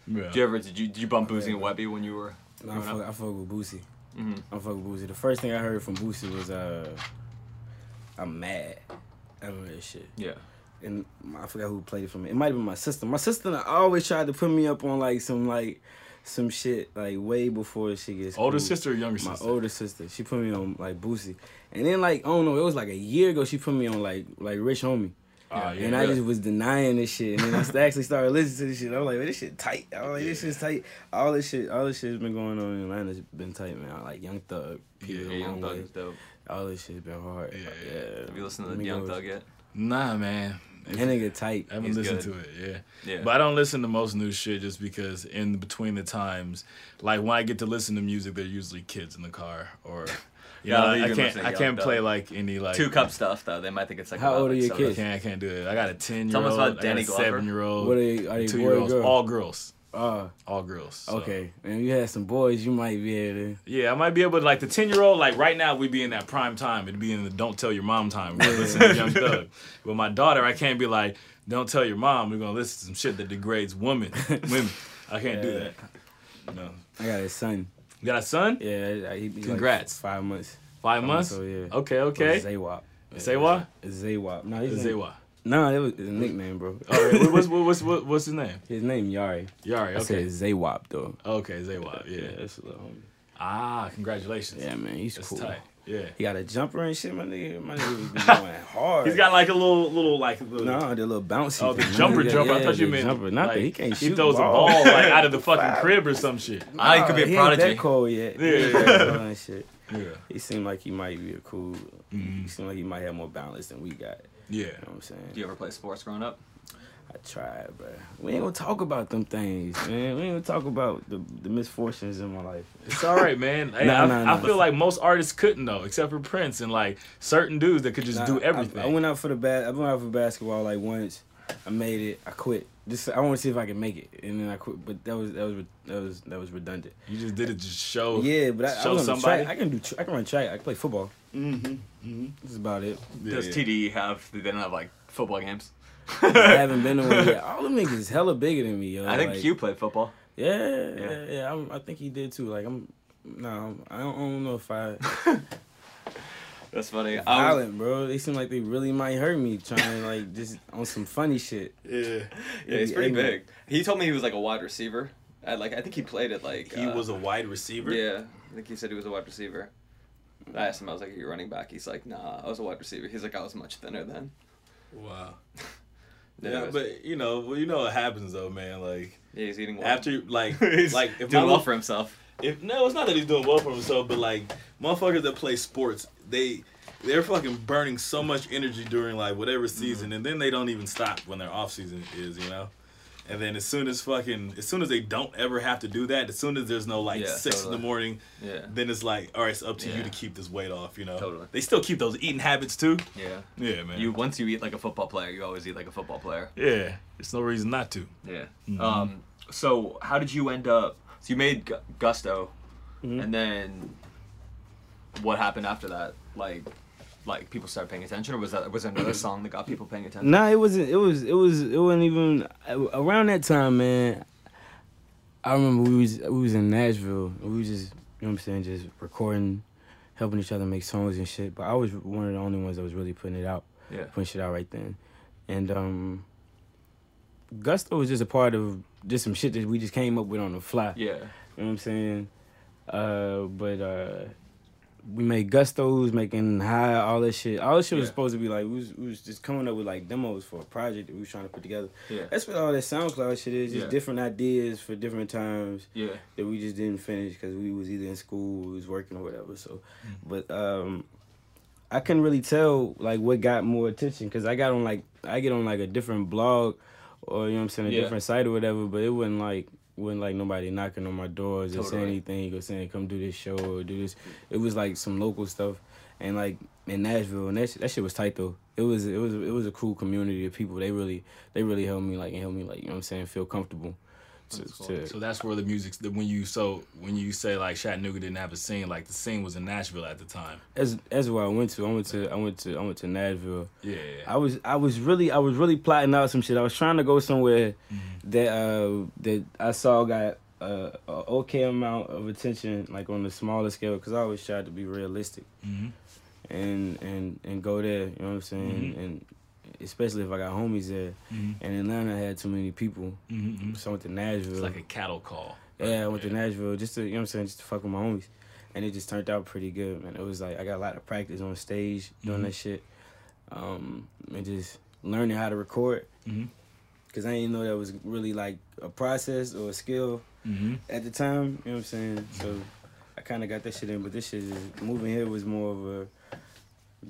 S3: yeah.
S2: Did you ever did you did you bump Boozy and Webby when you were?
S6: Nah, I fuck, I fuck with Boosie. I'm fucking Boosie. The first thing I heard from Boosie was uh, I'm mad. I remember that shit.
S2: Yeah.
S6: and I forgot who played it for me. It might have been my sister. My sister always tried to put me up on like some like some shit like way before she gets
S3: Older
S6: cool.
S3: sister or younger
S6: My
S3: sister?
S6: older sister. She put me on like Boosie, and then like I don't know. It was like a year ago. She put me on like like Rich Homie.
S3: Ah, yeah,
S6: and I
S3: really.
S6: just was denying this shit, and then I st- actually started listening to this shit. I'm like, man, this shit tight. I'm like, this shit's tight. All this shit, all this shit's been going on in Atlanta's been tight, man. I like Young Thug,
S2: Yeah,
S6: Peter
S2: Young Thug
S6: Longway.
S2: is dope.
S6: All this shit's been hard.
S3: Yeah, yeah.
S6: yeah.
S2: Have you listened to
S6: Let
S2: the
S6: me
S2: Young
S6: go.
S2: Thug yet?
S3: Nah, man.
S6: That nigga tight.
S3: I haven't
S2: He's
S3: listened
S2: good.
S3: to it, yeah.
S2: Yeah.
S3: But I don't listen to most new shit just because in between the times, like when I get to listen to music, they're usually kids in the car or you
S2: Yeah,
S3: know,
S2: I think
S3: I
S2: you can
S3: can't
S2: listen to
S3: I
S2: Young
S3: can't
S2: Thug.
S3: play like any like
S2: Two cup stuff though. They might think it's like.
S6: How old are your
S3: I
S6: kids?
S3: can't I can't do it. I got a ten year
S2: Tell
S3: old,
S2: us about Danny
S3: I got a
S2: Glover.
S3: seven year old,
S6: What are they- are they
S3: two
S6: boy or
S3: year olds,
S6: girl?
S3: all girls.
S6: Uh,
S3: All girls. so.
S6: Okay, and you had some boys, you might be able to.
S3: Yeah, I might be able to like the ten year old. Like right now, we'd be in that prime time. It'd be in the don't tell your mom time. We're listening to Young Thug. But my daughter, I can't be like don't tell your mom. We're gonna listen to some shit that degrades women. Women, I can't do that. No,
S6: I got a son.
S3: you got a son?
S6: Yeah, he, he's
S3: Congrats.
S6: Like five months.
S3: Five months.
S6: so, yeah.
S3: Okay,
S6: Okay.
S3: okay.
S6: Zaywap.
S3: Zaywap.
S6: Zaywap. No, his name,
S3: Zaywap.
S6: No, it was his nickname, bro.
S3: All right. Oh, what- What's what's what's what's his name?
S6: His name Yari.
S3: Yari.
S6: I said
S3: Okay.
S6: Zaywap though.
S3: Okay, Zaywap. Yeah.
S6: that's a little homie.
S3: Ah, congratulations.
S6: Yeah, man, he's
S3: That's
S6: cool.
S3: tight. Yeah.
S6: He got a jumper and shit, my nigga. My nigga be going hard.
S3: He's got like a little little like little,
S6: no, the little bouncy.
S3: Oh, the
S6: thing, my
S3: jumper,
S6: nigga.
S3: jumper. I
S6: Yeah,
S3: thought you
S6: the
S3: meant
S6: jumper. Not
S3: like,
S6: that he can't shoot.
S3: He throws a ball like out of the fucking crib or some shit.
S2: I Ah, could be
S6: Oh, He
S2: a
S6: ain't
S2: prodigy.
S6: That cold yet?
S3: Yeah.
S6: Yeah, and shit.
S3: Yeah.
S6: He seemed like he might be a cool. He seemed like he might have more balance than we got.
S3: Yeah.
S6: You know what I'm saying?
S2: Do you ever play sports growing up?
S6: I tried, bro. We ain't gonna talk about them things, man. We ain't gonna talk about the, the misfortunes in my life.
S3: It's all right, man. Hey,
S6: Nah,
S3: I,
S6: nah,
S3: I
S6: nah.
S3: feel like most artists couldn't though, except for Prince and like certain dudes that could just do
S6: I-
S3: everything.
S6: I, I went out for the bat. I went out for basketball like once. I made it. I quit. Just I want to see if I can make it, and then I quit. But that was that was that was that was redundant.
S3: you just did it to show.
S6: Yeah, but I, I
S3: show
S6: was on the
S3: somebody.
S6: track. I can do. Tra- I can run track. I can play football. Mm-hmm. mm-hmm. That's about it.
S3: Yeah,
S2: Does
S3: yeah.
S2: TDE have? They don't have like football games.
S6: I haven't been to one yet. All them niggas is hella bigger than me, yo.
S2: I think
S6: like,
S2: Q played football.
S6: Yeah, yeah, yeah. I'm, I think he did too. Like I'm, no, I'm- I don't, I don't know if I.
S2: That's funny. I was,
S6: Violent, bro. They seem like they really might hurt me trying like just on some funny shit.
S5: Yeah.
S2: yeah, he's pretty
S6: Amen.
S2: big. He told me he was like a wide receiver. I, like I think he played it like
S5: He
S2: uh,
S5: was a wide receiver.
S2: Yeah, I think he said he was a wide receiver. I asked him, I was like, "Are you running back?" He's like, "Nah, I was a wide receiver." He's like, "I was much thinner then."
S5: Wow.
S2: Anyways,
S5: Yeah, but you know, well, you know what happens though, man. Like
S2: yeah, he's eating well.
S5: after, like,
S2: he's
S5: like if
S2: doing
S5: my
S2: well
S5: little-
S2: for himself.
S5: if no, it's not that he's doing well for himself, but like motherfuckers that play sports, they they're fucking burning so much energy during like whatever
S2: Mm-hmm.
S5: season, and then they don't even stop when their off season is, you know. And then as soon as fucking as soon as they don't ever have to do that, as soon as there's no like
S2: Yeah,
S5: six in
S2: totally.
S5: the morning,
S2: Yeah,
S5: then it's like all right, it's up to you
S2: Yeah.
S5: to keep this weight off, you know.
S2: Totally.
S5: They still keep those eating habits too.
S2: yeah.
S3: Yeah, man.
S2: You once you eat like a football player, you always eat like a football player.
S3: yeah. There's no reason not to.
S2: Yeah.
S6: Mm-hmm.
S2: Um. So how did you end up? So you made Gu- Gusto,
S6: Mm-hmm.
S2: and then what happened after that? Like, like people started paying attention, or was that was there another song that got people paying attention?
S6: Nah, it wasn't. It was. It was. It wasn't even around that time, man. I remember we was we was in Nashville. and We was just you know what I'm saying, just recording, helping each other make songs and shit. But I was one of the only ones that was really putting it out.
S2: Yeah.
S6: putting shit out right then. And um Gusto was just a part of just some shit that we just came up with on the fly.
S2: Yeah.
S6: You know what I'm saying? Uh but uh we made Gusto, we was making high, all that shit. All that shit was
S2: Yeah.
S6: supposed to be like we was, we was just coming up with like demos for a project that we was trying to put together.
S2: Yeah.
S6: That's what all that SoundCloud shit is, just
S2: Yeah.
S6: different ideas for different times
S2: Yeah.
S6: that we just didn't finish because we was either in school, we was working or whatever. So,
S2: Mm-hmm.
S6: but um, I couldn't really tell like what got more attention because I got on like I get on like a different blog or you know what I'm saying a
S2: Yeah.
S6: different site or whatever, but it wasn't like wasn't like nobody knocking on my doors or saying
S2: Totally.
S6: anything or saying come do this show or do this. It was like some local stuff and like in Nashville and that shit, that shit was tight though. It was it was it was a cool community of people. They really they really helped me like and helped me like you know what I'm saying feel comfortable. To, to,
S3: So that's where the music's the, when you so when you say like Chattanooga didn't have a scene, like the scene was in Nashville at the time.
S6: That's that's where I went to. I went to I went to I went to Nashville.
S3: Yeah.
S6: I was I was really
S3: Mm-hmm.
S6: I was really plotting out some shit. I was trying to go somewhere that uh that I saw got a, a okay amount of attention, like on the smaller scale, because I always tried to be realistic
S3: Mhm.
S6: and and and go there. You know what I'm saying?
S3: Mm-hmm.
S6: And especially if I got homies there. And Atlanta had too many people,
S3: Mm-hmm.
S6: so I went to Nashville.
S3: It's like a cattle call.
S6: Yeah, I went to Nashville just to, you know what I'm saying, just to fuck with my homies. And it just turned out pretty good, man. It was like I got a lot of practice on stage doing that shit. Um, and just learning how to record.
S3: Mhm.
S6: Cause I didn't know that was really like a process or a skill
S3: Mm-hmm.
S6: at the time, you know what I'm saying? So I kind of got that shit in, but this shit is moving here was more of a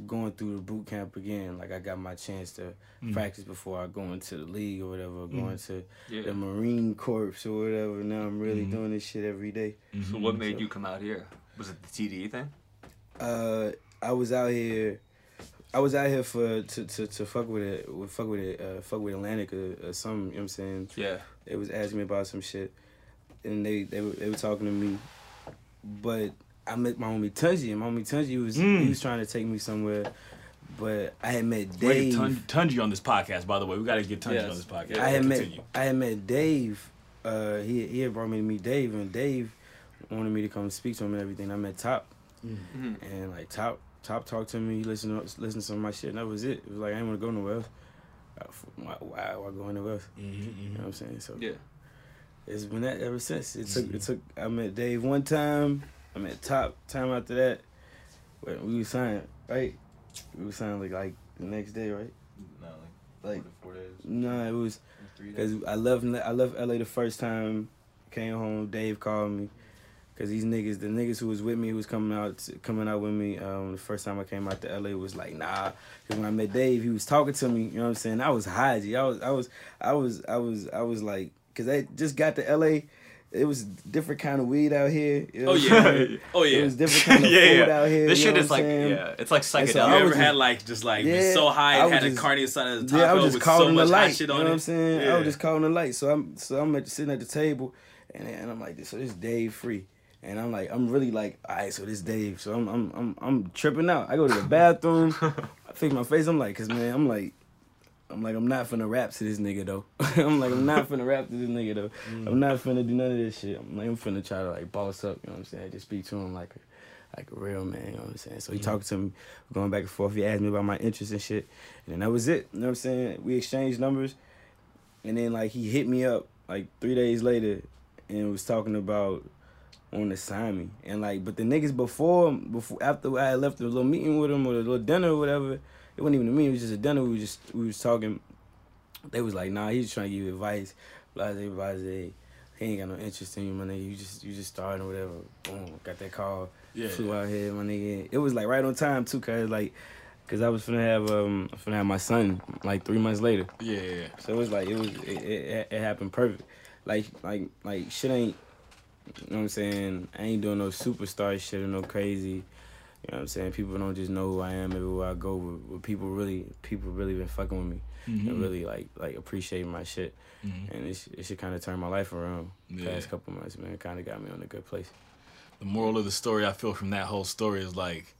S6: going through the boot camp again. Like I got my chance to practice before I go into the league or whatever, or going to the Marine Corps or whatever. Now I'm really doing this shit every day.
S2: So what made you come out here? Was it the TDE thing?
S6: Uh, I was out here. I was out here for to, to, to fuck with it, with fuck with it, uh, fuck with Atlantic or, or something. You know what I'm saying?
S2: Yeah.
S6: They was asking me about some shit, and they they were, they were talking to me, but I met my homie Tunji, and my homie Tunji was he was trying to take me somewhere, but I had met
S3: Wait,
S6: Dave.
S3: Tun- Tunji on this podcast, by the way. We got to get Tunji
S2: Yes.
S3: on this podcast.
S6: I had met
S3: Continue.
S6: I had met Dave. Uh, he he had brought me to meet Dave, and Dave wanted me to come speak to him and everything. I met Top, and like Top Top talked to me. He listened to, listened to some of my shit, and that was it. It was like I didn't want to go nowhere else. Uh, f- Why, why, why go anywhere else?
S3: Mm-hmm,
S6: You know what I'm saying? So
S2: Yeah.
S6: it's been that ever since. It took it took. I met Dave one time. I met Top time after that. But we was signed right. We was signed like like the next day, right?
S7: No, like,
S6: Like
S7: four to four days,
S6: no, it was
S7: three days.
S6: Cause I left I left LA the first time, came home. Dave called me, cause these niggas, the niggas who was with me, who was coming out coming out with me. Um, the first time I came out to LA was like nah. Cause when I met Dave, he was talking to me. You know what I'm saying? I was high. G. I was I was I was I was I was like, cause I just got to LA. It was different kind of weed out here. you know
S5: Oh
S6: what I'm
S5: yeah.
S6: saying?
S5: Oh
S6: It
S5: yeah.
S6: was different kind of food out here.
S2: this
S6: you
S2: shit
S6: know
S2: is
S6: what
S2: like
S6: I'm saying?
S2: yeah, it's like psychedelic.
S6: so I
S5: You ever
S6: was just-
S5: had like just like been
S6: Yeah,
S5: so high
S6: I
S5: and
S6: was
S5: had a
S6: just-
S5: carne asada at the top
S6: Yeah, I was just
S5: with
S6: calling
S5: so
S6: the
S5: much hot
S6: light. You
S5: shit
S6: know
S5: on
S6: what
S5: it.
S6: I'm saying? I
S5: Yeah.
S6: was just calling the light. So I'm so I'm at, sitting at the table, and and I'm like, so this Dave free, and I'm like, I'm really like, all right, so this Dave. So I'm I'm I'm I'm tripping out. I go to the bathroom, I fix my face. I'm like, cause man, I'm like. I'm like, I'm not finna rap to this nigga though. I'm like, I'm not finna rap to this nigga though. I'm not finna do none of this shit. I'm like, I'm finna try to like boss up, you know what I'm saying? Just speak to him like a, like a real man, you know what I'm saying? So he talked to me, going back and forth. He asked me about my interests and shit. And then that was it. You know what I'm saying? We exchanged numbers. And then like he hit me up like three days later and was talking about on to sign me. And like but the niggas before before after I had left the little meeting with him or the little dinner or whatever, it wasn't even a meeting, it was just a dinner. We was just we was talking. They was like, nah, he's trying to give you advice. Blase, blase. He ain't got no interest in you, my nigga. You just you just starting or whatever. Boom. Got that call.
S3: Yeah.
S6: Flew out here, my nigga. It was like right on time too, cause like Cause I was finna have um finna have my son like three months later.
S3: Yeah, yeah, yeah.
S6: So it was like it was it, it, it happened perfect. Like like like shit ain't you know what I'm saying? I ain't doing no superstar shit or no crazy. You know what I'm saying? People don't just know who I am everywhere I go. But, but people really people really been fucking with me
S2: Mm-hmm.
S6: and really like like appreciating my shit. And it, sh- it should kind of turn my life around. The
S3: Yeah.
S6: Past couple months, man, kind of got me on a good place.
S3: the moral of the story I feel from that whole story is like,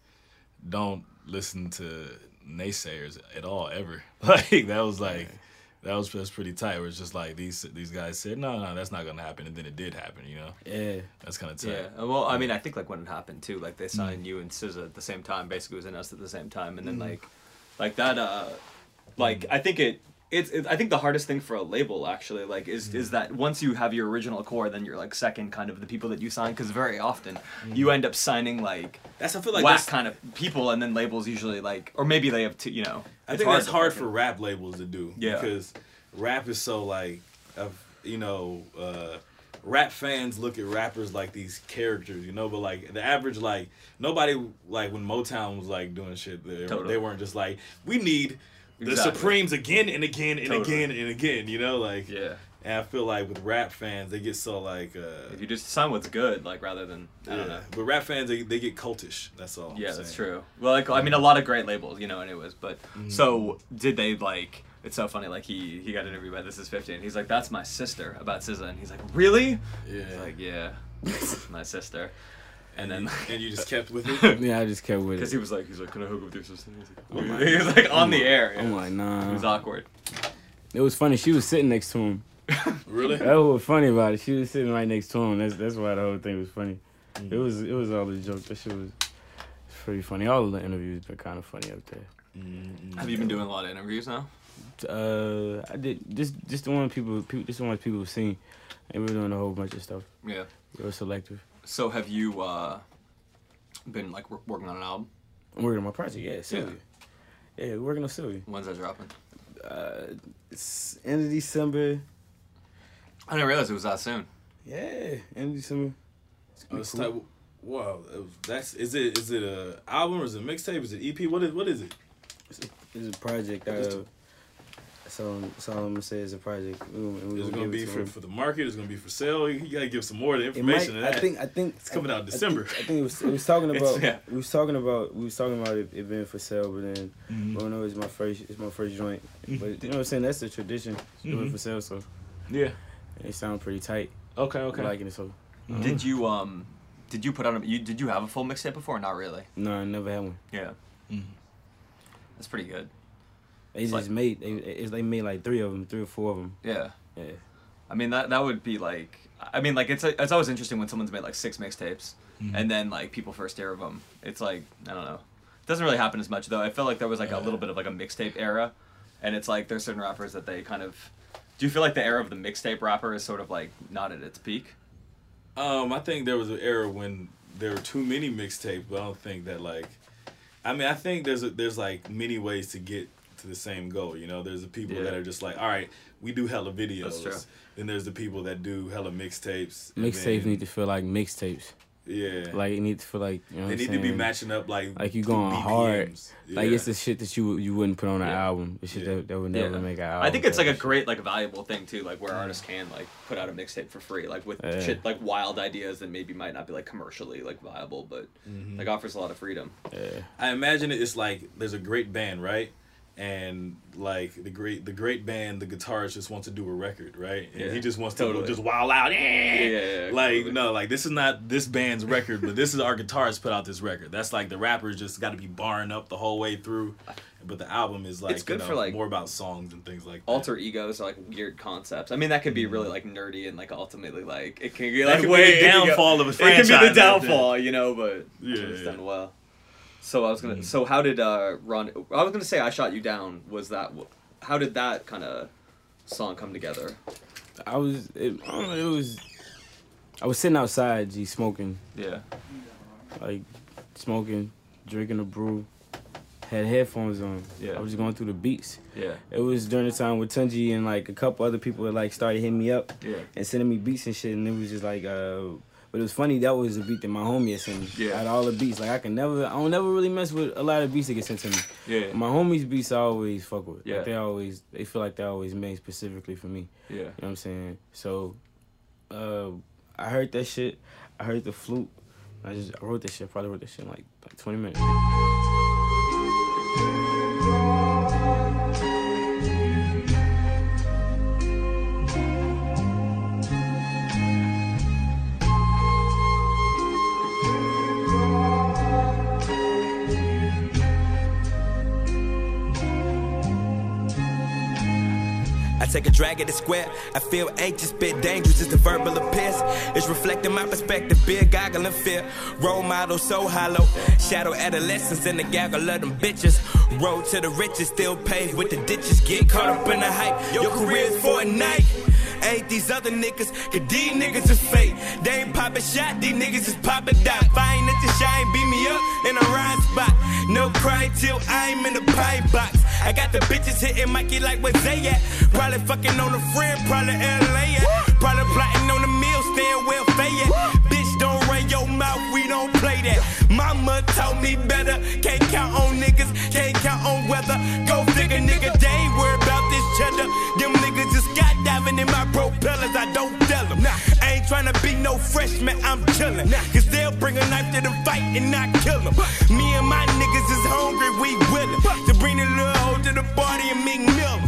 S3: don't listen to naysayers at all ever. Like that was like, that was that's pretty tight. Where it's just like these these guys said, no, no, that's not gonna happen, and then it did happen. You know,
S6: Yeah.
S3: that's kind of tight.
S2: Yeah. and Well, I mean, I think like when it happened too, like they
S5: Mm.
S2: signed you and SZA at the same time, basically was in us at the same time, and then like, like that. uh
S5: Mm.
S2: Like I think it. It's, it's I think the hardest thing for a label actually like is
S5: Mm.
S2: is that once you have your original core, then you're like second kind of the people that you sign because very often you end up signing like
S5: That's Mm. I feel like
S2: whack
S5: that's,
S2: kind of people, and then labels usually like or maybe they have to you know.
S5: I
S2: it's
S5: think that's
S2: to
S5: hard
S2: fucking-
S5: for rap labels to do.
S2: Yeah.
S5: Because rap is so like, of you know, uh, rap fans look at rappers like these characters, you know. But like the average, like nobody like when Motown was like doing shit, they,
S2: Totally.
S5: they weren't just like, we need the
S2: Exactly.
S5: Supremes again and again and
S2: Totally.
S5: again and again, you know, like.
S2: Yeah.
S5: And I feel like with rap fans, they get so like. Uh,
S2: If you just sign what's good, like rather than I
S5: yeah.
S2: don't know.
S5: But rap fans, they, they get cultish. That's all. I'm
S2: Yeah, that's
S5: saying.
S2: true. Well, like I mean, a lot of great labels, you know. Anyways, but so did they like? It's so funny. Like he he got interviewed by This Is Fifty, and he's like, "That's my sister." About SZA, and he's like, "Really?" He's
S3: Yeah.
S2: like, "Yeah, it's my sister." And then
S5: And you just kept with it.
S6: Yeah, I just kept with
S2: because
S6: it.
S2: he was like, he's like, "Can I hook up with your sister?" He's like,
S6: Oh my-
S2: he was like on the air. yeah.
S6: I'm like,
S2: It was
S6: nah.
S2: awkward.
S6: It was funny. She was sitting next to him,
S3: Really?
S6: That's what was funny about it. She was sitting right next to him. That's that's why the whole thing was funny. It was it was all a joke. That shit was it's pretty funny. All of the interviews been kind of funny up there.
S5: Mm-hmm.
S2: Have you been doing a lot of interviews now?
S6: Uh, I did just just the one people people just the ones people have seen. And we were doing a whole bunch of stuff.
S2: Yeah.
S6: Real selective.
S2: So have you uh, been like wor- working on an album?
S6: I'm working on my project. Yeah, Sylvia. Yeah, we're working on Sylvia.
S2: When's that dropping?
S6: Uh, it's end of December.
S2: I didn't realize it was that soon.
S6: Yeah, end of December. Oh,
S3: Uh, it's type, wow, uh, that's is it? Is it a album or is it a mixtape? Is it EP? What is what is it?
S6: It's a project. Uh, so that's all I'm gonna say. It's a project. We, we
S3: Is
S6: gonna
S3: it gonna
S6: give
S3: be
S6: to
S3: for,
S6: him.
S3: for the market? Is it gonna be for sale? You gotta give some more of the
S6: It might,
S3: information. to
S6: I
S3: that.
S6: think. I think
S3: It's coming out
S6: I think-
S3: December.
S6: I think it was. It was talking
S3: It's-
S6: about.
S3: yeah.
S6: We was talking about. We was talking about it, it being for sale, but then I don't know. It's my first. It's my first joint. But you know what I'm saying? That's the tradition. It's doing for sale, so
S8: Yeah.
S6: it sound pretty tight.
S8: Okay.
S6: I'm liking it so.
S2: Did you um did you put out a you did you have a full mixtape before? or Not really.
S6: No, I never had one.
S2: Yeah. That's pretty good.
S6: They just
S2: like-
S6: made. They, it's, they made like three of them, three or four of them.
S2: Yeah.
S6: Yeah.
S2: I mean that that would be like I mean like it's it's always interesting when someone's made like six mixtapes and then like people first hear of them. It's like I don't know. It doesn't really happen as much though. I feel like there was like a little bit of like a mixtape era, and it's like there's certain rappers that they kind of. Do you feel like the era of the mixtape rapper is sort of like not at its peak?
S3: Um, I think there was an era when there were too many mixtapes, but I don't think that like, I mean, I think there's a, there's like many ways to get to the same goal. You know, there's the people
S2: Yeah.
S3: that are just like, all right, we do hella videos.
S2: That's true.
S3: Then there's the people that do hella mixtapes. and
S6: Mixtapes
S3: then-
S6: need to feel like mixtapes.
S3: yeah,
S6: Like it needs to feel like you know.
S3: they
S6: what
S3: need
S6: I'm
S3: to be
S6: saying?
S3: matching up like
S6: Like you
S3: through
S6: going hard.
S3: BPMs.
S6: Like
S3: Yeah.
S6: it's the shit that you you wouldn't put on an
S2: Yeah.
S6: album. It's shit
S3: Yeah.
S6: that, that would never make an album.
S2: I think it's like a
S6: type of
S2: great, like, valuable thing too, like where artists can like put out a mixtape for free, like with
S6: Yeah.
S2: shit like wild ideas that maybe might not be like commercially like viable, but like offers a lot of freedom.
S6: shit. Yeah.
S3: I imagine it's like there's a great band, right? And like the great the great band, the guitarist just wants to do a record, right? And
S2: Yeah,
S3: he just wants
S2: totally.
S3: to just wild out. Yeah,
S2: yeah, yeah,
S3: like
S2: totally.
S3: no, like this is not this band's record, but this is our guitarist put out this record. That's like the rappers just got to be barring up the whole way through, but the album is like
S2: It's good
S3: you know,
S2: for, like,
S3: more about songs and things like that.
S2: Alter egos are like weird concepts. I mean, that could be really like nerdy and like ultimately like it can be
S3: That
S2: like
S3: could be
S2: way
S3: the downfall of a
S2: It can be
S3: franchise
S2: the
S3: right there.
S2: downfall, you know, but
S3: Yeah,
S2: it's
S3: yeah. Mm.
S2: done well. So I was gonna. So how did uh Ron? I was gonna say I shot you down. Was that wh- how did that kind of song come together?
S6: I was it, I don't know, it was I was sitting outside, G smoking,
S2: Yeah.
S6: like smoking, drinking a brew, had headphones on.
S2: Yeah.
S6: I was just going through the beats.
S2: Yeah.
S6: It was during the time with Tunji and like a couple other people that like started hitting me up
S2: Yeah.
S6: and sending me beats and shit, and it was just like, uh, but it was funny. That was the beat that my homie had sent me.
S2: Yeah.
S6: Out of all the beats, like I can never, I don't never really mess with a lot of beats that get sent to me.
S2: Yeah.
S6: My homies' beats, I always fuck with.
S2: Yeah.
S6: Like they always, they feel like they're always made specifically for me.
S2: Yeah.
S6: You know what I'm saying? So, uh, I heard that shit. I heard the flute. I just I wrote this shit. Probably wrote this shit in like like 20 minutes.
S4: I take a drag at the square. I feel anxious, bit dangerous. It's the verbal piss. It's reflecting my perspective, beer goggling fear. Role model so hollow. Shadow adolescence in the gaggle of them bitches. Road to the riches, still paved with the ditches. Get caught up in the hype. Your career's for a night. Ain't these other niggas, cause these niggas is fake. They ain't poppin' shot, these niggas is poppin' dot. If I ain't at the shine, beat me up in a rhyme spot. No crying till I'm in the pie box. I got the bitches hitting Mikey like where they at. Probably fucking on a friend, probably LA at. Probably plotting on the meal, staying well fed. Bitch, don't run your mouth, we don't play that. Mama told me better, can't count on niggas, can't count on weather. Go figure, nigga, they ain't worried about this cheddar. Them niggas just skydiving in my propellers, I don't tell them. I ain't tryna be no freshman, I'm chillin'. Cause they'll bring a knife to the fight and not kill them. Me and my niggas is hungry, we willin' to bring the little hoe to the party and meet Miller.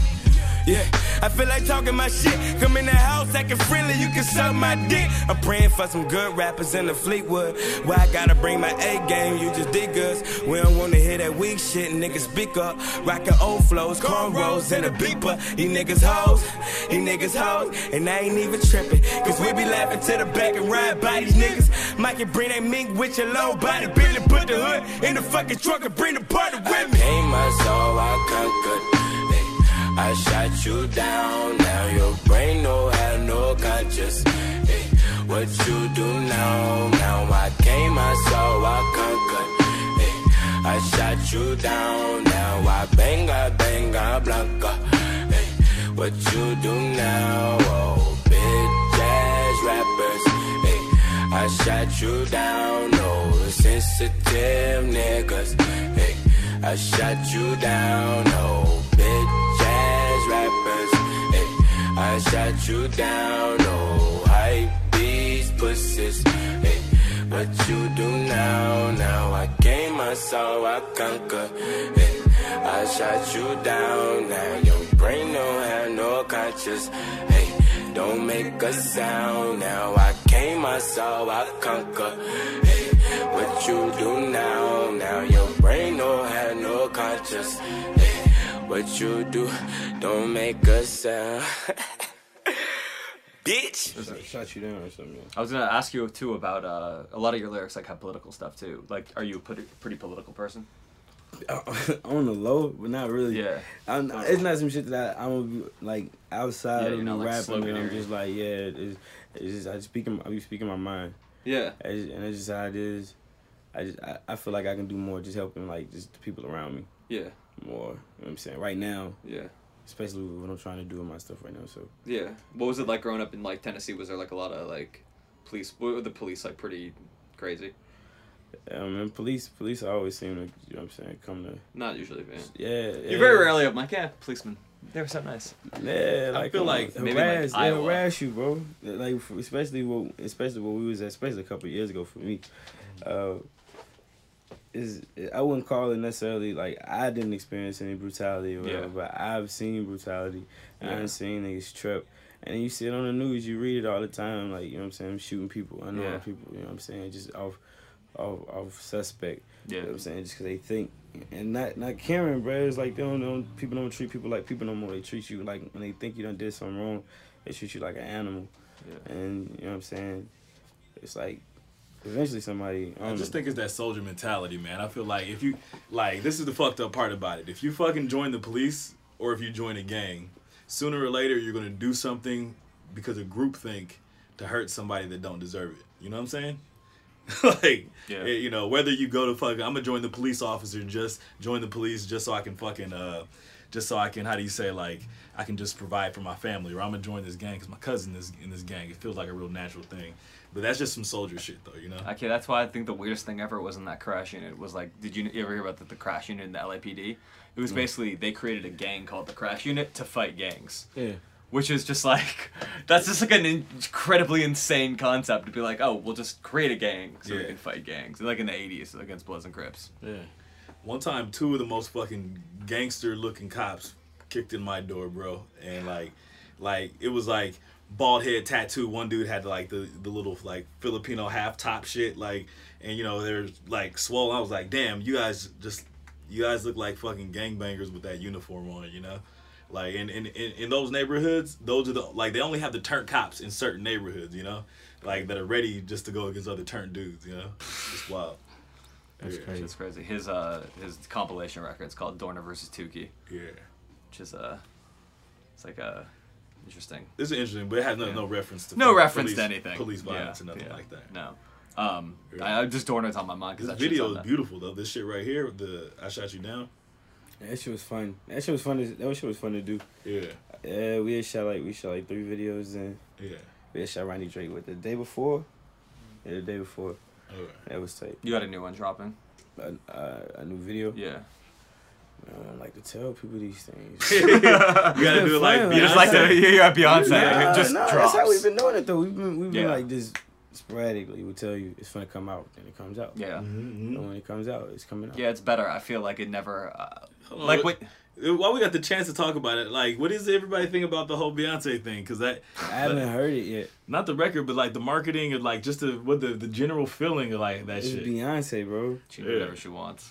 S4: Yeah, I feel like talking my shit. Come in the house acting friendly, you can suck my dick. I'm praying for some good rappers in the Fleetwood. Why I gotta bring my A game? You just dig us. We don't wanna hear that weak shit, niggas speak up. Rockin' old flows, cornrows, and a beeper. These niggas hoes, these niggas hoes, and I ain't even trippin'. Cause we be laughing to the back and ride by these niggas. Mikey, bring that mink with your low body, Billy, put the hood in the fucking truck and bring the party with me. Hey, my soul, I conquered. Hey. I shot you down. Now your brain no have no conscience. Hey, what you do now? Now I came, I saw, I conquered. Hey, I shot you down. Now I bang, I bang, I blanca. Hey, what you do now? Oh, bitch ass rappers. Hey, I shot you down. Oh, sensitive niggas. Hey, I shot you down. Oh, bitch ass rappers. Hey, I shot you down. Oh, hype these pussies. Hey, what you do now? Now I came, I saw, I conquer. Hey, I shot you down. Now your brain don't have no conscience. Hey, don't make a sound. Now I came, I saw, I conquer. Hey, what you do now? Now your brain don't have no conscience. Hey, what you do? Don't make a sound. Bitch!
S6: Shut you down or something. yeah.
S2: I was gonna ask you too about uh, a lot of your lyrics like have political stuff too. Like, are you a pretty, pretty political person?
S6: on the low, but not really.
S2: Yeah.
S6: I'm, it's not some shit that I, I'm gonna be like outside
S2: Yeah,
S6: of
S2: you're
S6: me
S2: not, like,
S6: rapping.
S2: slogan
S6: and I'm
S2: area.
S6: just like, yeah, it's, it's just I just speak. in- I be speaking my mind,
S2: Yeah.
S6: I just, and that's just how it is. I just I, I feel like I can do more, just helping like just the people around me
S2: Yeah.
S6: more. You know what I'm saying right now,
S2: Yeah.
S6: especially with what I'm trying to do with my stuff right now. So
S2: Yeah. What was it like growing up in like Tennessee? Was there like a lot of like police? Were the police like pretty crazy?
S6: um, and police police always seem to you know what I'm saying come to
S2: Not usually. Man.
S6: yeah. yeah
S2: You very rarely. I'm like, yeah, policemen. They were so nice.
S6: Yeah, like
S3: feel
S6: um,
S3: like
S2: maybe, like,
S6: harass, they
S2: Iowa.
S6: harass you, bro. Like f- especially what especially what we was at, especially a couple of years ago for me. Uh, is I wouldn't call it necessarily like I didn't experience any brutality or whatever,
S2: Yeah.
S6: but I've seen brutality. and
S2: Yeah.
S6: I've seen niggas trip. And you see it on the news, you read it all the time, like you know what I'm saying, shooting people, unarmed
S2: Yeah.
S6: people, you know what I'm saying, just off off off suspect.
S2: Yeah.
S6: You know what I'm saying? Just 'cause they think. And not not caring, bruh. It's like they don't, know people don't treat people like people no more. They treat you like when they think you done did something wrong, they treat you like an animal.
S2: Yeah.
S6: And you know what I'm saying? It's like eventually somebody I
S3: I
S6: don't
S3: just
S6: know.
S3: think it's that soldier mentality, man. I feel like if you like this is the fucked up part about it. If you fucking join the police or if you join a gang, sooner or later you're gonna do something because of groupthink to hurt somebody that don't deserve it. You know what I'm saying? like
S2: Yeah.
S3: eh, you know, whether you go to fuck I'm gonna join the police officer just join the police just so I can fucking uh just so I can how do you say like I can just provide for my family or I'm gonna join this gang because my cousin is in this gang. It feels like a real natural thing. But that's just some soldier shit though, you know?
S2: Okay, that's why I think the weirdest thing ever was in that crash unit was like, did you ever hear about the, the crash unit in the LAPD? It was basically they created a gang called the Crash Unit to fight gangs.
S6: Yeah.
S2: which is just like that's just like an incredibly insane concept to be like oh we'll just create a gang so we
S3: Yeah.
S2: can fight gangs like in the 80s against bloods and crips
S3: One time, two of the most fucking gangster-looking cops kicked in my door, bro, and like, like it was like bald head tattoo. One dude had like the the little like Filipino half top shit, like, and you know they're like swollen. I was like, damn, you guys just you guys look like fucking gangbangers with that uniform on it, you know. Like in, in, in, in those neighborhoods, those are the like they only have the turnt cops in certain neighborhoods, you know, like that are ready just to go against other turnt dudes, you know. It's wild.
S6: That's
S3: Yeah,
S6: crazy.
S2: it's crazy his uh his compilation record's called Dorner versus Tukey
S3: Yeah.
S2: which is uh it's like uh interesting
S3: This is interesting, but it has no, no reference to
S2: no
S3: fucking
S2: reference to
S3: police-
S2: anything
S3: police violence
S2: Yeah,
S3: or nothing
S2: yeah,
S3: like that.
S2: no um I, I just Dorner's on my mind because
S3: This
S2: that
S3: video
S2: video
S3: is beautiful though. This shit right here, the I shot you down.
S6: That shit was fun. That shit was fun to that shit was fun to do.
S3: Yeah,
S6: Yeah, we had shot like we shot like three videos and
S3: yeah.
S6: we had shot Ronnie Drake with the day before. Yeah, the day before.
S3: All right.
S6: That was tight.
S2: you got a new one dropping
S6: A, a, a new video.
S2: yeah
S6: I don't like to tell people these things.
S3: You gotta do it like Beyonce.
S6: Fine, like-
S2: just like the, you got Beyonce
S6: Nah,
S2: it just
S6: nah,
S2: drops
S6: That's how we've been doing it though. We've been we've been
S2: Yeah.
S6: like just sporadically will tell you it's gonna come out, and it comes out.
S2: Yeah.
S3: Mm-hmm.
S6: And when it comes out, it's coming out.
S2: Yeah, it's better. I feel like it never. Uh,
S3: on,
S2: like
S3: what-
S2: what?
S3: While we got the chance to talk about it, like, what does everybody think about the whole Beyonce thing? Because that,
S6: I haven't heard it yet.
S3: not the record, but like the marketing and like just the what the, the general feeling of like that
S6: It's
S3: shit.
S6: Beyonce, bro.
S2: She can do
S3: Yeah.
S2: whatever she wants.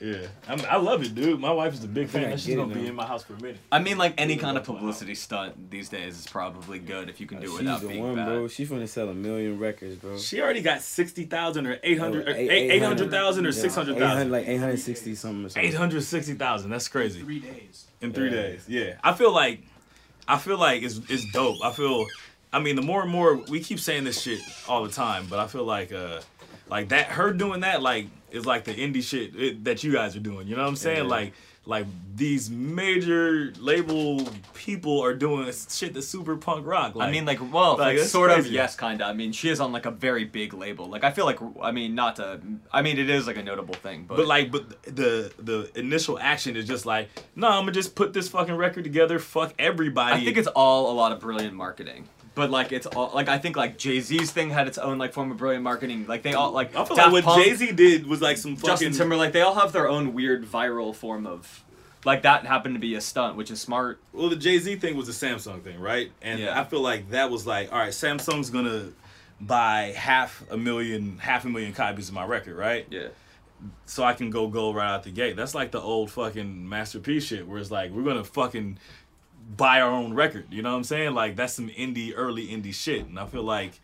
S3: yeah, I'm, I love it, dude. My wife is a big
S6: think
S3: fan.
S6: I
S3: That shit's
S6: get it
S3: gonna be
S6: now.
S3: in my house for a minute.
S2: I mean, like any kind of publicity stunt these days is probably good if you can do it
S6: She's
S2: without
S6: the
S2: being
S6: one,
S2: bad.
S6: bro. She's finna sell a million records, bro.
S3: She already got sixty thousand or eight hundred,
S6: Oh, eight-
S3: eight hundred thousand or
S6: Yeah,
S3: six hundred
S6: 800,
S3: thousand.
S6: Like 860 something or something.
S3: Eight hundred sixty thousand. That's crazy.
S9: Three days.
S3: in three
S6: Yeah.
S3: days. Yeah, I feel like, I feel like it's it's dope. I feel, I mean, the more and more we keep saying this shit all the time, but I feel like, uh, like that her doing that like is like the indie shit it, that you guys are doing. You know what I'm saying? Like, like these major label people are doing shit that's super punk rock. Like,
S2: I mean, like, well,
S3: like,
S2: like,
S3: that's
S2: sort of,
S3: crazy.
S2: yes, kind of. I mean, she is on like a very big label. Like, I feel like, I mean, not to, I mean, it is like a notable thing, but,
S3: But like, but the the initial action is just like, no, I'm gonna just put this fucking record together. Fuck everybody.
S2: I think it's all a lot of brilliant marketing. But like, it's all like I think like Jay Z's thing had its own like form of brilliant marketing. Like they all like
S3: I feel
S2: Daft
S3: like what
S2: Punk,
S3: Jay Z did was like some fucking
S2: Justin Timberlake, they all have their own weird viral form of, like that happened to be a stunt, which is smart.
S3: Well, the Jay Z thing was the Samsung thing, right? And
S2: Yeah.
S3: I feel like that was like, all right, Samsung's gonna buy half a million, half a million copies of my record, right?
S2: Yeah.
S3: So I can go gold right out the gate. That's like the old fucking masterpiece shit, where it's like we're gonna fucking buy our own record. You know what I'm saying? Like that's some indie, early indie shit. And I feel like,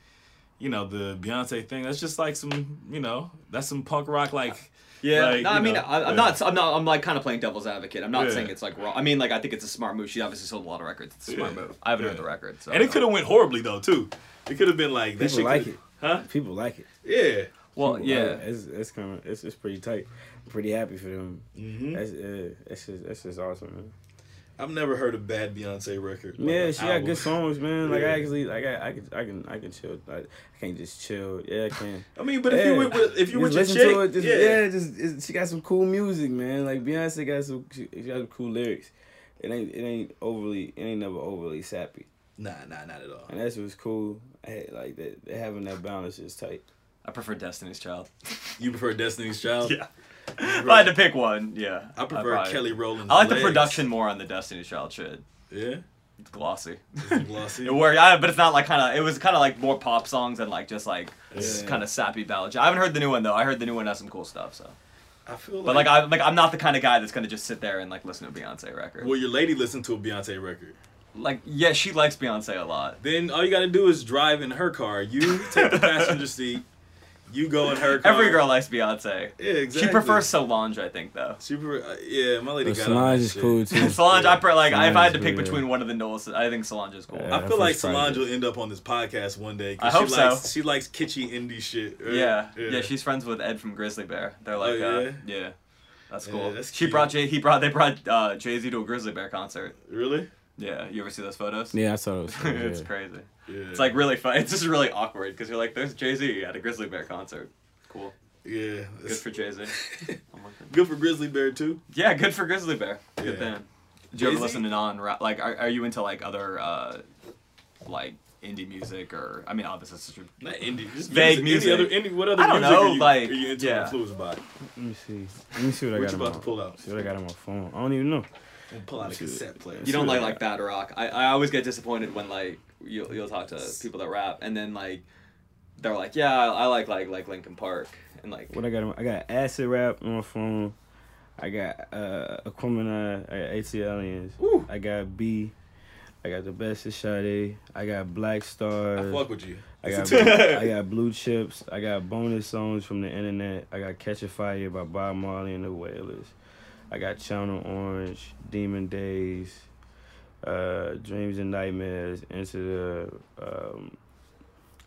S3: you know, the Beyonce thing. That's just like some, you know, that's some punk rock like.
S2: Yeah,
S3: like,
S2: no, I
S3: you
S2: mean,
S3: know,
S2: I, I'm
S3: yeah.
S2: not, I'm not, I'm like kind of playing devil's advocate. I'm not
S3: Yeah.
S2: saying it's like wrong. I mean, like I think it's a smart move. She obviously sold a lot of records. It's a smart
S3: Yeah.
S2: move. I haven't
S3: Yeah.
S2: heard the record, so
S3: And it could have went horribly though too. It could have been like that
S6: People
S3: shit.
S6: like
S3: could've-
S6: it.
S3: huh?
S6: People like it.
S3: Yeah.
S2: Well,
S6: People like
S2: yeah,
S6: it. It's it's kind of it's it's pretty tight. I'm pretty happy for them.
S3: Mhm.
S6: That's uh, that's just that's just awesome, man.
S3: I've never heard a bad Beyonce record. like
S6: Yeah,
S3: an
S6: she
S3: album.
S6: got good songs, man. Like
S3: Yeah.
S6: I actually, like I, I can, I can, I can chill. I, I can't just chill. Yeah, I can.
S3: I mean, but if you
S6: Yeah.
S3: with, with if you with
S6: Just
S3: your
S6: listen
S3: chick,
S6: to it, just,
S3: yeah.
S6: yeah. just it's, she got some cool music, man. Like Beyonce got some, she, she got some cool lyrics. It ain't, it ain't overly, it ain't never overly sappy,
S3: nah, nah, not at all.
S6: and that's what's cool. I had, like that, that having that balance is tight.
S2: I prefer Destiny's Child.
S3: You prefer Destiny's Child?
S2: Yeah. If I had to pick one, yeah,
S3: I prefer
S2: probably-
S3: Kelly Rowland's.
S2: I like the
S3: Legs.
S2: production more on the Destiny's Child shit.
S3: Yeah,
S2: It's glossy.
S3: it's glossy.
S2: It worked, I, but it's not like kind of. It was kind of like more pop songs and like just like
S3: Yeah.
S2: kind of sappy ballad. I haven't heard the new one though. I heard the new one has some cool stuff. So,
S3: I feel like,
S2: but like I like I'm not the kind of guy that's gonna just sit there and like listen to a Beyonce record.
S3: well, your lady listened to a Beyonce record.
S2: like yeah, she likes Beyonce a lot.
S3: Then all you got to do is drive in her car. You take the passenger seat. You go in her car.
S2: Every girl likes Beyonce.
S3: Yeah, exactly.
S2: She prefers Solange, I think, though.
S3: She prefer. uh, Yeah, my lady
S6: But
S3: got. on
S6: Solange
S3: that
S6: is
S3: shit.
S6: cool too.
S2: Solange, I pre- like. if I had to
S6: Solange's
S2: pick
S6: really-
S2: between one of the Knowles, I think Solange is cool.
S6: Yeah.
S2: Yeah,
S3: I feel like
S6: that's private.
S3: Solange will end up on this podcast one day. 'cause
S2: I hope
S3: she
S2: so.
S3: likes, She likes kitschy indie shit. Uh, right?
S2: yeah, She's friends with Ed from Grizzly Bear. They're like,
S3: Oh,
S2: uh, yeah, that's
S3: Yeah,
S2: cool.
S3: that's
S2: she
S3: cute.
S2: brought Jay. He brought. They brought uh, Jay Z to a Grizzly Bear concert.
S3: really.
S2: Yeah, you ever see those photos?
S6: Yeah, I saw those.
S2: it's crazy.
S3: Yeah.
S2: It's like really fun. It's just really awkward because you're like, there's Jay Z at a Grizzly Bear concert. Cool.
S3: yeah.
S2: Good for Jay Z.
S3: Good for Grizzly Bear too.
S2: yeah, good for Grizzly Bear. Good
S3: Yeah.
S2: thing. Do you ever
S3: Jay-Z?
S2: listen to non rap? Like, are, are you into like other uh, like indie music or? I mean, obviously it's just
S3: Not indie, just
S2: Vague
S3: music.
S2: music.
S3: Any other, any, what other
S2: I don't
S3: music
S2: know,
S3: are you,
S2: like,
S3: are you into
S2: yeah.
S3: influenced by?
S6: Let me see. Let me see what I
S3: What
S6: got.
S3: you
S6: on
S3: about
S6: my-
S3: to pull out?
S6: See what I got on my phone. I don't even know.
S3: Pull out a cassette player.
S2: You don't
S6: Yeah.
S2: like like bad rock. I, I always get disappointed when like you'll, you'll talk to people that rap and then like they're like yeah I, I like like like Linkin Park and like
S6: What I got? On, I got acid rap on my phone. I got uh, Aquemini. I got AT Aliens.
S3: Woo.
S6: I got B. I got the best of Sade. I got Black Stars.
S3: I fuck with you.
S6: I got I got blue chips. I got bonus songs from the internet. I got Catch a Fire by Bob Marley and the Wailers. I got Channel Orange, Demon Days, uh, Dreams and Nightmares, Into the um,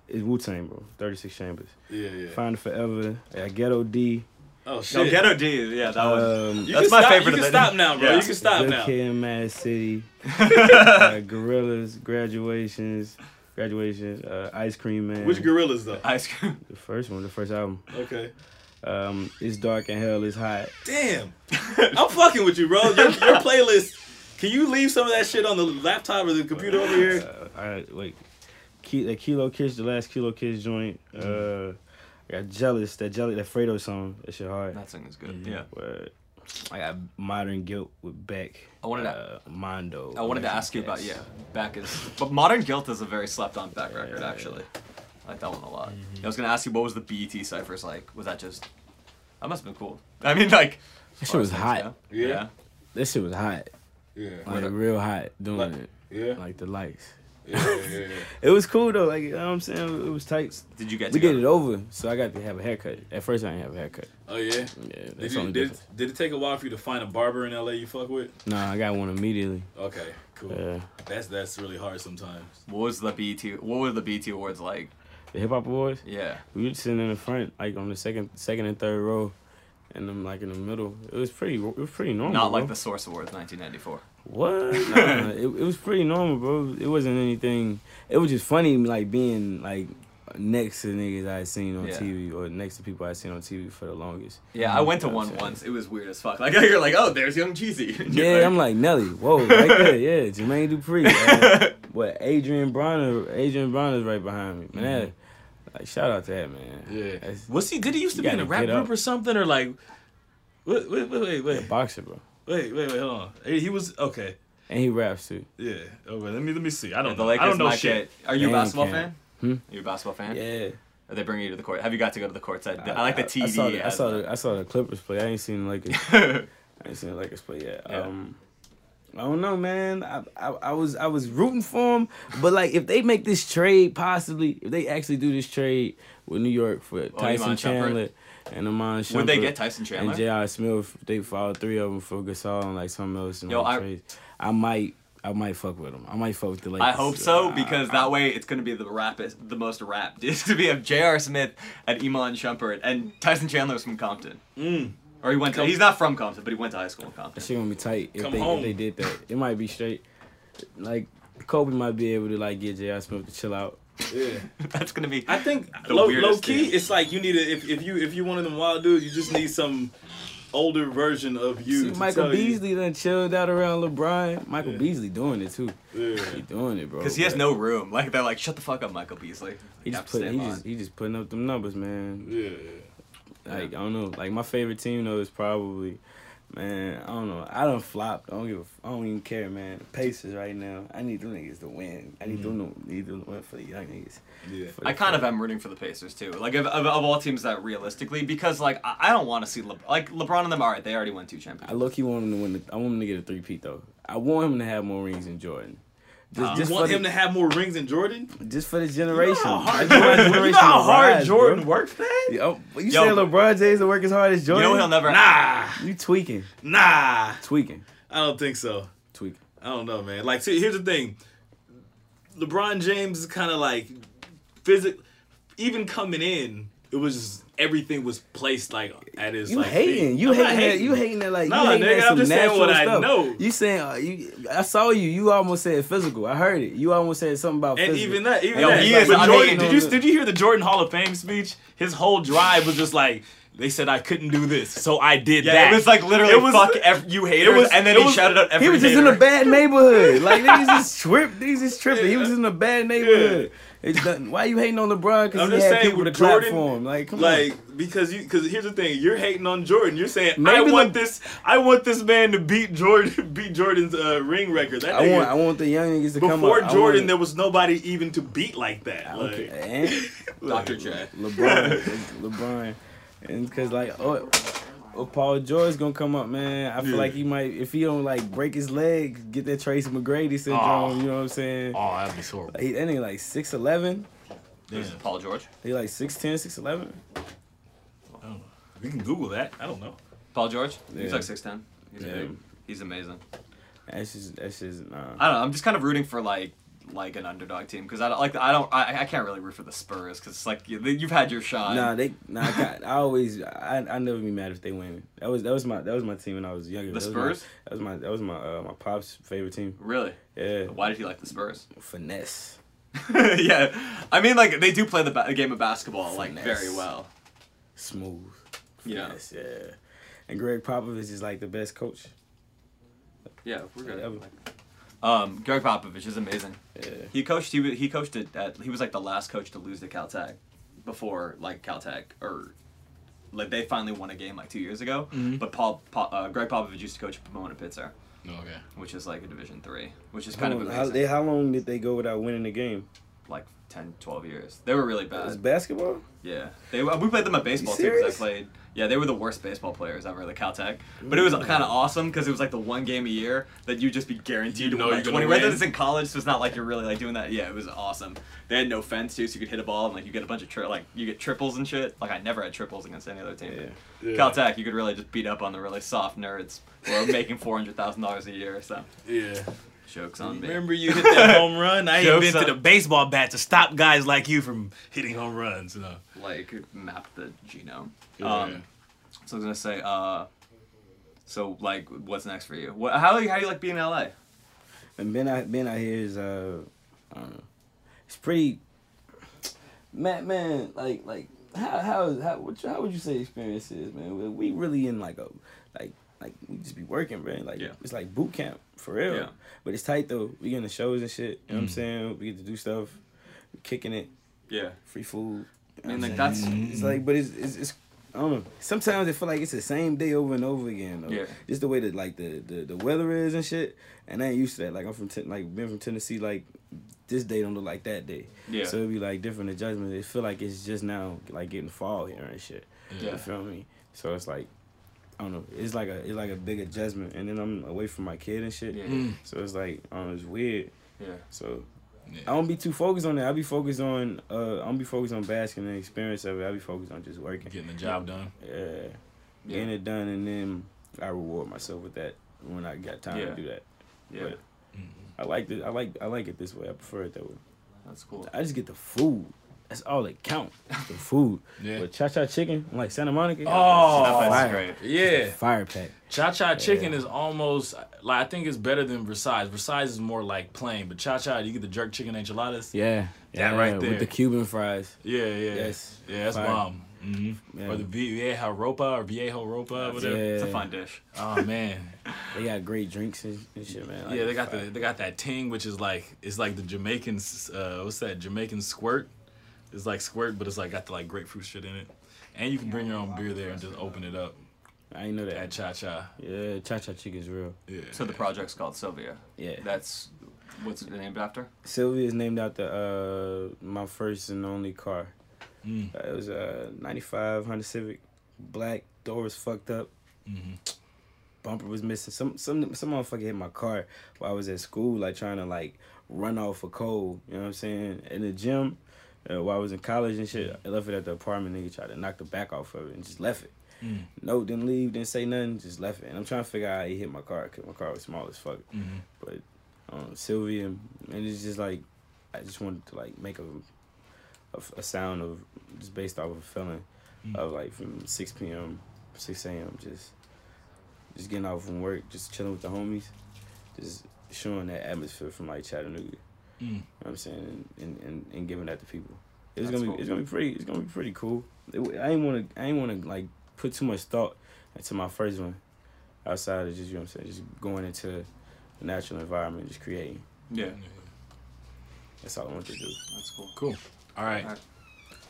S6: it's Wu Tang, bro. Thirty Six Chambers.
S3: Yeah, yeah.
S6: Find it Forever. I got Ghetto D.
S3: Oh shit.
S2: no, Ghetto D yeah that was
S6: Um,
S3: Oh, you
S2: That's
S3: can
S2: my
S3: stop,
S2: favorite
S3: You
S2: of
S3: can
S2: that.
S3: stop now, bro.
S2: Yeah.
S3: You can stop
S6: Good
S3: now.
S6: Kid, in Mad City. uh, gorillas, graduations, graduations. Uh, Ice Cream Man.
S3: Which gorillas though?
S6: Uh,
S2: ice cream.
S6: The first one, the first album.
S3: Okay.
S6: Um, it's dark and hell is hot.
S3: Damn. I'm fucking with you, bro. Your, your playlist. Can you leave some of that shit on the laptop or the computer over here?
S6: Uh, all right, wait. Ki- that Kilo Kiss, the last Kilo Kiss joint. Uh, I got jealous. That jelly, that Fredo song. That shit hard.
S2: That song is good. Yeah.
S6: Word. I got modern guilt with Beck.
S2: I wanted to-
S6: uh, Mondo.
S2: I wanted to
S6: American
S2: ask you about
S6: Cats.
S2: yeah, Beck is but Modern Guilt is a very slept on Beck record actually. I like that one a lot.
S6: Mm-hmm.
S2: I was gonna ask you what was the BET ciphers like? Was that just that must have been cool. I mean like
S6: That shit was hot.
S2: Yeah.
S3: Yeah.
S2: yeah.
S6: That shit was hot.
S3: Yeah.
S6: Like real hot doing
S3: Like-
S6: it.
S3: Yeah.
S6: Like the lights.
S3: Yeah, yeah, yeah.
S6: It was cool though. Like you know what I'm saying, it was tight.
S2: Did you get
S6: We
S2: to
S6: did it
S2: go?
S6: over, so I got to have a haircut. At first, I didn't have a haircut.
S3: Oh yeah.
S6: Yeah,
S3: Did
S6: that's the
S3: you
S6: only
S3: did,
S6: difference.
S3: did it take a while for you to find a barber in LA you fuck with?
S6: Nah, I got one immediately. Uh,
S3: Okay, cool.
S6: Yeah.
S3: That's that's really hard sometimes.
S2: What was the BET what were the BET awards like?
S6: The hip hop awards.
S2: Yeah.
S6: We were sitting in the front, like on the second, second and third row, and I'm like in the middle. It was pretty. It was pretty normal.
S2: Not like
S6: bro.
S2: the Source Awards nineteen ninety four.
S6: What? Nah, it, it was pretty normal, bro. It wasn't anything. It was just funny, like being like next to niggas I had seen on
S2: Yeah.
S6: TV or next to people I seen on TV for the longest.
S2: Yeah, I went to one once. It was weird as fuck. Like you're like, oh, there's Young Jeezy. And you're
S6: Yeah, I'm like Nelly. Whoa, right there. Yeah, Jermaine Dupri. Uh, what? Adrian Bronner. Adrian Bronner's right behind me. Man,
S2: Mm-hmm.
S6: that- like shout out to that man.
S3: Yeah.
S6: That's
S3: Was he? Did he used to
S6: You
S3: be in a
S6: gotta
S3: rap
S6: get up.
S3: group or something or like? Wait, wait, wait, wait, wait,
S6: boxer, bro,
S3: wait, wait, wait, hold on. Hey, He was okay.
S6: and he raps too.
S3: Yeah. Okay. Let me let me see. I don't
S2: the
S3: know.
S2: Lakers
S3: I don't know
S2: might
S3: shit.
S2: get- Are you a
S6: Damn,
S2: basketball
S6: Cam.
S2: fan? Are you a basketball fan?
S6: Yeah.
S2: Or they bring you to the court. Have you got to go to the court side? I, like the TD.
S6: I saw the, I
S2: as
S6: saw
S2: the-
S6: the, I saw the Clippers play. I ain't seen the Lakers. I ain't seen the Lakers play yet.
S2: Yeah.
S6: Um, I don't know, man. I, I I was I was rooting for them, but like if they make this trade, possibly if they actually do this trade with New York for Tyson
S2: Oh, Iman Shumpert.
S6: Chandler and Amon Shumpert,
S2: Would they get Tyson Chandler?
S6: and J.R. Smith? They filed three of them for Gasol and like something else. And
S2: Yo,
S6: like
S2: I-
S6: trades. I might I might fuck with them. I might fuck with the Lakers.
S2: I hope
S6: Ah.
S2: so because that way it's going to be the rapist, the most rap. It's going to be of J.R. Smith and Iman Shumpert and Tyson Chandler was from Compton. Mm. Or he went to. He's not from Compton, but he went to high school in Compton.
S6: That shit gonna be tight if
S3: Come
S6: they, if
S3: home.
S6: they did that. It might be straight. Like Kobe might be able to like get J.R. Smith to chill out.
S3: Yeah.
S2: That's going to be.
S3: I think
S2: The
S3: low,
S2: weirdest
S3: low key,
S2: thing.
S3: it's like you need a, if if you if you one of them wild dudes, you just need some older version of you.
S6: See,
S3: to
S6: Michael
S3: tell you.
S6: Beasley done chilled out around LeBron. Michael
S3: Yeah.
S6: Beasley doing it too.
S3: Yeah.
S6: He doing it, bro.
S2: Because he has
S6: but
S2: no room. Like they're like, shut the fuck up, Michael Beasley.
S6: He
S2: You
S6: just
S2: have to
S6: put.
S2: stay
S6: He
S2: on.
S6: just he just putting up them numbers, man.
S3: Yeah.
S6: Like I don't know. Like my favorite team though is probably, man. I don't know. I done flopped. I don't give. A, f- I don't even care, man. Pacers right now. I need them niggas to win. I need them to need them to win for the young niggas.
S3: Mm-hmm. Yeah.
S6: For the-
S2: I kind of am rooting for the Pacers too. Like of, of, of all teams that realistically, because like I, I don't want to see Le- like LeBron and them. All right, they already won two
S6: I
S2: championships.
S6: look. He want him to win. The, I want him to get a three peat though. I want him to have more rings than Jordan. Just,
S3: Uh, You
S6: just
S3: want
S6: for
S3: him
S6: the,
S3: to have more rings than Jordan?
S6: just for the generation.
S3: How hard,
S6: That's why
S3: you
S6: generation
S3: know how
S6: will
S3: hard
S6: rise, bro.
S3: Jordan worked that?
S6: Yo, but you
S2: Yo.
S6: saying LeBron James will work as hard as
S2: You
S6: Jordan?
S2: know he'll never.
S3: Nah,
S6: You tweaking,
S3: nah.
S6: tweaking,
S3: I don't think so.
S6: tweaking.
S3: I don't know, man. Like, see, here's the thing. LeBron James is kind of like physic. Even coming in, it was everything was placed like at his.
S6: You
S3: like,
S6: hating?
S3: feet.
S6: You
S3: I'm not
S6: hating, that? You hating that? Like
S3: Nah,
S6: you hating
S3: nigga,
S6: that
S3: I'm
S6: some
S3: just saying
S6: natural
S3: what I
S6: stuff.
S3: know.
S6: You saying uh, you? I saw you. You almost said physical. I heard it. You almost said something about
S3: And
S6: physical.
S3: even that, even
S2: Yo,
S3: that.
S2: he is
S3: But
S2: amazing.
S3: Jordan, did you did you hear the Jordan Hall of Fame speech? His whole drive was just like they said I couldn't do this, so I did
S2: Yeah,
S3: that.
S2: it was like literally
S3: It was-
S2: fuck ev- you haters,
S3: was-
S2: and then
S3: it
S2: he
S3: was-
S2: shouted out every
S6: He was just in
S2: hater.
S6: a bad neighborhood. Like niggas just tripped. Niggas just tripping. He was in a bad neighborhood. It's nothing. Why you hating on LeBron? Because
S3: I'm
S6: he
S3: just
S6: had
S3: saying
S6: people to
S3: with
S6: clap
S3: Jordan,
S6: for him. Like come
S3: like
S6: on.
S3: because you because here's the thing you're hating on Jordan you're saying I
S6: Maybe
S3: want
S6: the-
S3: this I want this man to beat Jordan beat Jordan's uh, ring record that
S6: I
S3: nigga,
S6: want I want the young niggas to come up.
S3: before
S6: I want
S3: Jordan
S6: it.
S3: there was nobody even to beat like that like
S6: Okay. And-
S2: Dr. J.
S6: LeBron, LeBron, and because like oh, oh, Paul George gonna come up, man. I feel
S3: Yeah.
S6: like he might if he don't like break his leg, get that Tracy McGrady syndrome. You know what I'm saying?
S10: Oh, that'd be horrible.
S6: He that nigga like six eleven.
S2: This is Paul George.
S6: He like 6'10", 6'11".
S3: we can Google that I don't know
S2: Paul George. He's
S6: Yeah.
S2: like six ten. He's
S6: Yeah.
S2: big. He's amazing.
S6: That's just that's just nah.
S2: I don't know. I'm just kind of rooting for like like an underdog team because I don't like I don't I, I can't really root for the Spurs because it's like you, you've had your shot.
S6: Nah, they nah. I, got, I always I I never be mad if they win. That was that was my that was my team when I was younger.
S2: The
S6: that was
S2: Spurs?
S6: my, that was my that was my uh, my pops' favorite team.
S2: Really?
S6: Yeah,
S2: Why did he like the Spurs?
S6: finesse.
S2: yeah, I mean like they do play the, ba- the game of basketball like very
S6: Finesse.
S2: well.
S6: smooth.
S2: Yeah.
S6: Yes, yeah. And Greg Popovich is like the best coach.
S2: Yeah, we're good.
S6: Whatever.
S2: Um, Greg Popovich is amazing. He coached. He, wa- he coached it at. He was like the last coach to lose to Caltech, before like Caltech or like they finally won a game like two years ago.
S6: Mm-hmm.
S2: But Paul, Paul uh, Greg Popovich used to coach Pomona Pitzer,
S3: Okay.
S2: which is like a Division three, which is
S6: How,
S2: kind of
S6: Oh, how,
S2: amazing.
S6: they, how long did they go without winning the game?
S2: like 10, 12 years. They were really
S6: It's
S2: bad.
S6: basketball.
S2: Yeah, they were- we played them at baseball too because I
S6: serious?
S2: played. Yeah, they were the worst baseball players ever, the Caltech. But it was kind of awesome because it was like the one game a year that you just be guaranteed
S3: You
S2: to
S3: know
S2: win by
S3: you're gonna
S2: 20. Whether
S3: win.
S2: it's in college, so it's not like you're really like doing that. Yeah, it was awesome. They had no fence too, so you could hit a ball and like you get a bunch of tri- like you get triples and shit. Like I never had triples against any other team.
S6: Yeah.
S3: Yeah.
S2: Caltech, you could really just beat up on the really soft nerds who are making four hundred thousand dollars a year. So
S3: Yeah.
S2: jokes on me.
S5: Remember you hit that home run? I ain't
S3: Jokes
S5: been to
S3: on-
S5: the baseball bat to stop guys like you from hitting home runs. No.
S2: Like map the genome.
S3: Yeah.
S2: Um, So I was gonna say, uh, so like, what's next for you? What, how how do you like being in LA?
S6: And being out, being out here is uh, I don't know. It's pretty. Man, man, like like how how how what you- how would you say experience is, man? We- We really in like a like like we just be working, man. Like
S2: Yeah.
S6: it's like boot camp for real.
S2: Yeah. Mm.
S6: But it's tight though. We getting the shows and shit. You know what I'm saying? We get to do stuff, kicking it,
S2: Yeah,
S6: free food.
S2: I
S6: You
S2: mean,
S6: know what I'm
S2: like that's
S6: It's like, but it's, it's it's I don't know. Sometimes it feel like it's the same day over and over again. Though.
S2: Yeah.
S6: Just the way that like the, the the weather is and shit, and I ain't used to that. Like I'm from ten, like being from Tennessee, like this day don't look like that day.
S2: Yeah.
S6: So it'd be like different adjustments. It feel like it's just now like getting fall here and shit.
S2: Yeah.
S6: You feel me? So it's like. I don't know. It's like a it's like a big adjustment, and then I'm away from my kid and shit.
S2: Yeah. Mm.
S6: So it's like um, it's weird.
S2: yeah,
S6: So
S3: Yeah.
S6: I don't be too focused on that. I be focused on uh I don't be focused on basking the experience of it. I be focused on just working.
S3: Getting the job done.
S6: Yeah.
S2: Yeah.
S6: Getting it done and then I reward myself with that when I got time
S2: Yeah.
S6: to do that.
S2: yeah.
S6: But I like it I like I like it this way. I prefer it that way.
S2: That's cool.
S6: I just get the food. That's all that count. The food.
S3: Yeah.
S6: But cha cha chicken, like Santa Monica.
S3: Oh,
S6: fire,
S2: That's great.
S3: Yeah.
S6: fire pack.
S3: Cha Cha Chicken is almost like I think it's better than Versailles. Versailles is more like plain, but Cha Cha you get the jerk chicken enchiladas.
S6: Yeah.
S3: That
S6: Yeah,
S3: right there.
S6: With the Cuban fries.
S3: yeah, yeah,
S6: Yes.
S3: yeah. That's
S6: Fire.
S3: bomb. hmm
S6: Yeah.
S3: Or the Viejo Ropa or Viejo Ropa, whatever.
S6: Yeah.
S2: It's a fun dish.
S3: Oh man,
S6: They got great drinks and, and shit, man. Like,
S3: yeah, they got
S6: fire.
S3: the they got that ting, which is like it's like the Jamaican s- uh, what's that Jamaican squirt? It's like squirt, but it's like got the like grapefruit shit in it, and you can bring your own beer there and just open it up
S6: I ain't know
S3: at
S6: that.
S3: Cha Cha.
S6: Yeah, cha cha chicken's real.
S3: Yeah.
S2: So the project's called Sylvia.
S6: Yeah.
S2: That's what's it named after?
S6: Sylvia is named after uh, my first and only car.
S3: Mm.
S6: Uh, it was a '95 Honda Civic, black. Door was fucked up. Bumper was missing. Some some some motherfucker hit my car while I was at school, like trying to like run off a cold. You know what I'm saying? In the gym, uh, while I was in college and shit, I left it at the apartment. Nigga tried to knock the back off of it and just left it. No, didn't leave, didn't say nothing, just left it. And I'm trying to figure out how he hit my car, cause my car was small as fuck.
S3: Mm-hmm.
S6: But um, Sylvia, and it's just like I just wanted to like make a a, a sound of just based off of a feeling of like from six p.m. six a.m. just just getting off from work, just chilling with the homies, just showing that atmosphere from like Chattanooga. You
S3: Mm-hmm.
S6: know what I'm saying, and, and, and giving that to people. It's
S2: That's
S6: gonna be
S2: cool.
S6: it's gonna be pretty it's gonna be pretty cool. It, I ain't wanna I ain't wanna like put too much thought into my first one, outside of just you know what I'm saying, just going into the natural environment, just creating.
S2: Yeah.
S6: That's all I want to do.
S2: That's cool.
S3: Cool. All right,
S2: All right.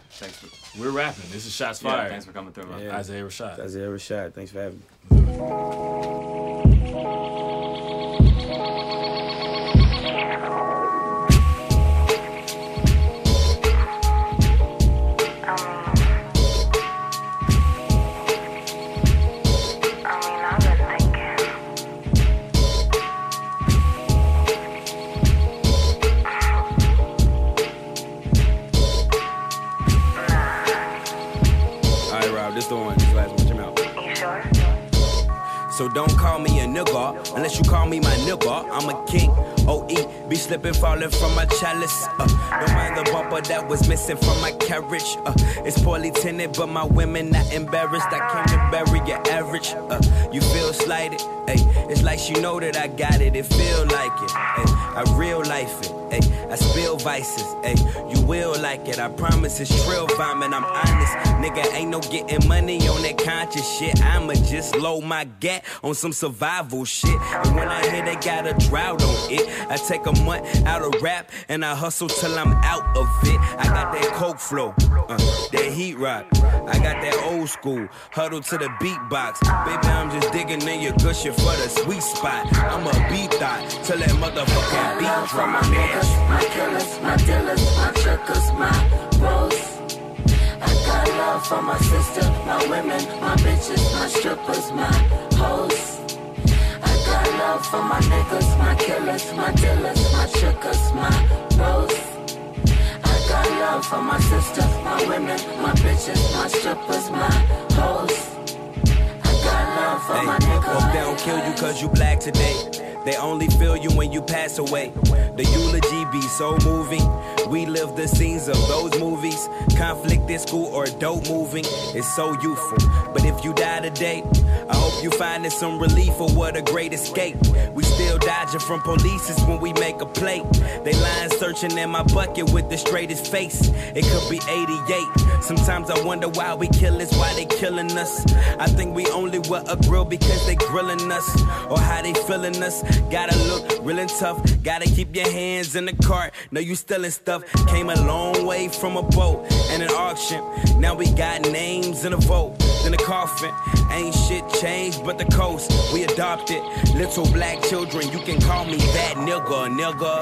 S2: Thanks for
S3: we're rapping. This is shots
S2: yeah,
S3: fired.
S2: Thanks for coming through, man.
S6: Yeah.
S3: Isaiah Rashad.
S6: That's every shot. Thanks for having me. All right, Rob, this the one. This last one. Check me out.
S4: So don't call me a nigga unless you call me my nigga. I'm a king. OE be slipping, falling from my chalice. Uh, don't mind the bumper that was missing from my carriage. Uh, it's poorly tinted, but my women not embarrassed. I came to bury your average. Uh, you feel slighted? Ay, it's like she know that I got it. It feel like it. Ay, I real life it. Ay, I spill vices. Ay, you will like it. I promise it's trill vomit. I'm honest. Nigga, ain't no getting money on that conscious shit. I'ma just load my gat on some survival shit. And when I hear they got a drought on it,
S6: I take a month out of rap and I hustle till I'm out of it. I got that coke flow, uh, that heat rock. I got that old school, huddle to the beatbox. Baby, I'm just digging in your gusher for the sweet spot. I'm a beat thought till that motherfucking beat drop.
S11: my niggas, my killers, my dealers, my trickers, my bros. I got love for my sister, my women, my bitches, my strippers, my hoes. I got love for my niggas, my killers, my dealers, my trickers, my bros. I got love for my sister, my women, my bitches, my strippers, my hoes. I got love for
S6: Hey,
S11: my niggas.
S6: hope they don't kill you cause you black today. They only feel you when you pass away. The eulogy be so moving. We live the scenes of those movies. Conflict in school or dope moving is so youthful. But if you die today, I hope you finding some relief or what a great escape. We still dodging from polices when we make a plate. They lying searching in my bucket with the straightest face. It could be 88. Sometimes I wonder why we kill us, why they killing us. I think we only were a grill because they grilling us or how they feeling us. Gotta look real and tough. Gotta keep your hands in the cart. No, you stealing stuff. Came a long way from a boat and an auction. Now we got names in a vote. In a coffin, ain't shit changed but the coast. We adopted little black children. You can call me that nigga, nigga.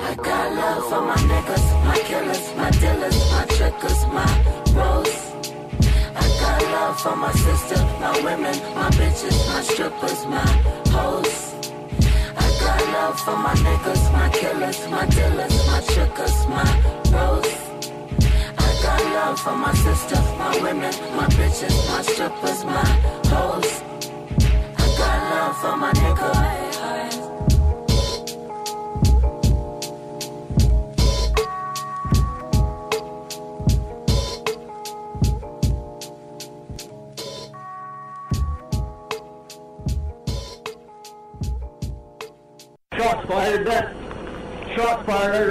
S11: I got love for my niggas, my killers, my dealers, my trickers, my bros. I got love for my sister, my women, my bitches, my strippers, my hoes. I got love for my niggas, my killers, my dealers, my trickers, my bros. I got love for my sister, my women, my bitches, my strippers, my hoes. I got love for my niggas.
S1: Shots fired at. Shots fired at.